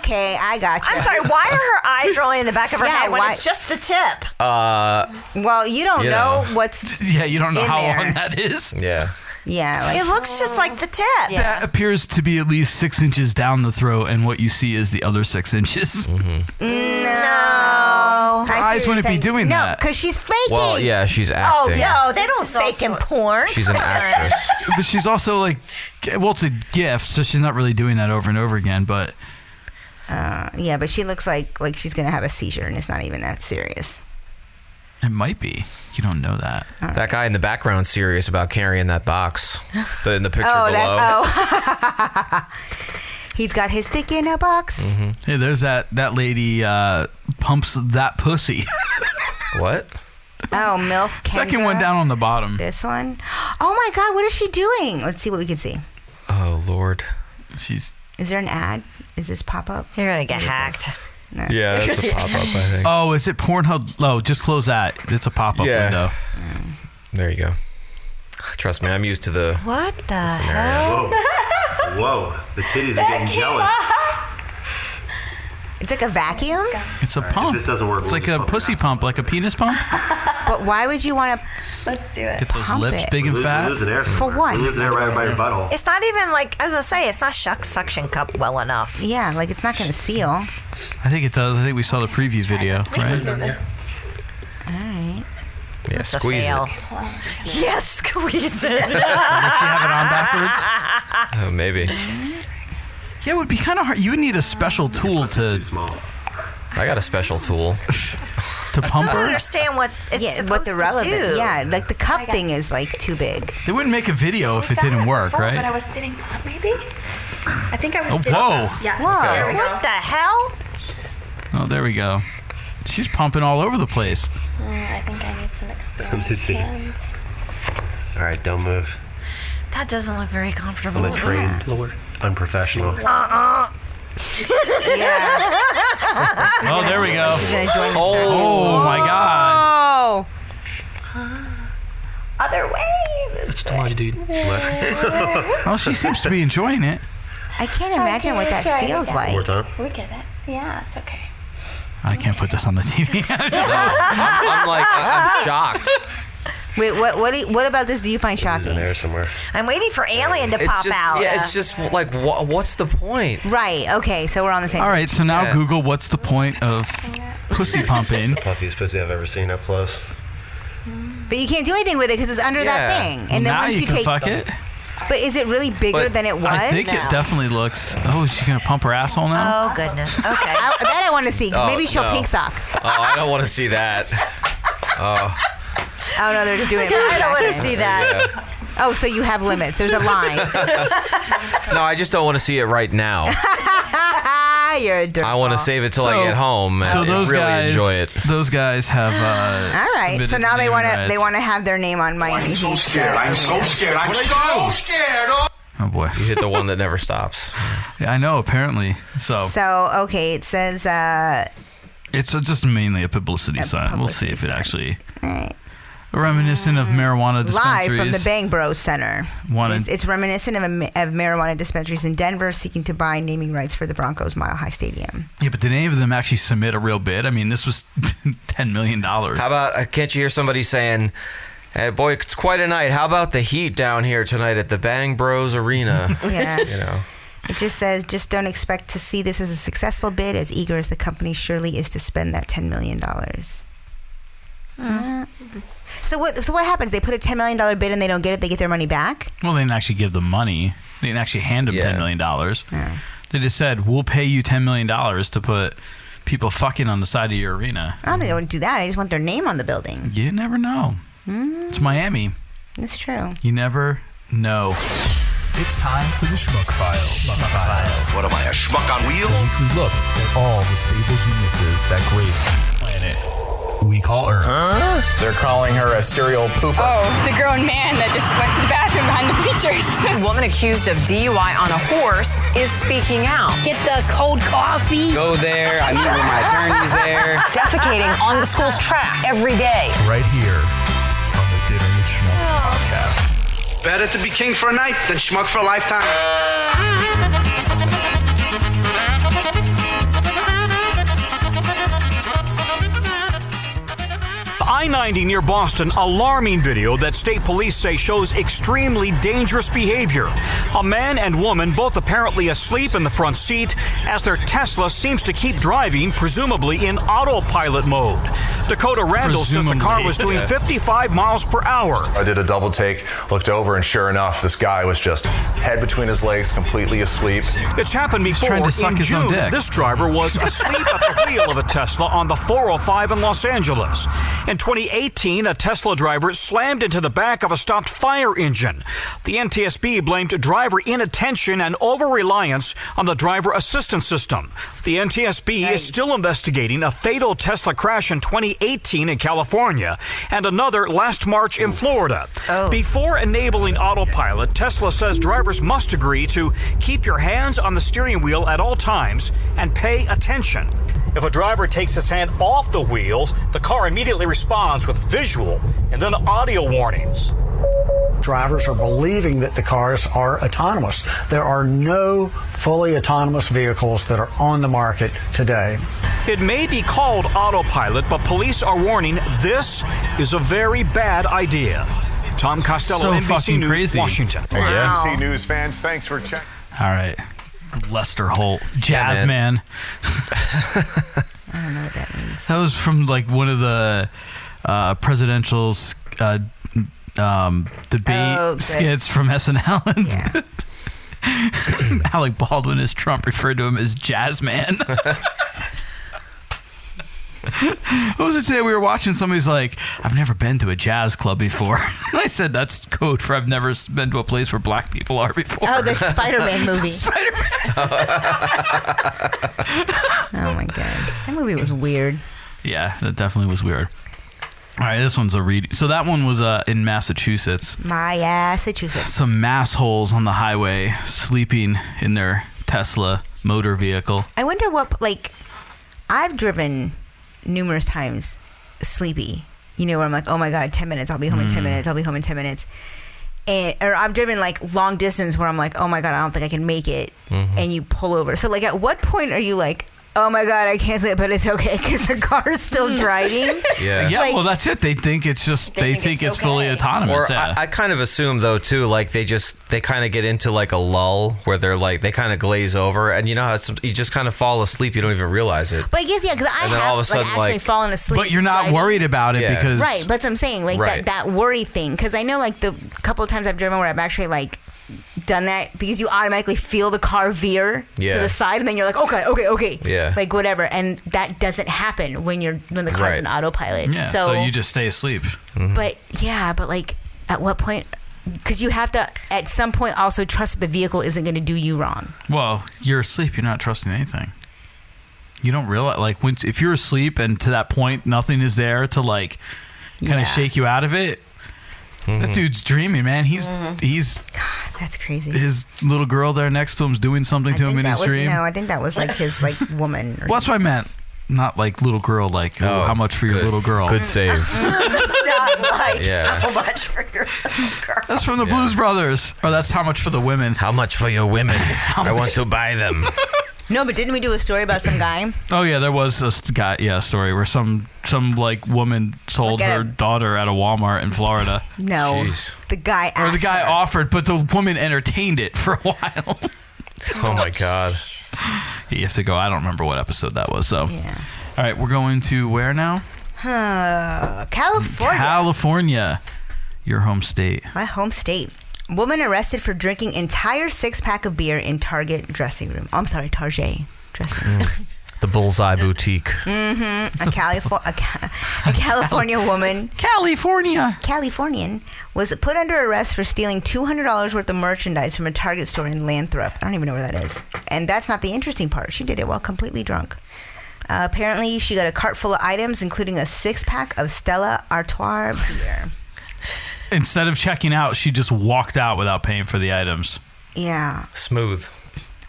I: Okay, I got you.
G: I'm sorry. Why are her eyes rolling in the back of her
I: Yeah,
G: head when
I: why-
G: it's just the tip?
F: Uh,
I: Well, you don't
F: You
I: know,
F: know.
I: what's.
H: Yeah, you don't know
I: in
H: how
I: there.
H: long that is.
F: Yeah.
I: Yeah, like,
G: it looks just like the tip.
H: That appears to be at least six inches down the throat, and what you see is the other six inches.
F: Mm-hmm.
I: No.
H: Eyes wouldn't be doing
I: no,
H: that.
I: because she's faking.
F: Well, yeah, she's acting.
G: Oh no, they don't fake in porn.
F: She's an actress.
H: but she's also like, well, it's a gift, so she's not really doing that over and over again. But
I: Uh, yeah, but she looks like like she's gonna have a seizure, and it's not even that serious.
H: it might be. You don't know that.
F: That guy in the background serious about carrying that box The- in the picture
I: oh,
F: below.
I: that. Oh. He's got his dick in a box.
F: Mm-hmm.
H: Hey, there's that that lady uh, pumps that pussy.
F: what?
I: Oh, milf. Kendra.
H: Second one down on the bottom.
I: This one. Oh my God, what is she doing? Let's see what we can see.
F: Oh lord.
H: She's.
I: Is there an ad? Is this pop up?
G: You're gonna get hacked.
I: No.
F: Yeah, that's a pop up. I think.
H: Oh, is it Pornhub? Oh, No, just close that. It's a pop up
F: Yeah.
H: window.
F: There you go. Trust me, I'm used to the.
I: What the
F: hell?
C: Whoa, the titties are getting jealous.
I: It's like a vacuum.
H: It's a pump. this doesn't work, it's like a pussy pump, like a penis pump.
I: But why would you want to? Let's do it.
H: Get those lips big and fat.
I: For what?
G: It's not even like I was gonna say. It's not shuck suction cup well enough.
I: Yeah, like it's not gonna seal. All
H: I think it does. I think we saw the preview video, right?
I: right.
F: Yeah,
G: That's a
F: squeeze
G: fail.
F: it.
G: Yes, squeeze it.
H: Does she have it on backwards?
F: Oh, maybe.
H: Yeah, it would be kind of hard. You would need a special tool to
F: I got a special tool.
H: to pump
G: I don't
H: her.
G: understand what it's
I: Yeah,
G: supposed
I: what the relevant?
G: to do.
I: Yeah, like the cup thing is like too big.
H: They wouldn't make a video if it didn't work,
D: But I
H: right?
D: was sitting up, maybe? I think I was
H: Oh,
D: sitting
H: whoa.
D: up. Yeah.
I: Whoa.
D: There we go.
G: What the hell?
H: Oh, there we go. She's pumping all over the place.
D: Mm, I think I need some experience.
C: Let me see.
D: hands.
C: All right, don't move.
G: That doesn't look very comfortable.
C: I'm a trained, unprofessional.
G: Uh-uh.
I: yeah.
H: Oh, there we go.
I: She's gonna join the
H: Oh,
I: circle.
H: my God.
I: Oh.
D: Other way.
C: It's too much, dude.
H: Oh, she seems to be enjoying it.
I: I can't imagine what that
D: Try it
I: feels
D: again.
I: like.
D: We get it. Yeah, it's okay.
H: I can't put this on the TV. I'm just-
F: I'm, I'm like, I- I'm shocked.
I: Ah. Wait, what? What? do you- What about this? Do you find shocking?
C: There somewhere.
G: I'm waiting for Alien to
F: It's
G: pop
F: just,
G: out.
F: Yeah, it's just like, wha- what's the point?
I: Right. Okay. So we're on the same.
H: all right, so now
C: Yeah.
H: Google what's the point of pussy pumping?
C: Puffiest pussy I've ever seen up close.
I: But you can't do anything with it because it's under that
C: Yeah.
I: thing.
H: Well,
I: And then
H: now
I: once
H: you
I: you,
H: can
I: take,
H: fuck it.
I: But is it really bigger
H: But
I: than it was?
H: I think it definitely looks. Oh, is she gonna pump her asshole now?
G: Oh goodness. Okay.
I: I, that I want to see because
F: Oh,
I: maybe she'll
F: no.
I: pink sock.
F: Oh, I don't want to see that. Oh,
I: Oh no, they're just doing it.
G: God, I don't
I: want
G: wanna see that.
I: Oh, so you have limits. There's a line.
F: no, I just don't want to see it right now.
I: You're a dirt.
F: I want to
I: ball.
F: save it till I get home and
H: So those
F: really
H: guys,
F: enjoy it.
H: those guys have.
I: All
H: Uh,
I: right. So
H: submitted
I: now they
H: naming
I: want to
H: rights.
I: they want to have their name on Miami Heat.
C: scared. I'm
I: so
C: scared.
H: Oh boy.
F: You hit the one that never stops.
H: Yeah, I know. Apparently, so,
I: So okay, it says. uh
H: it's just mainly a publicity sign. we'll see if it actually. reminiscent of marijuana
I: Live
H: dispensaries.
I: from the Bang Bros Center.
H: One in-
I: It's, it's reminiscent of, a ma- of marijuana dispensaries in Denver seeking to buy naming rights for the Broncos Mile High Stadium.
H: Yeah, but did any of them actually submit a real bid? I mean, this was ten million dollars.
F: How about uh, can't you hear somebody saying, "Hey, boy, it's quite a night. How about the heat down here tonight at the Bang Bros Arena?"
I: Yeah.
F: you know.
I: It just says, just don't expect to see this as a successful bid, as eager as the company surely is to spend that $10 million. Uh, So what? So what happens? They put a ten million dollar bid and they don't get it. They get their money back.
H: Well, they didn't actually give them money. They didn't actually hand them ten million dollars. They just said, "We'll pay you ten million dollars to put people fucking on the side of your arena."
I: I don't think they would do that. I just want their name on the building.
H: You never know.
I: Mm,
H: It's Miami.
I: that's true.
H: You never know.
B: It's time for the Schmuck File. What am I, a schmuck on wheels? weekly look at all the stable geniuses that grace planet we call Earth.
J: They're calling her a serial pooper.
L: Oh, the grown man that just went to the bathroom behind the bleachers. Woman accused of DUI on a horse is speaking out. Get the cold coffee.
M: Go there. I meet with my attorneys there.
L: Defecating on the school's track every day.
B: Right here on the Dinner with Schmuck podcast.
C: Better to be king for a night than schmuck for a lifetime.
B: I 90 near Boston, alarming video that state police say shows extremely dangerous behavior. A man and woman, both apparently asleep in the front seat, as their Tesla seems to keep driving, presumably in autopilot mode. Dakota Randall says the car
J: Presumably.
B: was doing 55 miles per hour.
J: I did a double take, looked over, and sure enough, this guy was just head between his legs, completely asleep.
B: It's happened before.
J: trying to suck
B: in
J: his
B: June,
J: own dick.
B: this driver was asleep at the wheel of a Tesla on the 405 in Los Angeles. In 2018, a Tesla driver slammed into the back of a stopped fire engine. The NTSB blamed driver inattention and over reliance on the driver assistance system. The NTSB is still investigating a fatal Tesla crash in 2018 in California and another last March in Florida. Before enabling autopilot, Tesla says drivers must agree to keep your hands on the steering wheel at all times and pay attention. If a driver takes his hand off the wheel, the car immediately responds with visual and then audio warnings.
Y: drivers are believing that the cars are autonomous. There are no fully autonomous vehicles that are on the market today.
B: It may be called autopilot, but police are warning this is a very bad idea. Tom Costello, NBC News, Washington.
J: Hey, NBC News fans, thanks for checking.
H: All right. Lester Holt,
J: Yeah,
H: Jazz Man.
I: I don't know what that means.
H: That was from like one of the uh, presidential s- uh, um, debate
I: Oh, the-
H: skits from SNL. Alec Baldwin as Trump referred to him as Jazz Man. what was it today? We were watching. Somebody's like, "I've never been to a jazz club before." and I said, "That's code for I've never s- been to a place where black people are before."
I: Oh, the Spider-Man movie.
H: oh
I: my god, that movie was weird.
H: Yeah, that definitely was weird. All right, this one's a read. So that one was uh, in Massachusetts.
I: My Massachusetts.
H: Some massholes on the highway sleeping in their Tesla motor vehicle.
I: I wonder what like I've driven numerous times sleepy. You know where I'm like, oh my god, ten minutes, I'll be home in ten
Z: Mm.
I: minutes, I'll be home in ten minutes. And or I've driven like long distance where I'm like, oh my god, I don't think I can make it,
Z: Mhm.
F: Mm.
I: and you pull over. So like, at what point are you like, oh my god, I can't sleep, but it's okay because the car is
F: Mm.
I: still driving.
H: Yeah.
I: Like-
H: well, that's it. They think it's just they, think, it's, fully
F: Or uh,
H: autonomous. yeah.
F: I, I kind of assume though too, like they just they kind of get into like a lull where they're like they kind of glaze over, and you know how some, you just kind of fall asleep, you don't even realize it.
I: But I guess yeah, because I
F: And then
I: have
F: all of a
I: like,
F: sudden,
I: actually
F: like-
I: fallen asleep.
H: but you're not worried about it
F: Yeah.
H: because
I: right. But that's what I'm saying, like
F: Right.
I: that that worry thing, because I know like the couple of times I've driven where I've actually like done that because you automatically feel the car veer
F: Yeah.
I: to the side, and then you're like, okay, okay, okay,
F: Yeah.
I: like whatever, and that doesn't happen when you're when the car's
F: Right.
I: in autopilot.
H: yeah, so,
I: so,
H: you just stay asleep.
I: but yeah, but like at what point? Because you have to at some point also trust that the vehicle isn't going to do you wrong.
H: Well, you're asleep. You're not trusting anything. You don't realize, like, when, if you're asleep and to that point, nothing is there to like kind of shake you out of it.
F: Mm-hmm.
H: That dude's dreaming, man. He's
I: Mm-hmm.
H: he's
I: That's crazy.
H: his little girl there next to him's doing something to him in
I: that
H: his
I: was,
H: dream.
I: No, I think that was like his like woman. Or
H: Well, that's what I meant. not like little girl, like oh, how much for your little girl?
F: Good save.
K: Not like
H: Yeah.
K: how much for your
H: That's from the Blues Brothers. Or that's how much for the women.
F: How much for your women? I want to buy them.
I: No, but didn't we do a story about some guy?
H: Oh yeah, there was a st- guy, yeah, story where some some like woman sold
I: Look at
H: her
I: him.
H: daughter at a Walmart in Florida.
I: No, the guy
H: Or the
I: asked.
H: guy offered, but the woman entertained it for a while.
F: oh my god.
H: You have to go. I don't remember what episode that was. So, all right, we're going to where now?
I: Huh, California,
H: California, your home state.
I: my home state. Woman arrested for drinking entire six pack of beer in Target dressing room. I'm sorry, Target dressing room.
F: The Bullseye Boutique.
I: Mm-hmm. A, Califor- a, Ca- a California woman.
H: California.
I: Californian was put under arrest for stealing $200 worth of merchandise from a Target store in Lanthrop. I don't even know where that is. And that's not the interesting part. She did it while completely drunk. Uh, apparently, she got a cart full of items, including a six pack of Stella Artois beer.
H: Instead of checking out, she just walked out without paying for the items.
I: Yeah.
F: Smooth.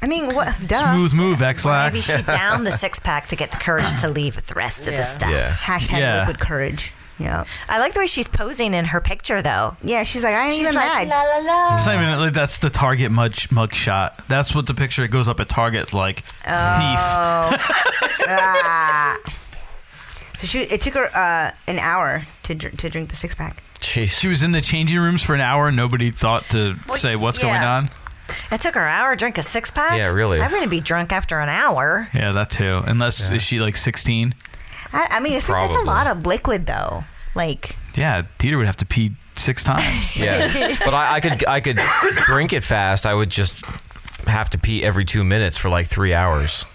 I: I mean, what? Duh.
H: Smooth move, X-Lax.
G: Uh, Maybe she downed the six pack to get the courage to leave with the rest of the stuff.
H: Yeah.
I: Hashtag Yeah. liquid courage. Yeah.
G: I like the way she's posing in her picture, though.
I: Yeah, she's like, I ain't even mad.
G: La, la, la.
H: It's not even like that's the Target mug, mug shot. That's what the picture that goes up at Target's like.
I: Oh. Ah. So she, it took her uh, an hour to dr- to drink the six pack.
H: She was in the changing rooms for an hour and nobody thought to
G: Well,
H: say what's going
G: yeah.
H: on.
G: It took her an hour to drink a six pack.
H: Yeah, really.
G: I'm going to be drunk after an hour.
H: Yeah, that too. Unless is she like 16?
I: I, I mean, it's, that's a
H: Probably.
I: lot of liquid though. Like,
H: Yeah, Dieter would have to pee six times.
F: Yeah, but I, I could I could drink it fast. I would just have to pee every two minutes for like three hours.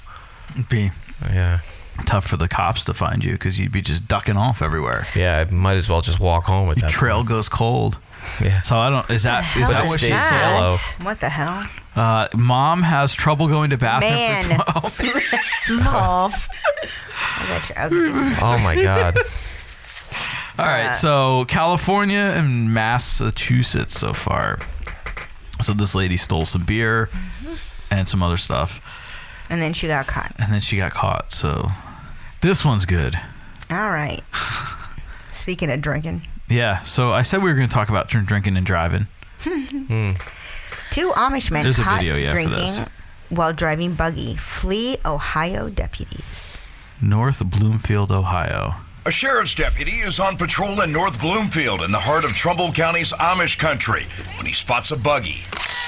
H: Pee.
F: Yeah.
H: Tough for the cops to find you because you'd be just ducking off everywhere.
F: Yeah, I might as well just walk home with
H: Your
F: that.
H: trail goes cold.
F: Yeah.
H: So I don't. Is that
I: What
H: is
I: the
H: that
I: hell
H: what
I: is
H: she's
I: that?
H: yellow?
I: What the hell,
H: Uh, mom has trouble going to bathroom.
I: man? Mom. I got your ugly.
F: Oh my god.
H: All right,
I: Uh,
H: so California and Massachusetts so far. So this lady stole some beer and some other stuff,
I: Uh, And then she got caught.
H: and then she got caught. So this one's good.
I: All right. Speaking of drinking,
H: Yeah. So I said we were going to talk about drink- drinking and driving.
I: two Amish men
H: There's a
I: caught
H: video, yeah, for
I: drinking
H: this.
I: while driving buggy flee Ohio deputies.
H: North Bloomfield, Ohio.
P: A sheriff's deputy is on patrol in North Bloomfield in the heart of Trumbull County's Amish country when he spots a buggy.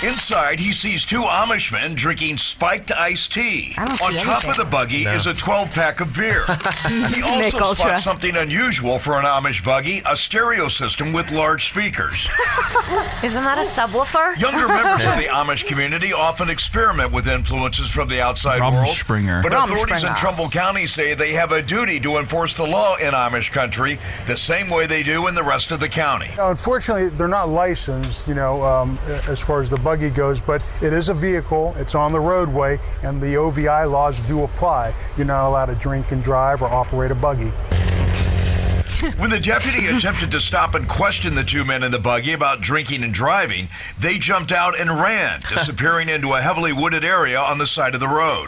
P: Inside, he sees two Amish men drinking spiked iced tea. On
Q: don't
P: top
Q: see
P: of
Q: anything.
P: the buggy
Q: No.
P: is a 12 pack of beer. he
Q: Mick
P: also
Q: Ultra.
P: spots something unusual for an Amish buggy a stereo system with large speakers.
G: Isn't that a subwoofer?
P: Younger members of the Amish community often experiment with influences from the outside world.
H: Rumspringer.
P: But authorities in
H: Rumspringer.
P: Trumbull County say they have a duty to enforce the law in Amish country the same way they do in the rest of the county.
R: Now, unfortunately, they're not licensed, you know, um, as far as the buggy goes, but it is a vehicle, it's on the roadway, and the OVI laws do apply. You're not allowed to drink and drive or operate a buggy.
P: When the deputy attempted to stop and question the two men in the buggy about drinking and driving, they jumped out and ran, disappearing into a heavily wooded area on the side of the road.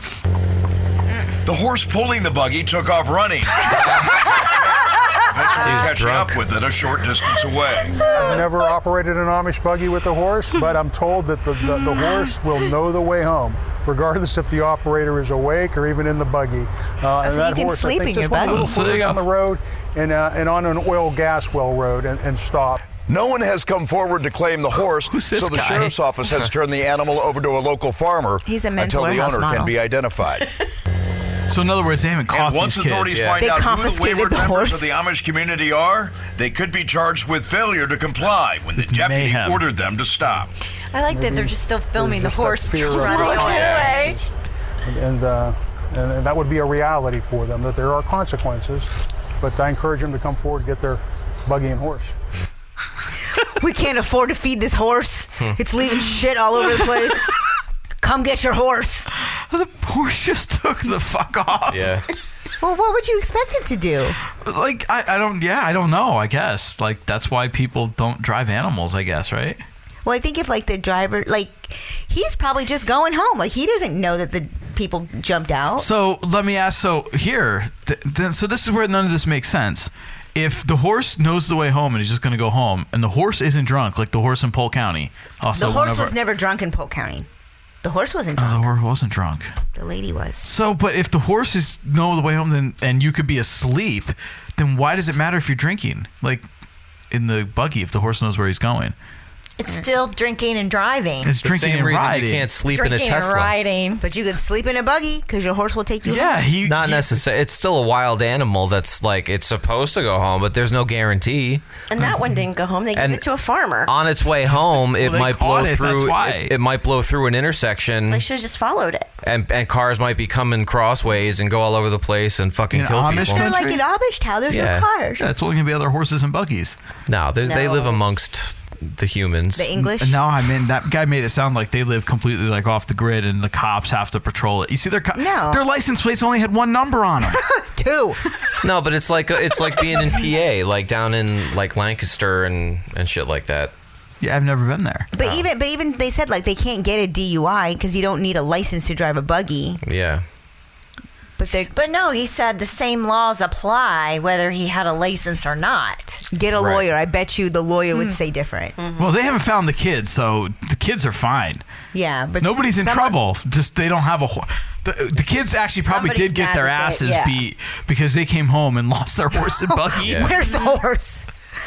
P: The horse pulling the buggy took off running. Eventually catching up with it a short distance away.
R: I've never operated an Amish buggy with a horse, but I'm told that the, the, the horse will know the way home. Regardless if the operator is awake or even in the buggy, uh,
I: so you can sleep in your
R: just went a
I: buggy.
R: little
I: So there you
R: further
I: go.
R: down the road and, uh, and on an oil gas well road and, and stopped.
P: No one has come forward to claim the horse, so
R: this
P: the
R: guy?
P: sheriff's office has turned the animal over to a local farmer
R: He's a men's
P: until the
R: warehouse
P: owner
R: model.
P: can be identified.
H: So in other words, they haven't caught
P: Once
H: these kids.
P: authorities find out who the wayward members of the Amish community are, they could be charged with failure to comply when the deputy
H: mayhem.
P: ordered them to stop.
G: I like that they're just still filming the
R: There's
G: horse
R: just that fear of
G: running away.
R: consequences. And, and, uh, and, and that would be a reality for them, that there are consequences. But I encourage them to come forward and get their buggy and horse.
I: we can't afford to feed this horse.
H: Hmm.
I: It's leaving shit all over the place. Come get your horse.
H: The horse just took the fuck off.
F: Yeah.
I: Well, what would you expect it to do?
H: Like I, I don't. Yeah, I don't know. I guess like that's why people don't drive animals. I guess right.
I: Well, I think if like the driver, like he's probably just going home. Like he doesn't know that the people jumped out.
H: So let me ask. So here, th- then, so this is where none of this makes sense. If the horse knows the way home and he's just going to go home, and the horse isn't drunk, like the horse in Polk County, also
I: the horse
H: whenever-
I: was never drunk in Polk County. The horse wasn't
H: Oh,
I: drunk.
H: the horse wasn't drunk.
I: The lady was.
H: So, but if the horse is know the way home, then and you could be asleep, then why does it matter if you're drinking? Like in the buggy, if the horse knows where he's going,
G: It's still drinking and driving.
H: It's The drinking same and reason you riding. can't
F: sleep in a
G: drinking
F: Tesla.
G: And riding.
I: But you could sleep in a buggy because your horse will take you. home.
F: not necessarily. It's still a wild animal that's like it's supposed to go home, but there's no guarantee.
K: And that one didn't go home. They gave
F: And-
K: it to a farmer.
F: On its way home, it
K: they
F: might
K: caught
F: blow
K: it,
F: through.
K: that's why.
F: It, it might blow through an intersection,
H: Mm.
K: They should have just followed it.
F: and and cars might be coming crossways and go all over the place and fucking
H: In
F: kill
H: Amish
F: people.
I: They're like in Amish town. There's
F: Yeah.
I: no cars.
H: yeah, it's only gonna be other horses and buggies.
F: No, there's, they live
I: No.
F: amongst the humans.
I: The English?
H: N- No, I mean that guy made it sound like they live completely like off the grid, and the cops have to patrol it. You see, their co-
I: No.
H: their license plates only had one number on them.
I: Two.
F: No, but it's like it's like being in PA, like down in like Lancaster and and shit like that.
H: Yeah, I've never been there.
I: But even but even they said like they can't get a DUI because you don't need a license to drive a buggy.
F: Yeah.
I: But they
G: But no, he said the same laws apply whether he had a license or not.
I: get a
H: Right.
I: lawyer. I bet you the lawyer would say different.
H: Well, they haven't found the kids, so the kids are fine.
I: Yeah, Uh, but
H: Nobody's in
I: some-
H: trouble. Just they don't have a. Ho- the, the kids actually probably
I: Somebody's
H: did get
I: mad
H: their
I: that they-
H: asses
I: yeah.
H: beat because they came home and lost their horse and buggy.
I: Where's the horse?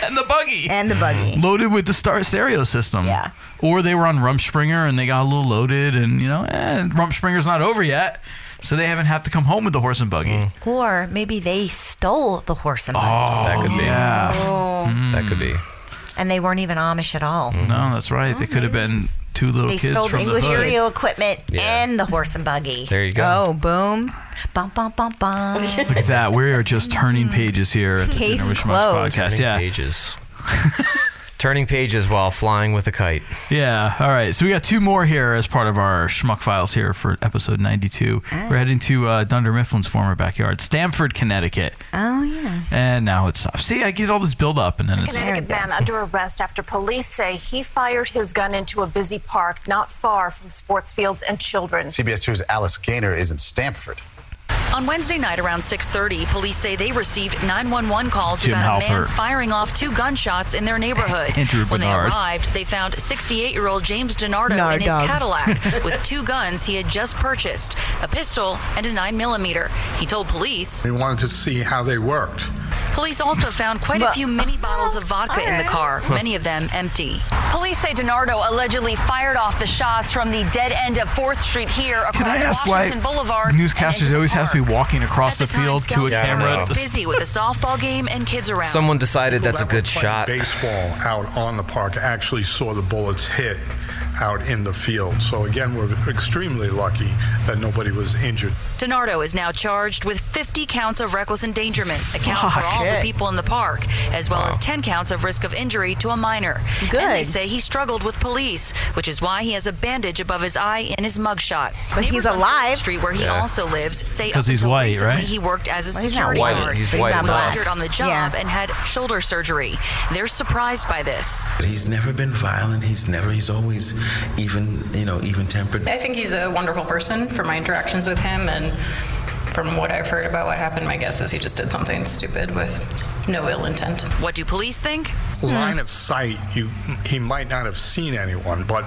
H: And the buggy.
I: And the buggy.
H: Loaded with the star stereo system. Yeah. Or they were on Rumspringer and they got a little loaded, and you know, eh, Rumspringer's not over yet, so they haven't have to come home with the horse and buggy.
G: Or maybe they stole the horse and buggy.
H: Oh,
F: Mm. That could be.
H: yeah. Mm.
G: Oh.
F: That could be. Mm-hmm.
G: And they weren't even Amish at all.
H: No, that's right. They could have been two Mm-hmm. little
G: They
H: kids
G: stole the
H: from the hood.
G: stereo equipment and the horse and buggy.
H: There you go.
I: Oh, boom.
G: Bum, bum, bum, bum.
H: Look at that. We are just turning pages here at the
G: Case
H: Dinner with Schmucks
G: closed.
H: podcast.
F: Turning
H: yeah.
F: pages. Turning pages while flying with a kite.
H: Yeah. All right. So we got two more here as part of our schmuck files here for episode 92.
S: Ah.
H: We're heading to uh, Dunder Mifflin's former backyard, Stamford, Connecticut.
I: Oh yeah.
H: And now it's off. See, I get all this build up and then it's.
O: Connecticut man under arrest after police say he fired his gun into a busy park not far from sports fields and children.
Q: CBS 2's Alice Gaynor is in Stamford.
O: On Wednesday night around 6:30, police say they received 911 calls
Q: Jim
O: about a man
Q: Halpert.
O: firing off two gunshots in their neighborhood.
Q: Andrew
O: when they
Q: Bernard.
O: arrived, they found 68-year-old James Donardo in his
Q: Nardog.
O: Cadillac with two guns he had just purchased, a pistol and a 9mm. He told police
Q: We wanted to see how they worked.
O: Police also found quite a few mini bottles of vodka in the car, many of them empty.
S: Police say DiNardo allegedly fired off the shots from the dead end of 4th Street here across
H: Can I ask why
S: Washington Boulevard.
H: newscasters always have to be walking across the, field to a
O: Scouts Camera
H: camera?
O: was busy with a softball game and kids around.
F: Someone decided that's a good shot.
Q: Baseball out on the park actually saw the bullets hit out in the field. So again, we're extremely lucky that nobody was injured.
O: DiNardo is now charged with 50 counts of reckless endangerment, account for
Q: Fuck
O: all
Q: it.
O: the people in the park, as well as 10 counts of risk of injury to a minor. Good. And they say he struggled with police, which is why he has a bandage above his eye in his mugshot.
I: But he's
O: Neighbors on
I: alive.
O: Fourth Street, where he
I: Yeah.
O: also lives, say
H: 'Cause
O: up
H: he's
O: until
H: white,
O: recently
H: right?
O: he worked as a
H: Well, he's not
O: security
H: white.
O: guard.
H: He's But he's white, not
O: was
H: black.
O: injured on the job and had shoulder surgery. They're surprised by this.
Q: But he's never been violent. He's never, he's always even, you know, even tempered.
T: I think he's a wonderful person from my interactions with him and from what I've heard about what happened, my guess is he just did something stupid with no ill intent.
O: What do police think?
Z: Hmm.
Q: line of sight, you he might not have seen anyone, but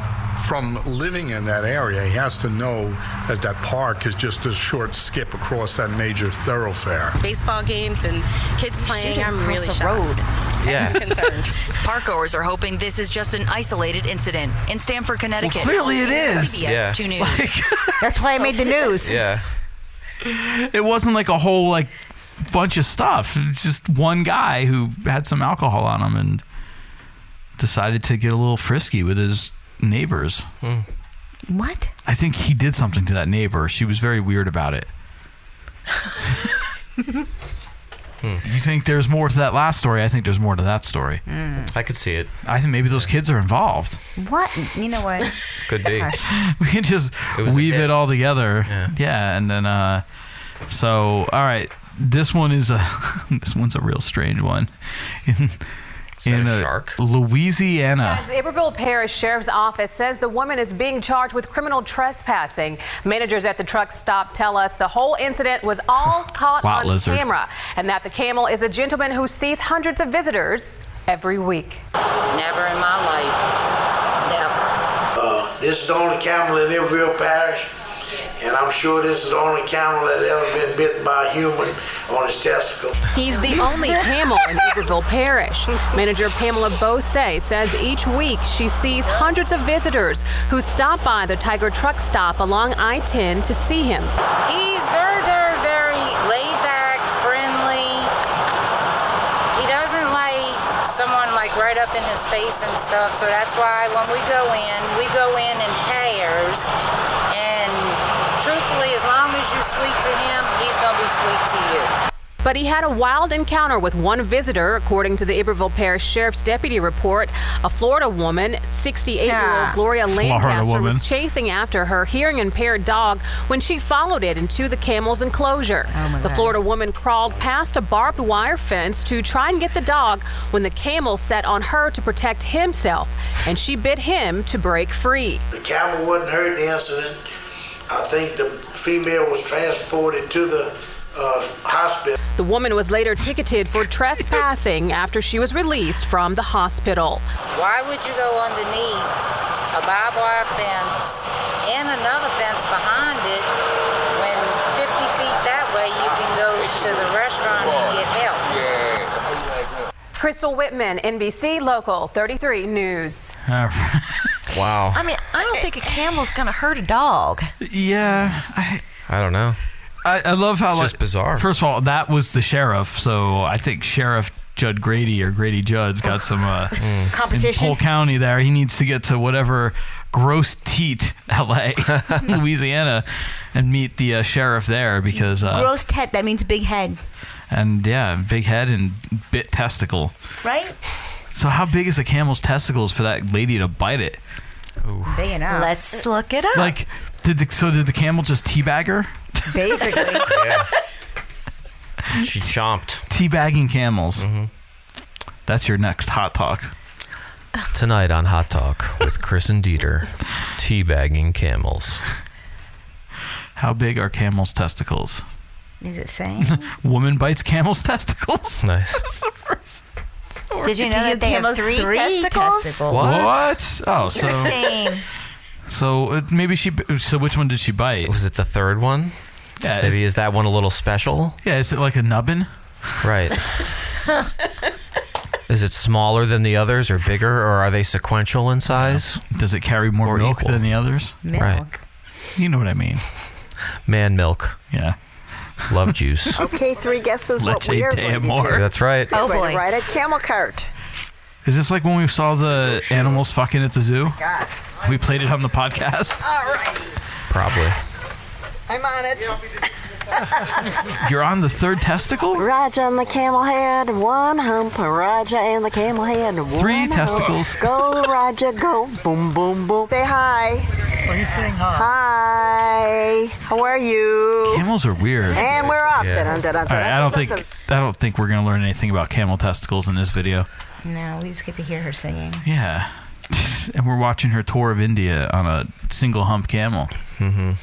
Q: from living in that area, he has to know that that park is just a short skip across that major thoroughfare.
Z: baseball games and kids playing.
O: Shooting
Z: I'm
O: across
Z: really
O: the
Z: shocked.
O: road.
Q: Yeah.
O: concerned. Parkgoers are hoping this is just an isolated incident in Stamford, Connecticut.
Z: clearly it is.
O: CBS
H: Yeah.
O: 2 News.
I: That's why I made the news.
H: Yeah. It wasn't like a whole like bunch of stuff. It was just one guy who had some alcohol on him and decided to get a little frisky with his neighbors.
I: What?
H: I think he did something to that neighbor. She was very weird about it.
F: Hmm.
H: You think there's more to that last story? I think there's more to that story.
I: Mm.
F: I could see it.
H: I think maybe those kids are involved.
I: What? You know what?
F: Could be.
H: we can just weave it all together. Yeah. and then uh so all right, this one is a this one's a real strange one. in a shark? Louisiana.
A: As the Iberville Parish Sheriff's Office says the woman is being charged with criminal trespassing. Managers at the truck stop tell us the whole incident was all caught
H: Lot
A: on
H: lizard.
A: camera and that the camel is a gentleman who sees hundreds of visitors every week.
N: Never in my life. Never.
V: Uh, this is the only camel in Illville Parish, and I'm sure this is the only camel that ever been bitten by a human on its testicle.
L: He's the only camel in Iberville Parish. Manager Pamela Bose says each week she sees hundreds of visitors who stop by the Tiger truck stop along I 10 to see him.
N: He's very, very, very laid back, friendly. He doesn't like someone like right up in his face and stuff. So that's why when we go in, we go in in pairs. And truthfully, as long as you're sweet to him, he's gonna be sweet to you.
A: But he had a wild encounter with one visitor, according to the Iberville Parish Sheriff's Deputy Report. A Florida woman, 68 year old Gloria
L: Florida
A: Lancaster,
L: woman.
A: was chasing after her hearing impaired dog when she followed it into the camel's enclosure. the
L: God.
A: Florida woman crawled past a barbed wire fence to try and get the dog when the camel set on her to protect himself, and she bit him to break free.
V: The camel wasn't hurt in the incident. I think the female was transported to the uh, hospital.
A: The woman was later ticketed for trespassing after she was released from the hospital.
N: Why would you go underneath a barbed wire fence and another fence behind it when 50 feet that way you can go to the restaurant and get help?
A: Crystal Whitman, NBC Local 33 News.
F: Wow.
G: I mean, I don't think a camel's gonna hurt a dog.
H: Yeah,
F: I don't know.
H: I, I love how
F: It's
H: like,
F: just bizarre.
H: First of all, that was the sheriff, so I think Sheriff Judd Grady or Grady Judd's got some uh,
F: Hmm.
I: Competition.
H: in Polk County. There, he needs to get to whatever gross teat, L.A., Louisiana, and meet the uh, sheriff there because uh,
I: Gross tet, that means big head,
H: and yeah, big head and bit testicle.
I: right?
H: So how big is a camel's testicles for that lady to bite it?
I: Big enough.
G: Let's look it up.
H: Like, did the, so did the camel just teabag her?
I: Basically.
F: She chomped.
H: Teabagging camels.
F: Mm-hmm.
H: That's your next hot talk.
F: Tonight on Hot Talk with Chris and Dieter, teabagging camels.
H: How big are camels' testicles?
I: Is it saying?
H: Woman bites camel's testicles.
F: Nice.
G: Did you know
I: Do you
G: that they have
I: camels
G: three,
I: three
G: testicles?
I: testicles?
H: What? Oh, so
G: Same.
H: so uh, maybe she. So which one did she bite?
F: Was it the third one?
H: Yeah.
F: Maybe
H: Is,
F: is that one a little special?
H: yeah. Is it like a nubbin?
F: Right. is it smaller than the others, or bigger, or are they sequential in size?
H: Does it carry more milk than the others?
F: Right.
H: You know what I mean.
F: Man milk.
H: Yeah.
F: Love juice.
U: Okay, three guesses what we are going to do.
F: That's right.
G: Oh,
U: We're going to ride a camel cart.
H: Is this like when we saw the animals fucking at the zoo?
U: Oh God. Uh,
H: We played it on the podcast.
U: All right,
F: Probably.
U: I'm on it.
H: You're on the third testicle.
U: Roger and the camel had one hump. Roger and the camel had one
H: Three
U: hump.
H: testicles.
U: Go, Roger, go. Boom, boom, boom. Say hi. Oh, he's saying hi. Hi. How are you?
H: Camels are weird.
U: And we're off.
H: Yeah. All
U: Dun-dun-dun-dun.
H: right, I don't think I don't think we're gonna learn anything about camel testicles in this video.
I: No, we just get to hear her singing.
H: Yeah, and we're watching her tour of India on a single hump camel. Mm-hmm.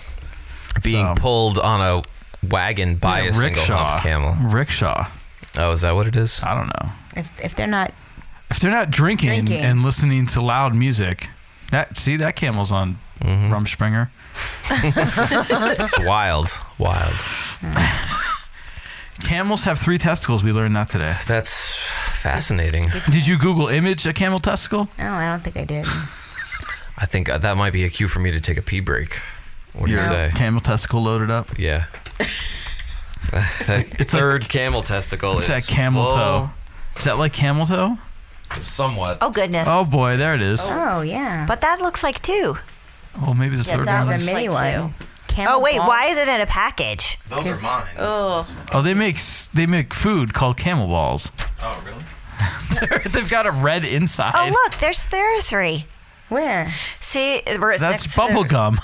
F: Being pulled on a wagon by
H: Yeah,
F: a single
H: rickshaw.
F: hump camel.
H: Rickshaw.
F: Oh, is that what it is?
H: I don't know.
I: If, if they're not,
H: If they're not drinking,
I: Drinking.
H: and listening to loud music, that see that camel's on Rumspringer.
F: Mm-hmm. it's wild, wild.
H: Camels have three testicles. We learned that today.
F: That's fascinating.
H: Did you Google image a camel testicle?
I: no, I don't think I did.
F: I think uh, that might be a cue for me to take a pee break. What do you
H: Your
F: say?
H: Camel testicle loaded up.
F: Yeah. that third camel testicle
H: It's
F: is
H: that camel
F: full-
H: toe. Is that like camel toe?
F: Somewhat.
G: Oh goodness.
H: Oh boy, there it is. Oh,
I: Oh yeah.
G: But that looks like two.
H: maybe the third one. is-
G: oh wait,
I: balls.
G: why is it in a package?
F: Those are mine.
G: Oh.
H: Oh, they make s- they make food called camel balls.
F: Oh really?
H: They've got a red inside.
G: Oh look, there's there are three.
I: Where?
G: See, where it's
H: That's
G: next to the-
H: bubble gum.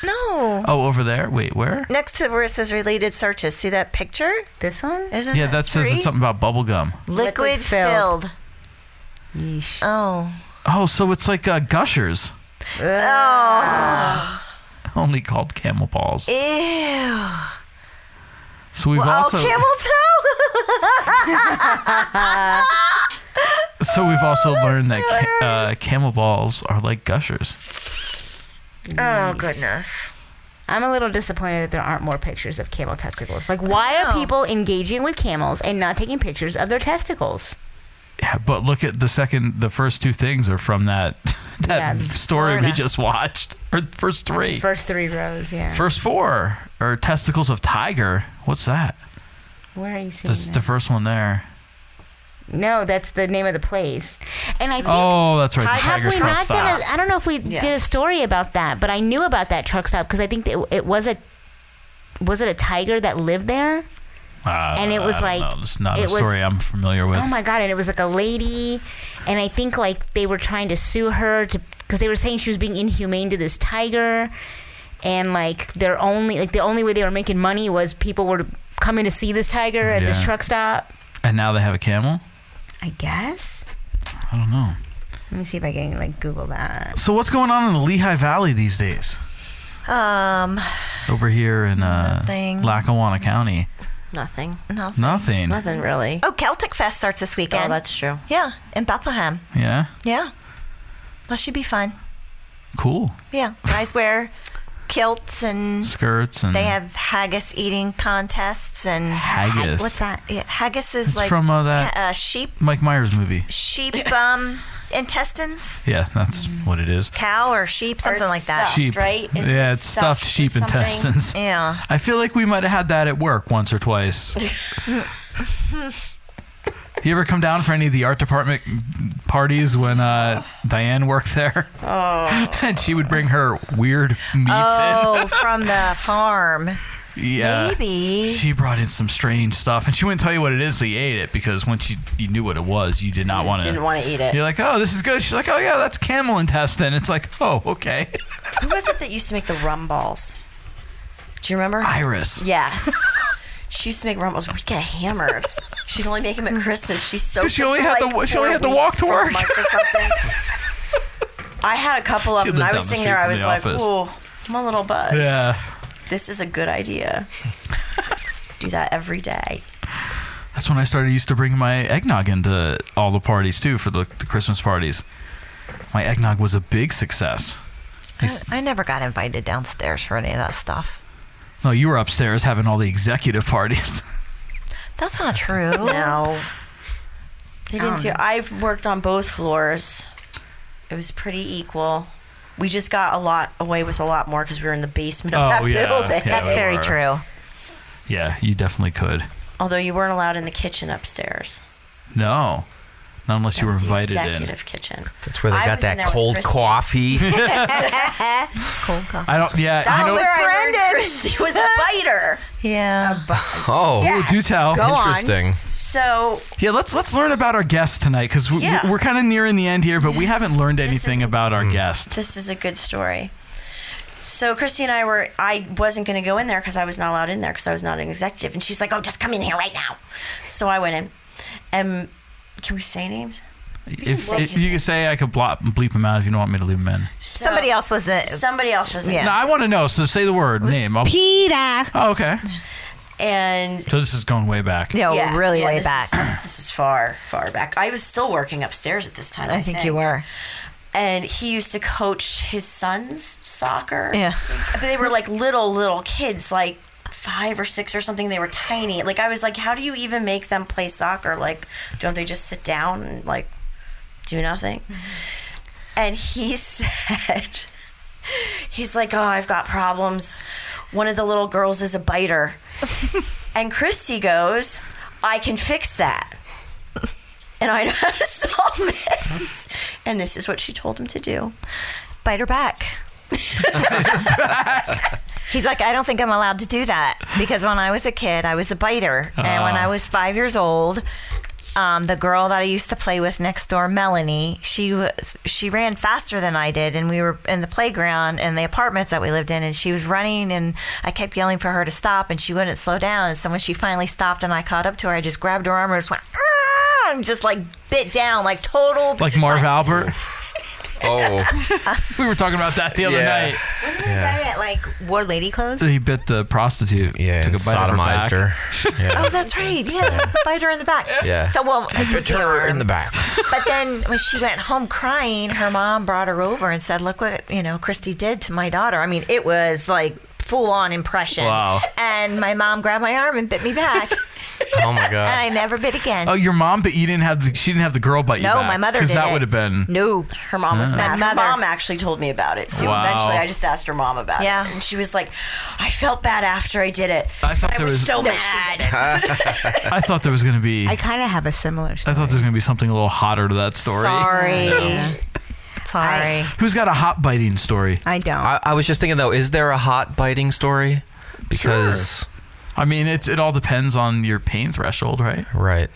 G: No.
H: Oh, over there. Wait, where?
G: Next to where it says related searches. See that picture?
I: This one?
G: Isn't
H: Yeah,
G: that
H: that says
G: three?
H: it's something about bubble gum.
G: Liquid,
I: filled.
G: filled. Oh.
H: Oh, so it's like uh, gushers,
G: Oh.
H: only called camel balls.
G: Ew.
H: So we've
G: well,
H: also
G: oh, camel toe.
H: so we've also learned that ca- uh, camel balls are like gushers.
G: Oh goodness.
C: I'm a little disappointed that there aren't more pictures of camel testicles. Like, why are people engaging with camels and not taking pictures of their testicles?
H: Yeah, but look at the second, the first two things are from that that
C: Yeah,
H: story we
C: Florida.
H: just watched, or the first three,
C: First three rows, yeah.
H: first four are testicles of tiger. What's that?
C: Where are you seeing
H: That's
C: that?
H: the first one there.
C: No, that's the name of the place. And I think
H: Oh, that's right, the
C: Have
H: Tiger's
C: we
H: truck
C: not done
H: stop.
C: a? I don't know if we did a story about that, but I knew about that truck stop because I think that it was a was it a tiger that lived there?
H: Uh,
C: And it was
H: I don't
C: like-
H: know. it's not
C: it
H: a
C: was-
H: story I'm familiar with.
C: Oh my god! And it was like a lady, and I think like they were trying to sue her to because they were saying she was being inhumane to this tiger, and like their only like the only way they were making money was people were coming to see this tiger at this
H: Yeah.
C: truck stop.
H: And now they have a camel.
C: I guess.
H: I don't know.
C: Let me see if I can like Google that.
H: So what's going on in the Lehigh Valley these days?
G: Um,
H: Over here in uh,
G: Nothing.
H: Lackawanna County,
G: nothing. Nothing.
H: nothing.
G: really. Oh, Celtic Fest starts this weekend. Oh, that's true. Yeah, in Bethlehem.
H: Yeah,
G: Yeah. That should be fun.
H: cool.
G: Yeah. Guys wear kilts and
H: Skirts and
G: they have haggis eating contests and
H: Haggis. What's
G: that? Yeah, haggis is
H: It's
G: like
H: from, uh, that-
G: uh, sheep
H: Mike Myers movie.
G: sheep um intestines,
H: Yeah, that's
C: Mm.
H: what it is.
G: cow or sheep, something like that.
H: Sheep. yeah, it's stuffed, sheep intestines.
G: Yeah.
H: I feel like we might have had that at work once or twice. you ever come down for any of the art department parties when uh, Diane worked there?
G: Oh.
H: and she would bring her weird meats
G: oh, from the farm.
H: in. Yeah.
G: Maybe.
H: She brought in some strange stuff, and she wouldn't tell you what it is. They ate it because once you, you knew what it was, you did not want to.
K: Didn't wanna eat it.
H: You're like, oh, this is good. She's like, oh yeah, that's camel intestine. It's like, oh, okay.
K: Who was it that used to make the rum balls? Do you remember?
H: Iris.
K: Yes. she used to make rum balls. We get hammered. She can only make them at Christmas. She's so.
H: 'Cause she only had to wa- she only had to walk to work.
K: Or something. I had a couple of
H: She
K: them. and
H: lived
K: I
H: down
K: was
H: the
K: sitting
H: street
K: there. I
H: from
K: was
H: the
K: like,
H: office.
K: "Ooh, I'm a little buzzed.
H: Yeah.
K: This is a good idea. Do that every day.
H: That's when I started used to bring my eggnog into all the parties too for the, the Christmas parties. My eggnog was a big success.
G: I, I never got invited downstairs for any of that stuff.
H: No, you were upstairs having all the executive parties.
G: That's not true.
K: no. They didn't
G: Um,
K: do. I've worked on both floors. It was pretty equal. We just got a lot away with a lot more because we were in the basement of
H: Oh,
K: that
H: yeah,
K: building.
H: yeah, That's we very were.
G: true.
H: yeah, you definitely could.
K: Although you weren't allowed in the kitchen upstairs.
H: No, not unless
K: That
H: you were
K: was the
H: invited in.
K: executive kitchen.
F: That's where they
K: I
F: got
K: was in
F: that
K: there with
F: cold
K: Christy.
F: coffee.
H: E.
K: cold coffee.
H: I don't. Yeah,
K: That's
H: you know.
K: where I learned Christy was a biter.
G: Yeah.
F: Oh,
K: Yeah.
H: do tell.
K: So
H: Yeah, let's let's learn about our guest tonight because we,
K: Yeah.
H: we're kind of nearing the end here, but we haven't learned anything about
F: Hmm.
H: our guest.
K: This is a good story. So Christy and I were. I wasn't going to go in there because I was not allowed in there because I was not an executive. And she's like, "Oh, just come in here right now." So I went in. And can we say names?
H: If,
K: block
H: if
K: his
H: you could say, I could blop, bleep him out if you don't want me to leave him in.
K: somebody else was the. Somebody else was
H: No, I
K: in.
H: want to know. So say the word name. I'll,
K: Peter.
H: Oh, okay.
K: And
H: So this is going way back.
K: yeah, this Is, this is far, far back. I was still working upstairs at this time. I,
G: I think you were.
K: And he used to coach his sons soccer.
G: Yeah.
K: but they were like little, little kids, like five or six or something. They were tiny. Like I was like, how do you even make them play soccer? Like, don't they just sit down and like do nothing? And he said, he's like, oh, I've got problems. One of the little girls is a biter. and Christy goes, I can fix that. And I know how to solve it. And this is what she told him to do bite her back.
G: He's like, I don't think I'm allowed to do that because when I was a kid, I was a biter, and when
K: Ah.
G: I was five years old, um, the girl that I used to play with next door, Melanie, she was she ran faster than I did, and we were in the playground in the apartments that we lived in, and she was running, and I kept yelling for her to stop, and she wouldn't slow down, and so when she finally stopped, and I caught up to her, I just grabbed her arm and just went. "Ah!" and just like bit down, like total.
H: Like Marv Albert.
F: Oh.
H: we were talking about that the other
F: Yeah.
H: night.
I: Guy that like wore lady clothes.
H: He bit the prostitute. Yeah, took a
F: and sodomized
H: her.
G: Oh, that's right. Yeah, the bite her in the back.
F: Yeah.
G: So well, this was the arm.
F: in the back.
G: But then when she went home crying, her mom brought her over and said, "Look what you know Christy did to my daughter." I mean, it was like full on impression.
H: Wow.
G: And my mom grabbed my arm and bit me back,
H: Oh my
G: and I never bit again.
H: Oh, your mom, but you didn't have the, she didn't have the girl bite you.
G: No, my mother
H: Because
G: did
H: that
G: it.
H: would have been
G: no.
K: Her mom was
H: Yeah.
K: mad.
G: My
K: Her
G: mother-
K: mom actually told me about it too.
H: Wow.
K: Eventually, I just asked her mom about it, and she was like, "I felt bad after I did it.
H: I thought there
K: was,
H: was-
K: so
H: No,
K: mad."
H: I thought there was going to be. I
I: kind of have a similar.
H: I thought there was going to be something a little hotter to that story.
G: Sorry.
H: No.
G: Sorry.
H: Who's got a hot biting story?
I: I don't.
F: I, I was just thinking though, is there a hot biting story? Because
H: I mean, it's it all depends on your pain threshold, right?
F: Right.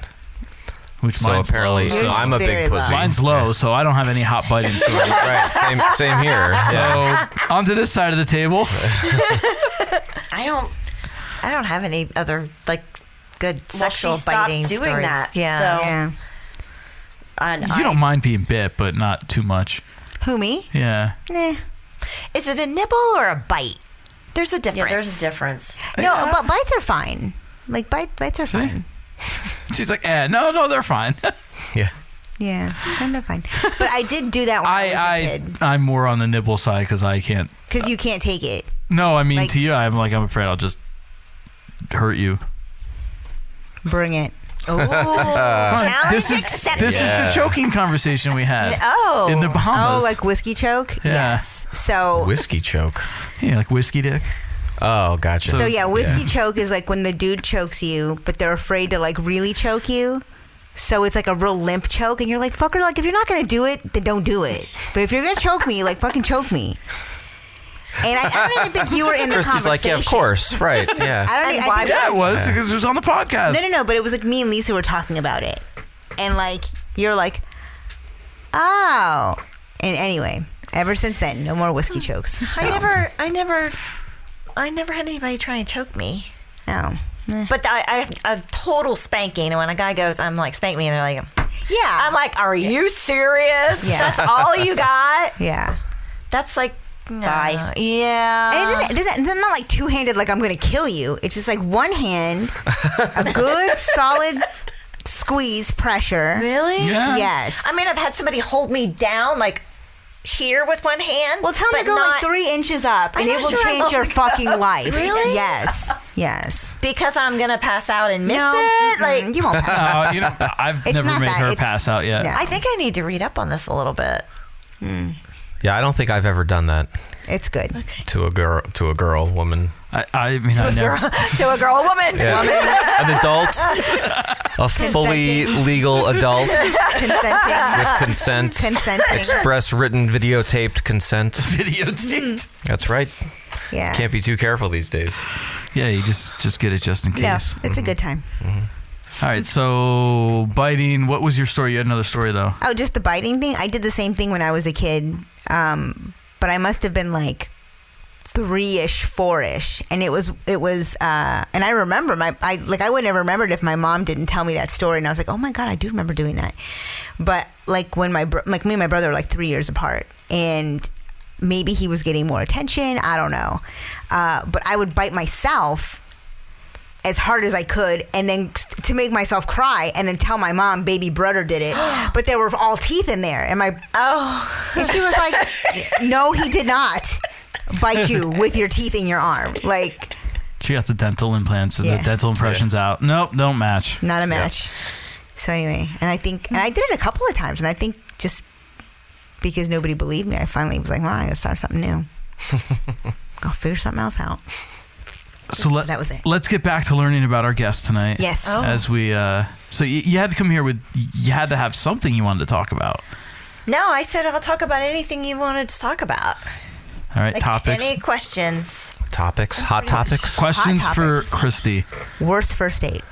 H: Which
F: So
H: mine's
F: apparently-
H: low,
F: so Yours I'm a is big very low. pussy.
H: Mine's low, so I don't have any hot biting stories.
F: Right, same- same here, yeah.
H: So onto this side of the table.
G: I don't. I don't have any other like good
K: Well, she
G: sexual
K: stopped
G: biting
K: doing
G: stories.
K: that,
G: Yeah.
K: so-
G: yeah.
K: And
H: you don't mind being bit, but not too much.
G: Who me?
H: Yeah.
G: Nah. Is it a nibble or a bite? There's a difference. Yeah, there's
K: a difference.
I: No, but bites are fine. Like bite, bites are fine.
H: She's like, eh, no, no, they're fine.
F: yeah.
I: Yeah, and they're fine. But I did do that when I, was a
H: I,
I: kid
H: I, I'm more on the nibble side because I can't.
I: because you can't take it.
H: No, I mean
I: Like-
H: to you, I'm like, I'm afraid I'll just hurt you.
I: Bring it.
H: Right, this is this is the choking conversation we had.
I: Oh,
H: in the Bahamas.
I: Oh, like whiskey choke.
H: Yeah.
I: Yes. So
F: whiskey choke.
H: Yeah, like whiskey dick.
F: Oh, gotcha.
I: So, yeah, whiskey choke is like when the dude chokes you, but they're afraid to like really choke you. So it's like a real limp choke, and you're like, "Fucker, like if you're not gonna do it, then don't do it. But if you're gonna choke me, like fucking choke me." And I, I don't even think you were in the
F: Christy's
I: conversation.
F: like, yeah, of course, right, yeah.
I: I don't. I think
H: yeah, it was because it was on the podcast.
I: No, no, no. But it was like me and Lisa were talking about it, and like you're like, oh. And anyway, ever since then, no more whiskey chokes.
G: I
I: So.
G: never, I never, I never had anybody try and choke me.
I: Oh.
G: But I, I have a total spanking, and when a guy goes, I'm like, spank me, and they're like,
I: yeah.
G: I'm like, are you serious?
I: Yeah.
G: That's all you got?
I: Yeah.
G: That's like, no.
I: Bye.
G: Yeah.
I: And it doesn't, it doesn't, it's not like two handed, like I'm going to kill you. It's just like one hand, a good solid squeeze pressure.
G: Really?
I: Yes.
G: I mean, I've had somebody hold me down, like here with one hand.
I: Well, tell me
G: but
I: to go
G: not-
I: like three inches up,
G: I'm
I: and it
G: not
I: will
G: sure I
I: change your
G: love
I: fucking
G: that.
I: life.
G: Really?
I: Yes. Yes.
G: Because I'm gonna pass out and miss
I: No, mm-mm,
G: it. Like
I: you won't
H: Uh, you know, I've
G: It's
H: never
G: not
H: made
G: that,
H: her
G: it's-
H: pass out yet.
G: I think I need to read up on this a little bit.
F: Yeah, I don't think I've ever done that
I: It's good.
F: to a girl, to a girl, woman.
H: I, I mean, I never.
G: to a girl, a woman,
F: Yeah. An adult. A fully legal adult
I: Consenting.
F: with consent.
I: Consenting.
F: Express written videotaped consent.
H: Videotaped.
I: Mm-hmm.
F: That's right.
I: Yeah.
F: Can't be too careful these days.
H: Yeah, you just just get it just in
I: No,
H: case.
I: it's a good
F: Mm-hmm.
I: time.
H: All right, so biting. What was your story? You had another story though.
I: Oh, just the biting thing. I did the same thing when I was a kid, um, but I must have been like three-ish, four-ish, and it was it was, uh, and I remember my I like I wouldn't have remembered if my mom didn't tell me that story, and I was like, oh my god, I do remember doing that, but like when my bro- like me and my brother are like three years apart, and maybe he was getting more attention, I don't know, uh, but I would bite myself as hard as I could, and then to make myself cry, and then tell my mom, baby brother did it. But there were all teeth in there, and my
G: oh,
I: and she was like, no, he did not bite you with your teeth in your arm, like
H: She got the dental implants. So
I: Yeah.
H: the dental impressions out. Nope, don't match.
I: not a match. So anyway, and I think, and I did it a couple of times, and I think just because nobody believed me, I finally was like, well, I gotta start something new. I'll figure something else out.
H: So let,
I: That was it.
H: Let's get back to learning about our guest tonight.
I: Yes. Oh.
H: As we, uh, so you, you had to come here with, you had to have something you wanted to talk about.
G: No, I said I'll talk about anything you wanted to talk about.
H: All right,
G: Like,
H: topics.
G: Any questions?
F: Topics, hot topics.
H: Questions
G: Hot topics.
H: for Christy.
I: Worst first date.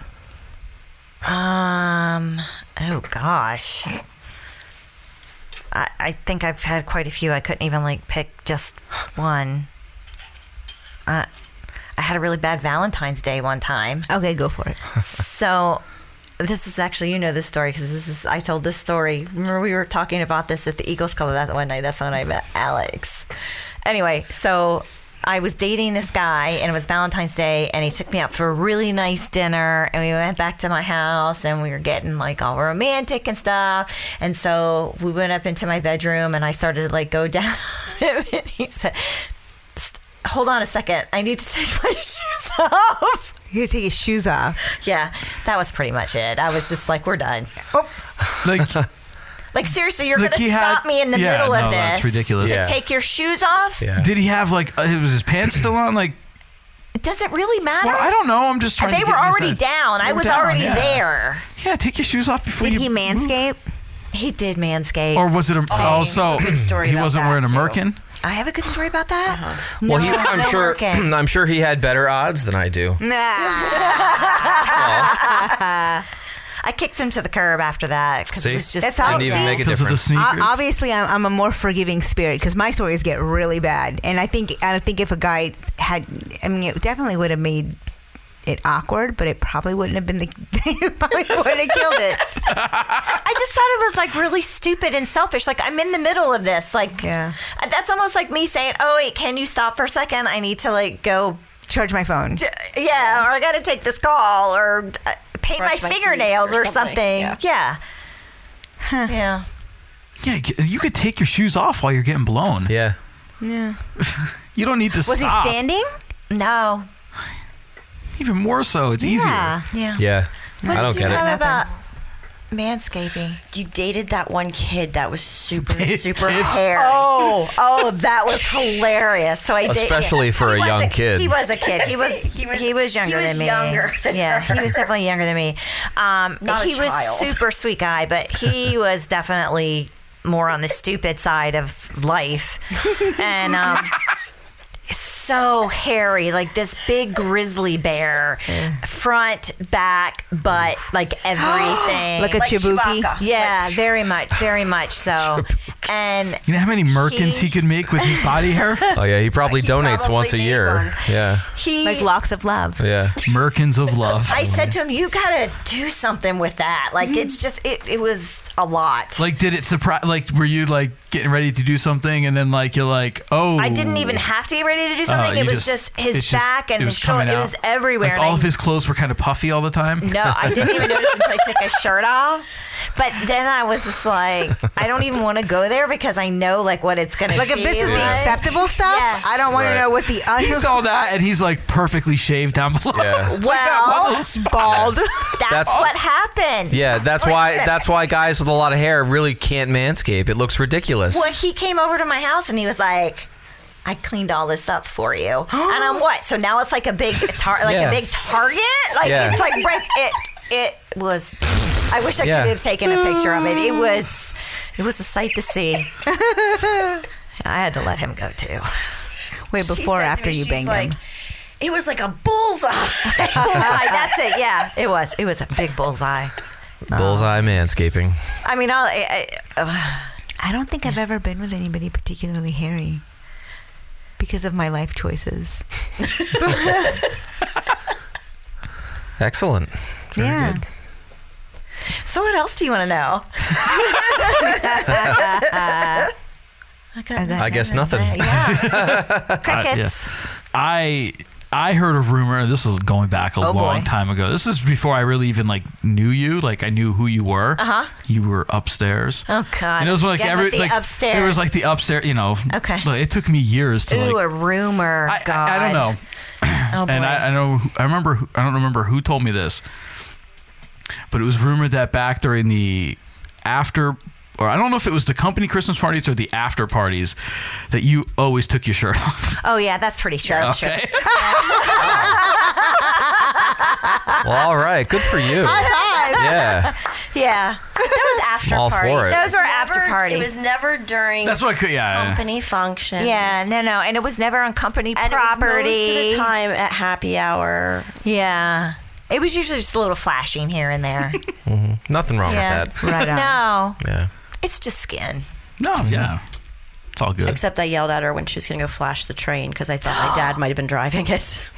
G: Um. Oh gosh. I, I think I've had quite a few. I couldn't even like pick just one. Uh, I had a really bad Valentine's Day one time.
I: Okay, go for it.
G: so this is actually you know this story because this is I told this story. Remember we were talking about this at the Eagles Club that one night. That's when I met Alex. Anyway, so I was dating this guy and it was Valentine's Day and he took me out for a really nice dinner and we went back to my house and we were getting like all romantic and stuff. And so we went up into my bedroom and I started to like go down. and he said, hold on a second. I need to take my shoes off.
I: You take your shoes off.
G: Yeah, that was pretty much it. I was just like, we're done.
I: Oh.
H: Like,
G: Like seriously, you're
H: Like,
G: gonna
H: he had-
G: stop me in the
H: Yeah,
G: middle
H: no,
G: of this?
H: that's ridiculous.
G: To
H: Yeah.
G: take your shoes off?
H: did he have like uh, was his pants still on? Like,
G: Does it really matter?
H: Well, I don't know. I'm just trying
G: They
H: to
G: were
H: get in his
G: already
H: head.
G: down.
H: They
G: I
H: were
G: was
H: down,
G: already
H: yeah.
G: there.
H: Yeah, take your shoes off before
G: did
H: you
G: he
I: manscape?
G: He did manscape.
H: Or was it a, oh, so he wasn't wearing a merkin?
G: I have a good story about that. Uh-huh.
F: Well, he, I'm sure. I'm sure he had better odds than I do.
G: I kicked him to the curb after that because
F: See?
G: it was just
F: That's all- Didn't even
G: See?
F: make a Because of the difference.
I: O-
F: sneakers?
I: obviously, I'm, I'm a more forgiving spirit because my stories get really bad, and I think I think if a guy had, I mean, it definitely would have made it awkward, but it probably wouldn't have been the it probably would have killed it.
G: I just thought it was like really stupid and selfish. Like I'm in the middle of this. Like uh, that's almost like me saying, "Oh wait, can you stop for a second? I need to like go
I: charge my phone."
G: yeah, or I got to take this call, or uh, paint
K: Brush
G: my,
K: my teeth
G: fingernails,
K: or
G: or something.
K: something.
G: Yeah.
K: Yeah.
G: Yeah. yeah.
H: Yeah, g- you could take your shoes off while you're getting blown.
F: Yeah.
H: You don't need to
I: Was he
H: stop.
I: standing?
G: No.
H: Even more so, it's easier.
G: Yeah. Yeah.
F: Yeah.
G: What
F: I don't
G: did you
F: get
G: have
F: it.
G: about manscaping?
K: You dated that one kid that was super, super hairy.
G: Oh, oh, that was hilarious. So I did-
F: Especially for a
G: He was
F: young kid.
G: He was a kid. He was he was, younger
K: was
G: than me.
K: younger than
G: yeah,
K: her.
G: he was definitely younger than me. Um,
K: Not a
G: he was
K: child.
G: super sweet guy, but he was definitely more on the stupid side of life, and. Um, so hairy, like this big grizzly bear, front, back, butt, like everything.
I: Like a Like Chibuki? Chewbacca.
G: Yeah, very much, very much so. And
H: You know how many merkins he, could make with his body hair?
F: Oh yeah, he probably donates once a year. Yeah.
G: he
I: like locks of love.
F: Yeah.
H: Merkins of love.
G: I said to him, "You gotta do something with that. Like
I: Mm.
G: it's just it. It was a lot.
H: Like, did it surprise? Like, were you like getting ready to do something, and then like you're like, oh, Uh-huh,
G: I didn't even have to get ready to do
I: Uh,
G: something.
H: you
G: it was just,
H: it's
G: his
H: just-
G: back and
H: it
G: his shoulder.
H: coming
G: It
H: out.
G: was everywhere.
H: Like,
G: and
H: all
G: I-
H: of his clothes were kind of puffy all the time.
G: no, I didn't even notice until I took his shirt off. But then I was just like, I don't even want to go there because I know like what it's gonna
I: Like
G: be.
I: if this is the
G: like.
I: acceptable stuff, I don't want
H: Right.
I: to know what the un-
H: he saw that, and he's like perfectly shaved down below. Yeah.
G: Well,
I: bald.
G: That's,
F: That's-
G: what happened.
F: Yeah, that's why. That's why guys with a lot of hair really can't manscape. It looks ridiculous.
G: Well, he came over to my house and he was like, "I cleaned all this up for you," and I'm what? So now it's like a big tar- like a
F: Yeah.
G: big target. Like
F: Yeah.
G: it's like right- it it was. I wish I
F: Yeah.
G: could have taken a picture of it. It
I: Mm.
G: was it was a sight to see. I had to let him go too.
I: Wait,
G: She
I: before or
G: said to
I: after
G: me,
I: you
G: she's
I: banged
G: like,
I: him?
G: It was like a bullseye. bullseye. That's it. Yeah, it was. It was a big bullseye.
F: Bullseye manscaping.
G: I mean, I'll, I, I,
I: I don't think I've ever been with anybody particularly hairy because of my life choices.
F: Excellent. Very
I: Yeah.
F: good.
G: So what else do you want to know? I,
F: I guess nothing.
G: Crickets.
H: I I heard a rumor. This is going back a
G: Oh, boy.
H: long time ago. This is before I really even like knew you. Like I knew who you were.
G: Uh-huh.
H: You were upstairs.
G: Oh God!
H: And it was like
G: Again with
H: every
G: the
H: like
G: upstairs.
H: It was like the upstairs. You know.
G: Okay.
H: Like, it took me years to
G: ooh
H: like.
G: a rumor. God,
H: I don't know.
G: Oh boy.
H: and I, I know I remember who- I don't remember who told me this, but it was rumored that back during the after or I don't know if it was the company Christmas parties or the after parties that you always took your shirt off.
G: oh yeah, that's pretty sure.
H: That's Okay. true.
F: Well, all right. Good for you.
G: High five.
F: Yeah.
G: yeah,
K: that was after
F: all for
K: parties.
F: it.
G: Those were
K: Never-
G: after parties.
K: It was never during.
F: That's
H: what I could- yeah, yeah.
K: Company functions.
G: Yeah, no, no, and it was never on company
K: And it was
G: property.
K: most of the time at happy hour.
G: Yeah, it was usually just a little flashing here and there.
F: hmm Nothing wrong
G: yeah,
F: with that.
G: no,
F: Yeah.
G: it's just skin.
H: No, yeah. It's all good.
K: Except I yelled at her when she was going to go flash the train because I thought my dad might have been driving it.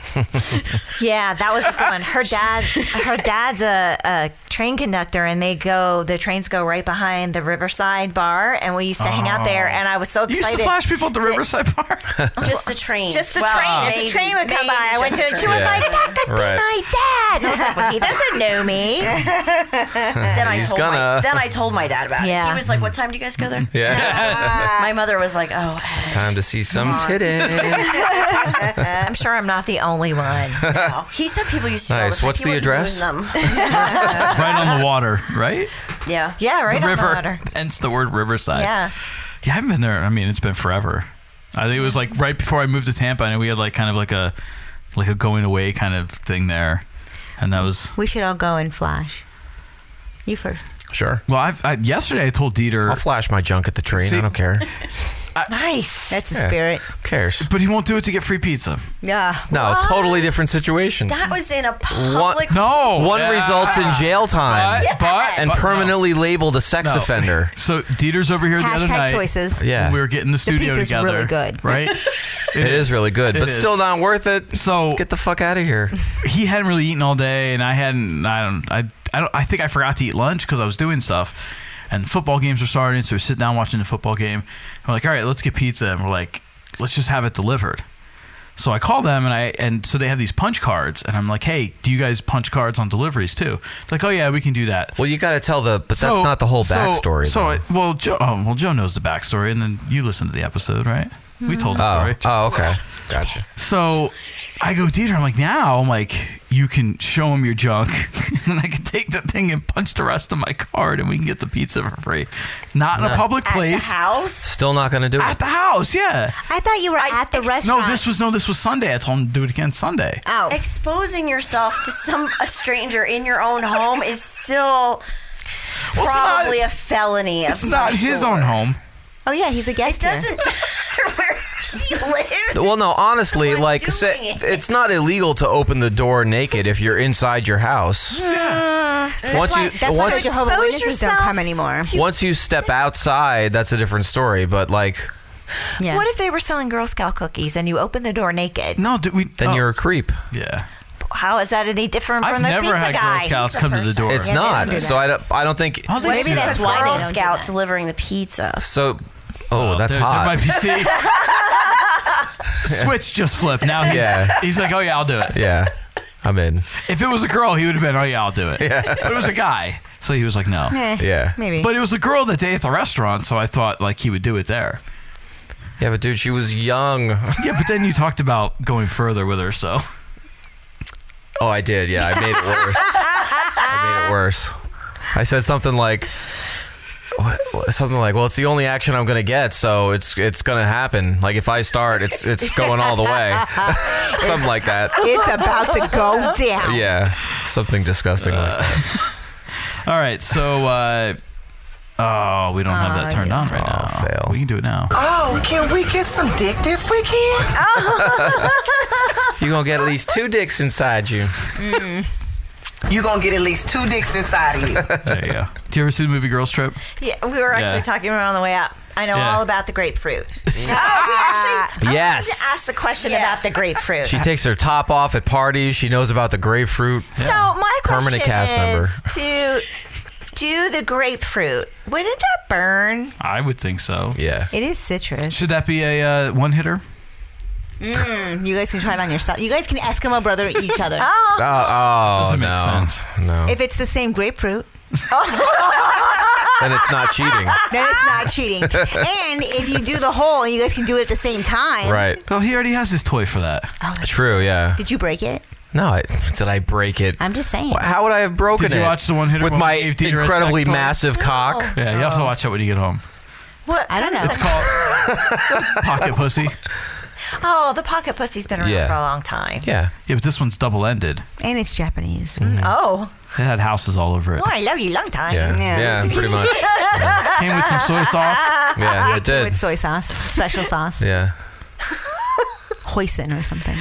G: Yeah, that was a good one. Her dad, her dad's a, a train conductor, and they go. The trains go right behind the Riverside Bar, and we used to hang out there.
H: Oh.
G: And I was so
H: You used
G: excited.
H: to flash people at the Riverside Park.
K: Just the train.
G: Just the
K: Well,
G: train. If
K: maybe-
G: the train would come by, I went to.
K: just
G: it.
K: the
G: She was
K: train.
G: like, "That could
F: Right.
G: be my dad." And I was like, "Well, he doesn't know me."
K: then I
F: He's
K: told my,
F: gonna.
K: then I told my dad about it.
G: Yeah.
K: He was like, "What time do you guys go there?"
F: Yeah.
K: my mother was like, "Oh,
F: Time to see some titties.
G: I'm sure I'm not the only one.
K: He said people used to. do all
F: nice.
K: time.
F: What's
K: He
F: the
K: would
F: address?
K: moon them.
H: right on the water, right?
K: yeah. Yeah.
G: Right
H: the
G: on
H: river.
G: the water.
H: Hence the word Riverside.
G: Yeah.
H: Yeah, I haven't been there. I mean, it's been forever. I think it was like right before I moved to Tampa, and we had like kind of like a like a going away kind of thing there, and that was
I: We should all go and flash. You first.
H: sure. Well, I've, I yesterday I told Dieter I'll flash my junk at the train.
F: I don't care.
I: nice. That's the
F: Yeah.
I: spirit.
F: Who cares?
H: But he won't do it to get free pizza.
I: Yeah.
F: No,
K: What?
F: totally different situation.
K: That was in a
F: One,
K: public.
F: one
H: Yeah.
F: results in jail time,
H: But- but-
F: and
H: but no.
F: permanently labeled a sex
H: No.
F: offender.
H: So Dieter's over here the other
F: Hashtag
H: night.
F: choices. Yeah.
H: we were getting the
F: The
H: studio
F: pizza's
H: together.
F: really good.
H: right?
F: It is really good, but still
H: not worth it. So get the fuck out of here. He hadn't really eaten all day, and I hadn't. I don't. I. I don't. I think I forgot to eat lunch because I was doing stuff, and football games were starting. So we sit down watching the football game. We're like, all right, let's get pizza, and we're like, let's just have it delivered. So I call them and I and so they have these punch cards and I'm like, hey, do you guys punch cards on deliveries too? It's like, oh yeah, we can do that.
F: Well, you got to tell the, but that's not the whole
H: so-
F: backstory.
H: So,
F: though.
H: I, well, Joe, oh, well, Joe knows the backstory, and then you listened to the episode, right? We told the
F: Oh.
H: story.
F: Oh, okay, gotcha.
H: So I go, Dieter, I'm like, now I'm like, you can show him your junk, and I can take the thing and punch the rest of my card, and we can get the pizza for free. Not in a
F: No.
H: public place.
K: house.
F: Still not going to do it.
H: At the house, yeah.
I: I thought you were at the restaurant.
H: No, this was no, this was Sunday. I told him to do it again Sunday.
K: Exposing yourself to some a stranger in your own home is still probably a felony. Of
H: It's not
K: some
H: his
K: sort.
H: own home.
I: Oh yeah, he's a guest.
K: It doesn't matter where he lives.
F: Well, no, honestly, like say, it's not illegal to open the door naked if you're inside your house.
I: That's
F: Once
I: why,
F: you-
I: that's why
F: once-
I: the Jehovah's
K: Expose
I: Witnesses
K: yourself.
I: don't come anymore.
F: Once you step outside, that's a different story. But like,
G: What if they were selling Girl Scout cookies and you open the door naked?
H: No, did we?
F: then you're a creep.
H: Yeah,
G: How is that any different
F: I've
G: from the
F: never
G: pizza
F: had Girl
G: guy?
F: Scouts come to the door. It's not. so I don't. I don't think.
K: Maybe that's why Girl Scout delivering the pizza.
F: So, oh, that's
H: there- there
F: hot.
H: might be- see? switch just flipped. Now he's,
F: Yeah.
H: he's like, oh yeah, I'll do it.
F: yeah, I'm in.
H: If it was a girl, he would have been, oh yeah, I'll do it. But it was a guy, so he was like, no.
F: Eh, Yeah. maybe.
H: But it was a girl that day at the restaurant, so I thought like he would do it there.
F: Yeah, but dude, she was young.
H: yeah, but then you talked about going further with her, so.
F: Oh, I did. Yeah, I made it worse. I made it worse. I said something like, what- what- something like, "Well, it's the only action I'm gonna get, so it's it's gonna happen. Like if I start, it's it's going all the way. something like that.
I: It's about to go down.
F: Yeah, something disgusting like that.
H: All right, so. Uh, oh, we don't have that turned on
F: Oh,
H: right now. Fail. We can do it now.
D: Oh, can we get some dick this weekend? Oh.
F: You're gonna get at least two dicks inside you.
D: You're Hmm. gonna get at least two dicks inside of you.
H: There you go. Do you ever see the movie Girls Trip?
G: Yeah, we were actually
H: Yeah.
G: talking about it on the way out. I know
H: Yeah.
G: all about the grapefruit. Oh,
F: Yes.
G: Ask the question about the grapefruit.
F: She takes her top off at parties. She knows about the grapefruit.
G: So my question
F: permanent cast
G: is
F: member.
G: to do the grapefruit. Wouldn't that burn?
H: I would think so.
F: Yeah.
I: It is citrus.
H: Should that be a uh, one hitter?
I: Mm, you guys can try it on yourself. You guys can Eskimo brother each other.
F: Oh, oh
H: Doesn't make
F: no.
H: sense.
F: No.
I: If it's the same grapefruit,
F: then it's not cheating.
I: then it's not cheating. and if you do the whole, you guys can do it at the same time.
F: Right.
H: Oh, he already has his toy for that.
F: True. Yeah.
I: Did you break it?
F: No, I, did I break it?
I: I'm just saying.
F: How would I have broken
H: Did you
F: it?
H: watch the one hitter
F: with
H: one
F: my
H: we gave Dieter a
F: incredibly
H: sex toy?
F: massive cock?
H: Yeah, you have to watch that when you get home.
G: What? I don't know. It's
H: Pocket pussy.
G: oh, the pocket pussy's been around
H: Yeah.
G: for a long time.
F: Yeah.
H: Yeah, but this one's double ended.
I: And it's Japanese.
G: Oh,
H: It had houses all over it.
G: well, I love you long time.
H: Yeah. Yeah, pretty much. Came with some soy sauce.
F: Yeah,
I: I
F: it
I: do
F: did.
I: With soy sauce, special sauce,
F: Yeah.
I: hoisin or something.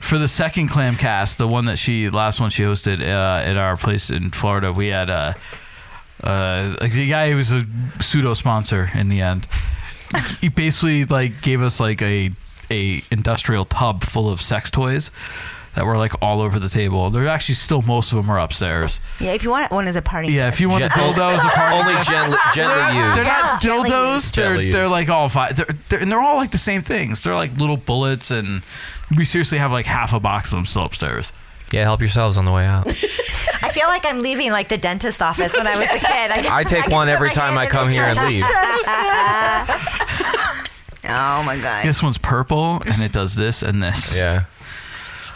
H: For the second clam cast, the one that she last one she hosted uh, at our place in Florida, we had uh, uh, like the guy who was a pseudo sponsor in the end. he basically like gave us like a a industrial tub full of sex toys that were like all over the table. They're actually still most of them are upstairs.
I: Yeah, if you want one as a party.
H: Yeah, if you want the
I: Gentle-
H: dildos, a party
I: Only gently-
F: gently
H: they're not,
F: used.
H: They're not
I: Yeah, gently
H: dildos.
I: used.
H: They're
F: Gently
H: they're
F: used.
H: like all five. They're, they're, and they're all like the same things. They're like little bullets, and we seriously have like half a box of them still upstairs.
F: Yeah, help yourselves on the way out.
G: I feel like I'm leaving like the dentist office when I was a kid. I, get-
F: I take
G: get
F: one
G: to put
F: every
G: my
F: time
G: hand
F: I
G: in
F: come
G: the
F: here and
G: trash.
F: leave.
I: Oh my god.
H: This one's purple, and it does this and this. Ah.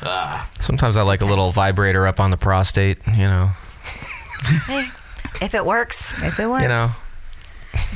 F: Yeah. Sometimes I like a little vibrator up on the prostate. You know.
G: Hey, if it works,
I: if it works,
F: You know.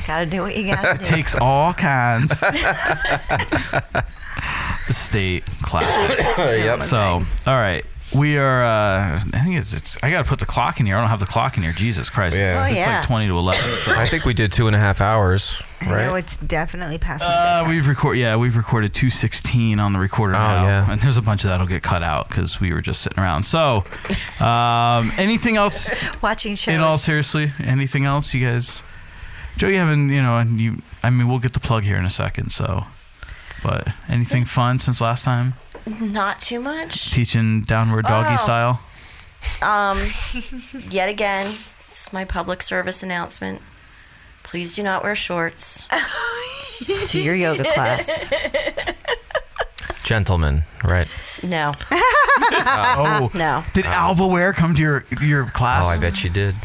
G: gotta do what you gotta do.
H: Takes all kinds. the state classic.
F: Yep.
H: So, all right. We are. Uh, I think it's, it's. I gotta put the clock in here. I don't have the clock in here. Jesus Christ! It's,
F: Yeah. Oh,
H: it's
I: yeah.
H: like twenty to eleven.
F: I think we did two and a half hours,
I: I know
H: right?
I: it's definitely past my
H: Uh, we've record. Yeah, we've recorded two sixteen on the recorder now,
F: Oh, yeah.
H: and there's a bunch of that'll get cut out because we were just sitting around. So, um, anything else?
G: Watching shows.
H: In all seriously, anything else you guys? Joe, you haven't. You know, and you. I mean, we'll get the plug here in a second. So, but anything fun since last time?
K: Not too much.
H: Teaching downward doggy
K: Oh.
H: style.
K: Um, yet again, this is my public service announcement. Please do not wear shorts
G: to your yoga class.
F: Gentlemen, right? Uh,
K: No.
H: oh
K: no!
H: Did Alva Ware come to your your class?
F: Oh, I bet she did.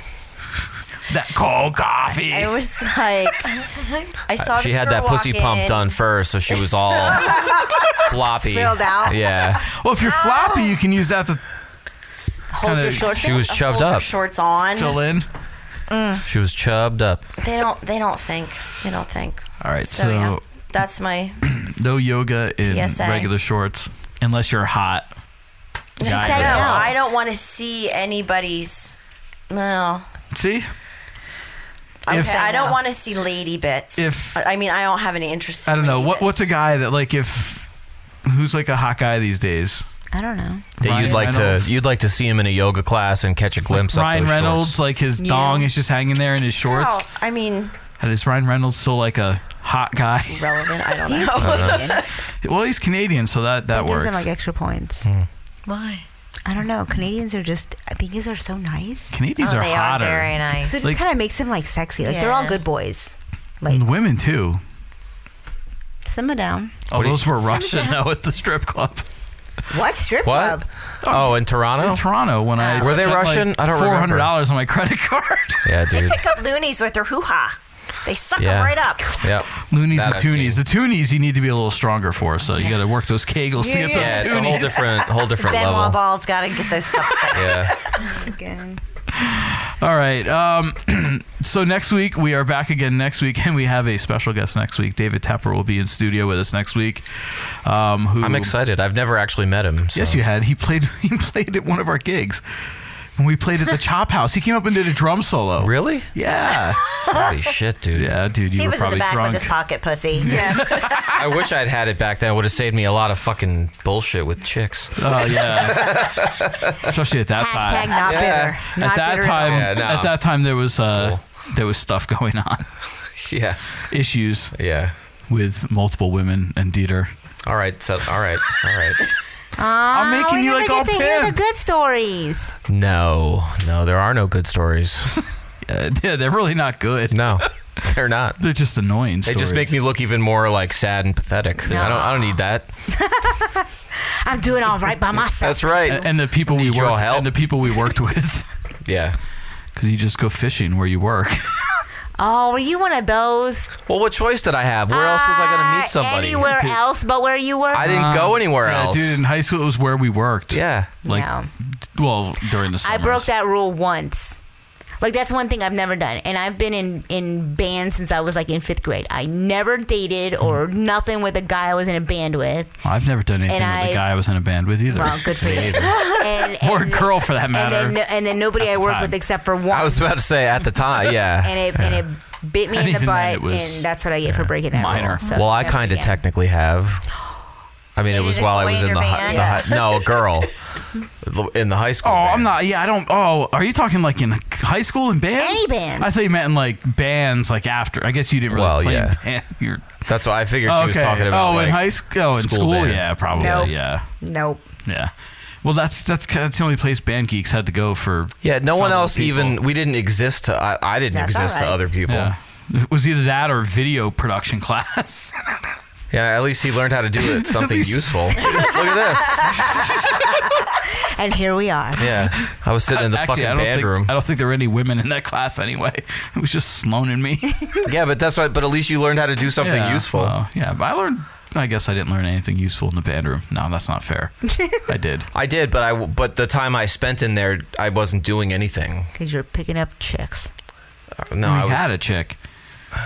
H: That cold coffee.
K: I was like, I saw.
F: she
K: this
F: had
K: girl
F: that pussy
K: walk
F: pump
K: in.
F: done first, so she was all floppy,
K: Filled out.
F: Yeah.
H: Well, if you're floppy, you can use that to
K: Hold your shorts.
F: She was chubbed
K: Hold your
F: up.
K: shorts on.
H: fill in.
K: Mm.
F: She was chubbed up.
K: They don't. They don't think. They don't think.
H: All right,
K: So,
H: so,
K: yeah. That's my.
H: no yoga in
K: PSA.
H: regular shorts unless you're hot. Yeah, I
K: no,
H: know.
K: I don't want to see anybody's. Well,
H: See,
K: okay,
H: If-
K: I don't want to see lady bits.
H: If-
K: I I mean, I don't have any interest.
H: I don't know what what's a guy that like if who's like a hot guy these days.
I: I don't know.
F: That
H: Ryan
F: you'd like
H: Reynolds.
F: to you'd like to see him in a yoga class and catch a glimpse of
H: Ryan
F: those
H: Reynolds,
F: shorts.
H: like his
K: Yeah.
H: dong is just hanging there in his shorts.
K: No, I mean,
H: And is Ryan Reynolds still like a hot guy?
K: relevant. I don't know.
H: Uh, well, he's Canadian, so that that
I: That gives
H: works.
I: them like extra points.
F: Hmm.
I: Why? I don't know. Canadians are just because they're so nice.
H: Canadians Oh, are they are hotter. very nice.
I: So it just
H: Like-
I: kind of makes them like sexy. Like they're all
K: Yeah.
I: good boys.
H: and women too.
I: Simmer down.
H: Oh, those were Russian
I: down.
H: though at the strip club.
I: What strip
F: What?
I: club?
F: Oh, in Toronto.
H: In Toronto, when I
F: were they
H: spent, like,
F: Russian? I don't
H: Four
F: remember.
H: hundred dollars on my credit card.
F: Yeah,
G: They
F: dude.
G: pick up loonies with their hoo ha. They suck
H: Yeah.
G: them right up.
F: Yep.
H: Loonies
F: That
H: and
F: I've
H: toonies. The toonies you need to be a little stronger for, so you got to work those kegels to
G: Yeah,
H: get
G: yeah. Yeah,
H: those
G: it's a
H: toonies.
G: whole
F: different- whole
G: Benoit Ball's got to get those stuff.
F: Yeah.
I: Again.
H: All right. Um, so next week we are back again next week, and we have a special guest next week. David Tepper will be in studio with us next week. Um, who
F: I'm excited. I've never actually met him. So.
H: Yes, you had. He played. He played at one of our gigs. When we played at the Chop House, he came up and did a drum solo.
F: Really?
H: Yeah.
F: Holy shit, dude.
H: Yeah, dude,
G: he was in the back with his pocket pussy.
F: I wish I'd had it back then. It would have saved me a lot of fucking bullshit with chicks.
H: Oh yeah. Especially at that
I: Hashtag
H: time.
I: not bitter. Not
H: at that
I: bitter at
H: time,
I: all.
H: at,
F: Yeah, no.
H: that time there was uh, there was stuff going on.
F: yeah.
H: Issues.
F: Yeah.
H: With multiple women and Dieter.
F: All right. So, all right. All right.
I: I'm
H: making you, like, all
I: Oh, get to hear the
H: pimp.
I: good stories.
F: No, no, there are no good stories.
H: yeah, they're really not good.
F: No, they're not.
H: They're just annoying.
F: They just make me look even more like sad and pathetic. I don't. I don't need that.
I: I'm doing all right by myself.
F: That's right.
H: And, and the people we
F: Need your
H: worked and the people we worked with.
F: Yeah.
H: Because you just go fishing where you work.
I: Oh, were you one of those? Uh,
F: Well, what choice did I have? Where else was I going to meet somebody?
I: Anywhere else but where you were? Uh,
F: I didn't go anywhere
H: yeah,
F: else.
H: dude. In high school, it was where we worked.
F: Yeah.
H: Like,
I: No.
H: well, during the summer.
I: I broke that rule once. Like that's one thing I've never done, and I've been in in band since I was like in fifth grade. I never dated
F: Mm-hmm.
I: or nothing with a guy I was in a band with.
H: I've never done anything
I: And
H: with
I: I've-
H: a guy I was in a band with either.
I: Well, good for you. and,
H: or a girl for that
I: and
H: matter.
I: then and then nobody I worked
H: time.
I: with except for one.
F: I was about to say at the time. Yeah.
I: and it and it bit me
F: And
I: in the
F: even
I: butt,
F: then it was
I: and that's what I get for breaking that rule. So
F: well, I
I: never
F: kind of
I: again.
F: technically have. I mean, it was
G: did
F: while
G: a
F: I was in the, hi-
G: band?
F: the hi- no a girl in the high school.
H: Oh, I'm not. Yeah, I don't. Oh, are you talking like in high school and band? Any
I: band.
H: I thought you meant in like bands, like after. I guess you didn't really
F: Well,
H: play
F: yeah.
H: in band. You're,
F: That's why I figured she was
H: Okay.
F: talking about.
H: Oh, in
F: like,
H: high school, oh, in school,
F: band.
H: yeah, probably,
I: Nope.
H: yeah,
I: Nope.
H: yeah. Well, that's that's ki- that's the only place band geeks had to go for.
F: Yeah, no one
H: fellow
F: else
H: people.
F: even we didn't exist to. I, I didn't
H: That's
F: exist to
H: alright.
F: other people.
H: Yeah.
F: Yeah.
H: It was either that or video production class.
F: at least he learned how to do it something
H: least-
F: useful. Look at this.
I: and here we are.
F: Yeah, I was sitting in the
H: Actually, I
F: fucking
H: don't
F: band
H: think-
F: room.
H: I don't think there were any women in that class anyway. It was just Sloan and me.
F: yeah, but that's why. But at least you learned how to do something
H: Yeah,
F: useful.
H: well, yeah, but I learned. I guess I didn't learn anything useful in the band room. No, that's not fair. I did.
F: I did, but I w- but the time I spent in there, I wasn't doing anything. Uh,
I: Because you're picking up chicks.
F: No,
H: we
F: I was,
H: had a chick.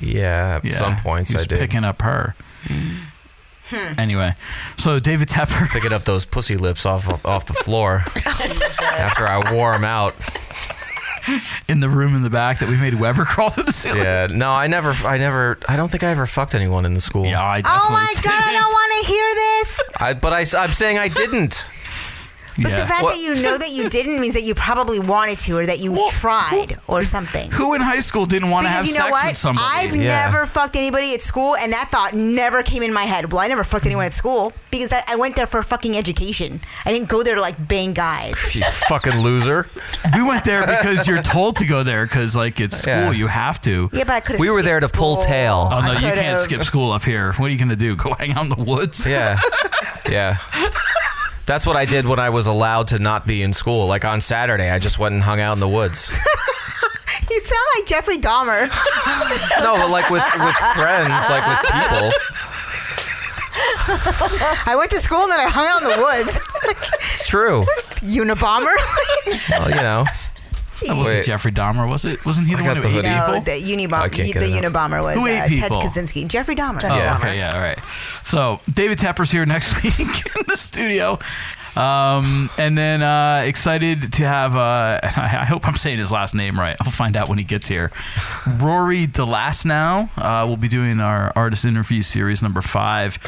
F: Yeah, at
H: Yeah,
F: some points
H: he was
F: I did. Hmm.
H: picking up her. Anyway, so David Tepper
F: picking up those pussy lips off off, off the floor after I wore them out.
H: in the room in the back that we made Weber crawl through the ceiling.
F: Yeah, no, I never, I never, I don't think I ever fucked anyone in the school. Yeah,
H: I
I: Oh my god, I don't want to hear this.
F: I, but I, am saying I didn't.
I: But the fact that you know that you didn't means that you probably wanted to, or that you tried, or something.
H: Who in high school didn't want to have
I: Because you know
H: sex
I: what?
H: with somebody?
I: I've never fucked anybody at school, and that thought never came in my head. Well, I never fucked anyone at school because that, I went there for fucking education. I didn't go there to like bang guys.
F: you fucking loser.
H: We went there because you're told to go there because like it's school,
F: Yeah.
H: you have to.
I: Yeah, but I could've
F: We were there to pull tail.
H: Oh no,
F: I
H: you can't
F: could've-
H: skip school up here. What are you gonna do? Go hang out in the woods?
F: Yeah. Yeah. That's what I did when I was allowed to not be in school. Like on Saturday, I just went and hung out in the woods.
I: you sound like Jeffrey Dahmer.
F: No, but like with, with friends, like with people.
I: I went to school and then I hung out in the woods.
F: It's true.
I: Unabomber.
F: Well, you know.
H: That wasn't Jeffrey Dahmer, was it? Wasn't he the one who ate
I: No,
H: people?
I: the
H: I
I: Unibomber.
H: can't
I: The
H: get it up.
I: Unabomber was
H: Who ate
I: uh, Ted
H: people?
I: Kaczynski. Jeffrey Dahmer.
H: Oh, okay, yeah, all right. So David Tepper's here next week in the studio, um, and then uh, excited to have. Uh, I, I hope I'm saying his last name right. I'll find out when he gets here. Rory Delasnow uh, will be doing our artist interview series number five.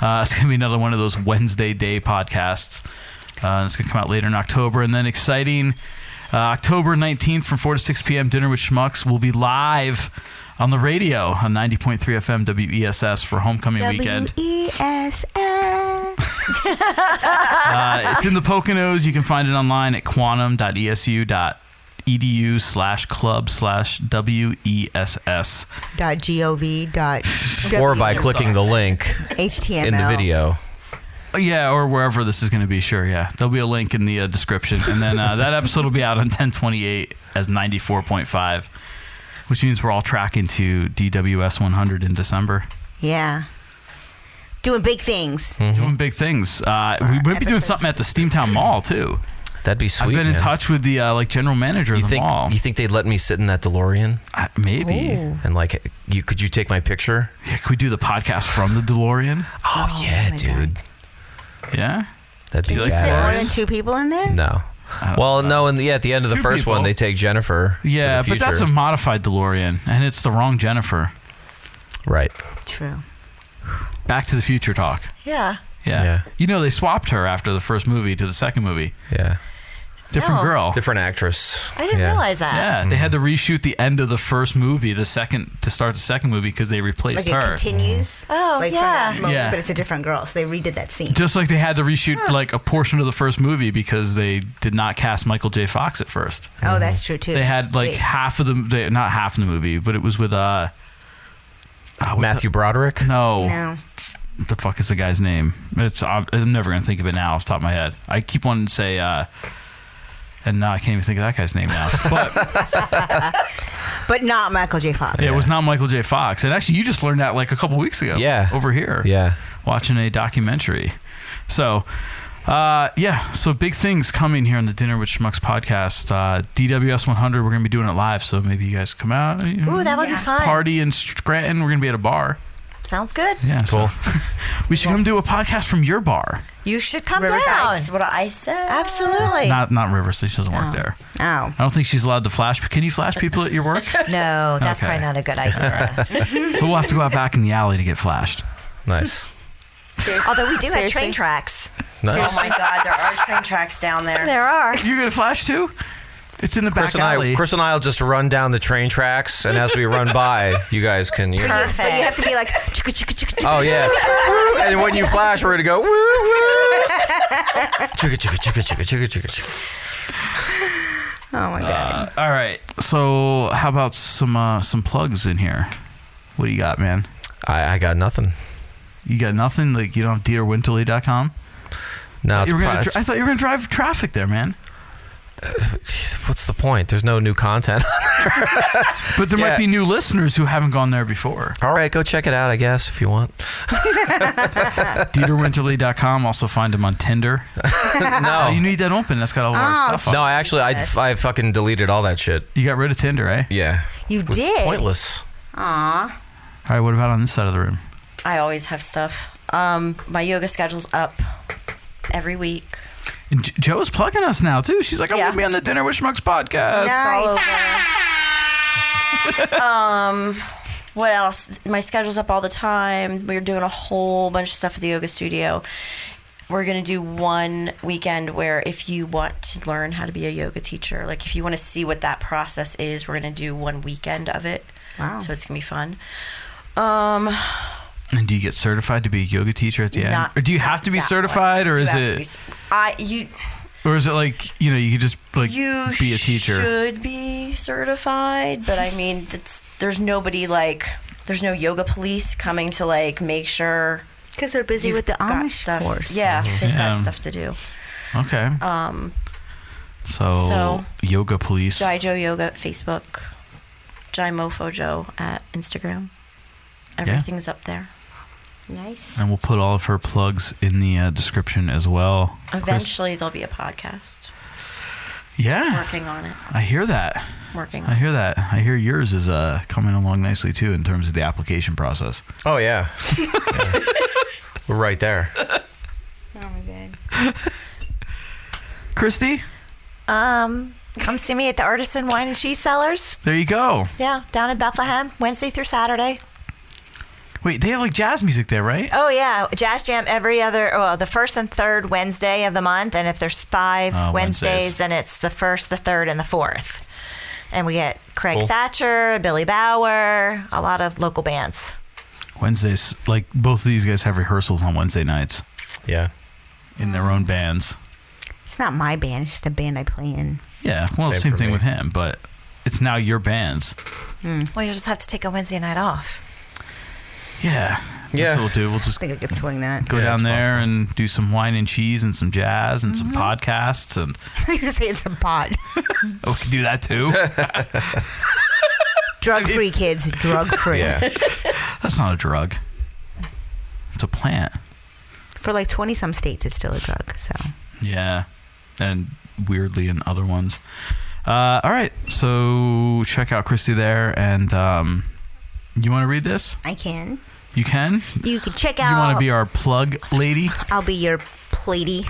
H: Uh, it's gonna be another one of those Wednesday day podcasts. Uh, it's gonna come out later in October, and then exciting. Uh, October 19th from 4 to 6 p.m. Dinner with Schmucks will be live on the radio on 90.3 FM WESS E for homecoming
U: E
H: weekend.
I: E
H: Uh, it's in the Poconos. You can find it online at E quantum.esu.edu E slash club slash E WESS.
I: Dot gov. Dot.
F: Or by clicking the link
I: HTML
F: in the video.
H: Yeah, or wherever this is going to be. Sure, yeah. There'll be a link in the uh, description. And then uh, that episode will be out on 1028 as 94.5, which means we're all tracking to DWS 100 in December.
I: Yeah. Doing big things.
F: Mm-hmm.
H: Doing big things. Uh, we might be doing something at the Steamtown Mall, too.
F: That'd be sweet.
H: I've been in
F: man.
H: touch with the uh, like general manager of
F: You
H: the
F: think
H: mall.
F: you think they'd let me sit in that DeLorean?
H: Uh, maybe.
F: And like, you could you take my picture?
H: Yeah, could we do the podcast from the DeLorean?
F: Oh, yeah, dude.
H: Yeah.
F: That'd be
I: You
F: badass.
I: sit more than two people in there.
F: No. Well, no, and yeah, at the end of the
H: Two
F: first one,
H: people.
F: they take Jennifer. to
H: Yeah,
F: the
H: but that's a
F: future.
H: modified DeLorean, and it's the wrong Jennifer.
F: Right.
I: True.
H: Back to the Future talk.
G: Yeah.
H: Yeah. You know, they swapped her after the first movie to the second movie.
F: Yeah.
H: Different
G: No.
H: girl.
F: Different actress.
G: I didn't realize that.
H: Yeah, they had to reshoot the end of the first movie, the second to start the second movie because they replaced
I: Like it
H: her.
I: continues.
G: Oh
I: like yeah. From that moment,
H: Yeah.
I: But it's a different girl, so they redid that scene.
H: Just like they had to reshoot like a portion of the first movie because they did not cast Michael J. Fox at first.
I: Oh, that's true too.
H: They had like
I: Wait.
H: half of the they, not half of the movie, but it was with uh
F: Matthew Broderick.
H: No,
I: No.
H: What the fuck is the guy's name? It's I'm, I'm never gonna think of it now off the top of my head. I keep wanting to say, uh, and now I can't even think of that guy's name now. But
I: but not Michael J. Fox.
H: it was not Michael J. Fox. And actually, you just learned that like a couple weeks ago. Yeah, over here.
F: Yeah,
H: watching a documentary. So. Uh, yeah, so big things coming here on the Dinner with Schmucks podcast. Uh, DWS 100, we're going to be doing it live, so maybe you guys come out. you know,
G: Ooh, that would be fun.
H: Party in Scranton. We're going to be at a bar.
G: Sounds good.
H: Yeah, cool. we should come do a podcast from your bar.
G: You should come down.
K: Riverside.
G: That's what I said. Absolutely.
H: Not not Riverside. She doesn't work there.
I: Oh.
H: I don't think she's allowed to flash. Can you flash people at your work?
K: Oh,
G: No, that's
H: Okay.
G: probably not a good idea.
H: so we'll have to go out back in the alley to get flashed.
F: Nice.
G: Seriously. Although we do have
K: Seriously.
G: train tracks.
F: Nice.
K: Oh my God, there are train tracks down there.
G: There are.
H: You get a flash too? It's in the
F: Chris
H: back
F: and I,
H: alley.
F: Chris and I'll just run down the train tracks, and as we run by, you guys can. You know.
I: But you have to be like,
F: Oh yeah, and when you flash, we're gonna go. Woo, woo. Chugga, chugga, chugga, chugga, chugga, chugga, chugga.
I: Oh my
H: god! Uh, all right, so how about some uh, some plugs in here? What do you got, man?
F: I, I got nothing.
H: You got nothing? Like you don't have DieterWinterly.com?
F: No, it's
H: you were
F: pri-
H: gonna
F: it's-
H: dri- I thought you were gonna drive traffic there, man.
F: What's the point? There's no new content.
H: but there
F: Yeah.
H: might be new listeners who haven't gone there before.
F: All right, go check it out, I guess, if you want.
H: DieterWinterly.com. Also find him on Tinder.
F: Oh.
H: Oh,
F: no,
H: you need that open. That's got all
K: Oh.
H: our stuff. on
F: No,
H: it.
F: I actually, I,
H: Jesus.
F: I fucking deleted all that shit.
H: You got rid of Tinder, eh?
F: Yeah.
I: You
F: It was
I: did?
F: Pointless.
K: Aw.
H: All right, what about on this side of the room?
K: I always have stuff. Um, my yoga schedule's up every week.
H: And J- Joe's plugging us now too. She's like, I'm gonna be on the Dinner with Schmucks podcast.
K: um, what else? My schedule's up all the time. We're doing a whole bunch of stuff at the yoga studio. We're gonna do one weekend where if you want to learn how to be a yoga teacher, like if you want to see what that process is, we're gonna do one weekend of it.
I: Wow.
K: So it's gonna be fun. Um,
H: And do you get certified to be a yoga teacher at the end,
K: Not-
H: or do you have to be
K: that
H: certified,
K: one.
H: or
K: You
H: is
K: have to
H: it,
K: be s- I you
H: or is it like you know you could just like
K: you
H: be a teacher?
K: should be certified, but I mean, it's, there's nobody like there's no yoga police coming to like make sure
I: because they're busy with the Amish
K: stuff.
I: course.
K: Yeah,
H: Mhm.
K: they've
H: Yeah.
K: got stuff to do.
H: Okay,
K: Um,
H: so,
K: so-
H: yoga police.
K: Jai Joe Yoga at Facebook, Jai Mofo Joe at Instagram. Everything's up there.
I: Nice.
H: and we'll put all of her plugs in the uh, description as well. Chris-
K: Eventually, there'll be a podcast.
H: yeah,
K: Working on it.
H: I hear that.
K: Working on
H: I hear that. I hear yours is uh, coming along nicely too in terms of the application process.
F: Oh yeah. Yeah. We're right there.
H: Christy,
G: Um, come see me at the Artisan Wine and Cheese Cellars.
H: there you go.
G: Yeah, down in Bethlehem, Wednesday through Saturday.
H: Wait, they have like jazz music there, right?
G: Oh yeah, Jazz Jam every other well, the first and third Wednesday of the month, and if there's five
H: Oh,
G: Wednesdays,
H: Wednesdays.
G: then it's the first, the third, and the fourth. And we get Craig
H: Cool.
G: Thatcher, Billy Bauer, a lot of local bands.
H: Wednesdays, like both of these guys have rehearsals on Wednesday nights.
F: Yeah.
H: In their own bands.
I: It's not my band. It's just a band I play in.
H: Yeah. Well,
I: Same
H: same,
I: for
H: thing
I: me.
H: with him, but it's now your bands.
I: Hmm.
G: Well, you'll just have to take a Wednesday night off.
H: Yeah.
F: Yeah.
H: That's what we'll do. We'll just
I: I think I could swing that.
H: go down there and do some wine and cheese and some jazz and
I: Mm-hmm.
H: some podcasts and
I: You're saying it's a pod.
H: oh, we could do that too.
I: Drug free kids. Drug free.
H: Yeah. That's not a drug. It's a plant.
I: For like twenty some states, it's still a drug. So
H: Yeah, and weirdly in other ones. Uh, all right, so check out Christy there, and um, you want to read this?
I: I can.
H: You can.
I: You can check
H: You want
I: out.
H: to be our plug lady?
I: I'll be your platey.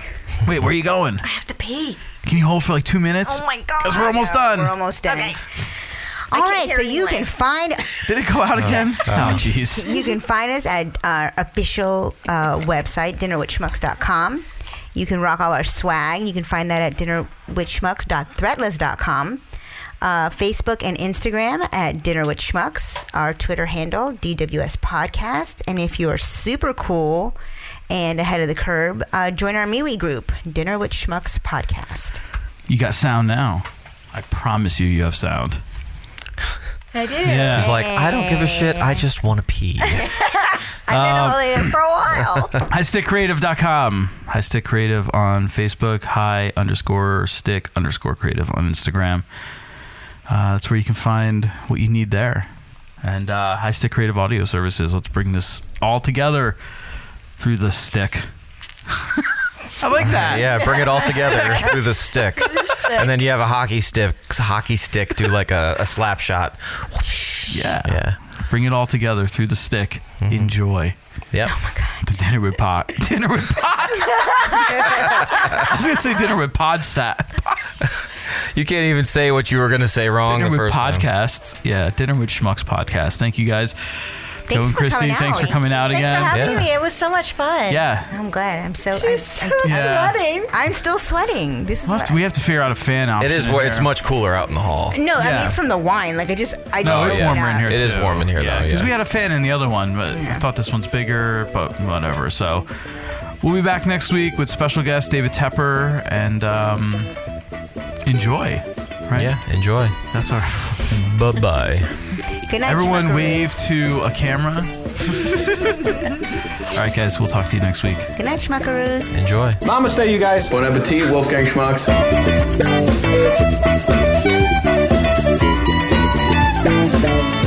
H: Wait, where are you going?
I: I have to pee.
H: Can you hold for like two minutes?
I: Oh my god!
H: Because we're almost
I: Yeah,
H: done.
I: We're almost done. All right, so you can find
H: Did it go out again?
F: Oh.
H: Oh, jeez.
I: you can find us at our official uh, website, dinnerwithschmucks.com. You can rock all our swag. You can find that at dinnerwithschmucks.threadless.com. Uh, Facebook and Instagram at Dinner with Schmucks. Our Twitter handle, DWS Podcast. And if you are super cool and ahead of the curb, uh, join our MeWe group, Dinner with Schmucks Podcast.
H: You got sound now. I promise you, you have sound.
G: I did.
H: Yeah.
F: She's like, I don't give a shit. I just want to pee.
H: Um,
G: it for a while.
H: highstickcreative.com. High Stick Creative on Facebook. High underscore stick underscore creative on Instagram. Uh, that's where you can find what you need there. And uh, High Stick Creative Audio Services. Let's bring this all together through the stick. I like that.
F: yeah, bring it all together through the stick. And then you have a hockey stick, hockey stick, do like a, a slap shot.
H: Yeah. Yeah. Bring it all together through the stick. Enjoy.
F: Mm-hmm. Yep.
H: Oh my God. The dinner with pot. Dinner with pot. I was gonna say dinner with Podstat.
F: You can't even say what you were going to say wrong
H: Dinner
F: the
H: with
F: first time.
H: podcasts. Yeah, dinner with schmucks podcast. Thank you guys
U: Joe and Christine, thanks for coming out
G: Thanks
U: again.
G: for having
U: yeah.
G: me. It was so much fun.
U: Yeah.
I: I'm glad. I'm so.
G: She's
I: I'm,
G: so
I: I'm-
U: Yeah.
I: I'm still sweating. This is.
U: Must-
I: what-
U: we have to figure out a fan option.
F: is
U: in
F: wa- it's
U: there.
F: much cooler out in the hall.
I: no, I mean it's from the wine. Like I just. I just
U: no, it's
I: opened
U: warmer
I: up.
U: in here.
F: It is warm in here, though,
U: Because
F: yeah.
U: we had a fan in the other one, but I thought this one's bigger. But whatever. So we'll be back next week with special guest David Tepper, and um, enjoy. Right?
F: Yeah, enjoy.
U: That's our.
F: bye bye.
I: Good night,
U: Everyone,
I: schmuckaroos.
U: wave to a camera. All right, guys. We'll talk to you next week.
I: Good night, schmuckaroos.
F: Enjoy.
B: Namaste, you guys. Bon appetit, Wolfgang Schmucks.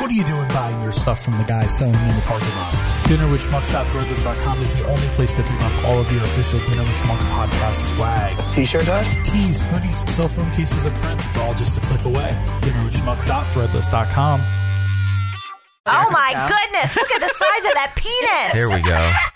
H: What are you doing buying your stuff from the guy selling in the parking lot? DinnerWithSchmucks.threadless.com is the only place to pick up all of your official Dinner with Schmucks podcast swag.
B: T-shirt does?
H: Tees, hoodies, cell phone cases, and prints. It's all just a click away. DinnerWithSchmucks.threadless.com.
G: Oh my
H: go.
G: goodness! Look at the size of that penis.
F: There we go.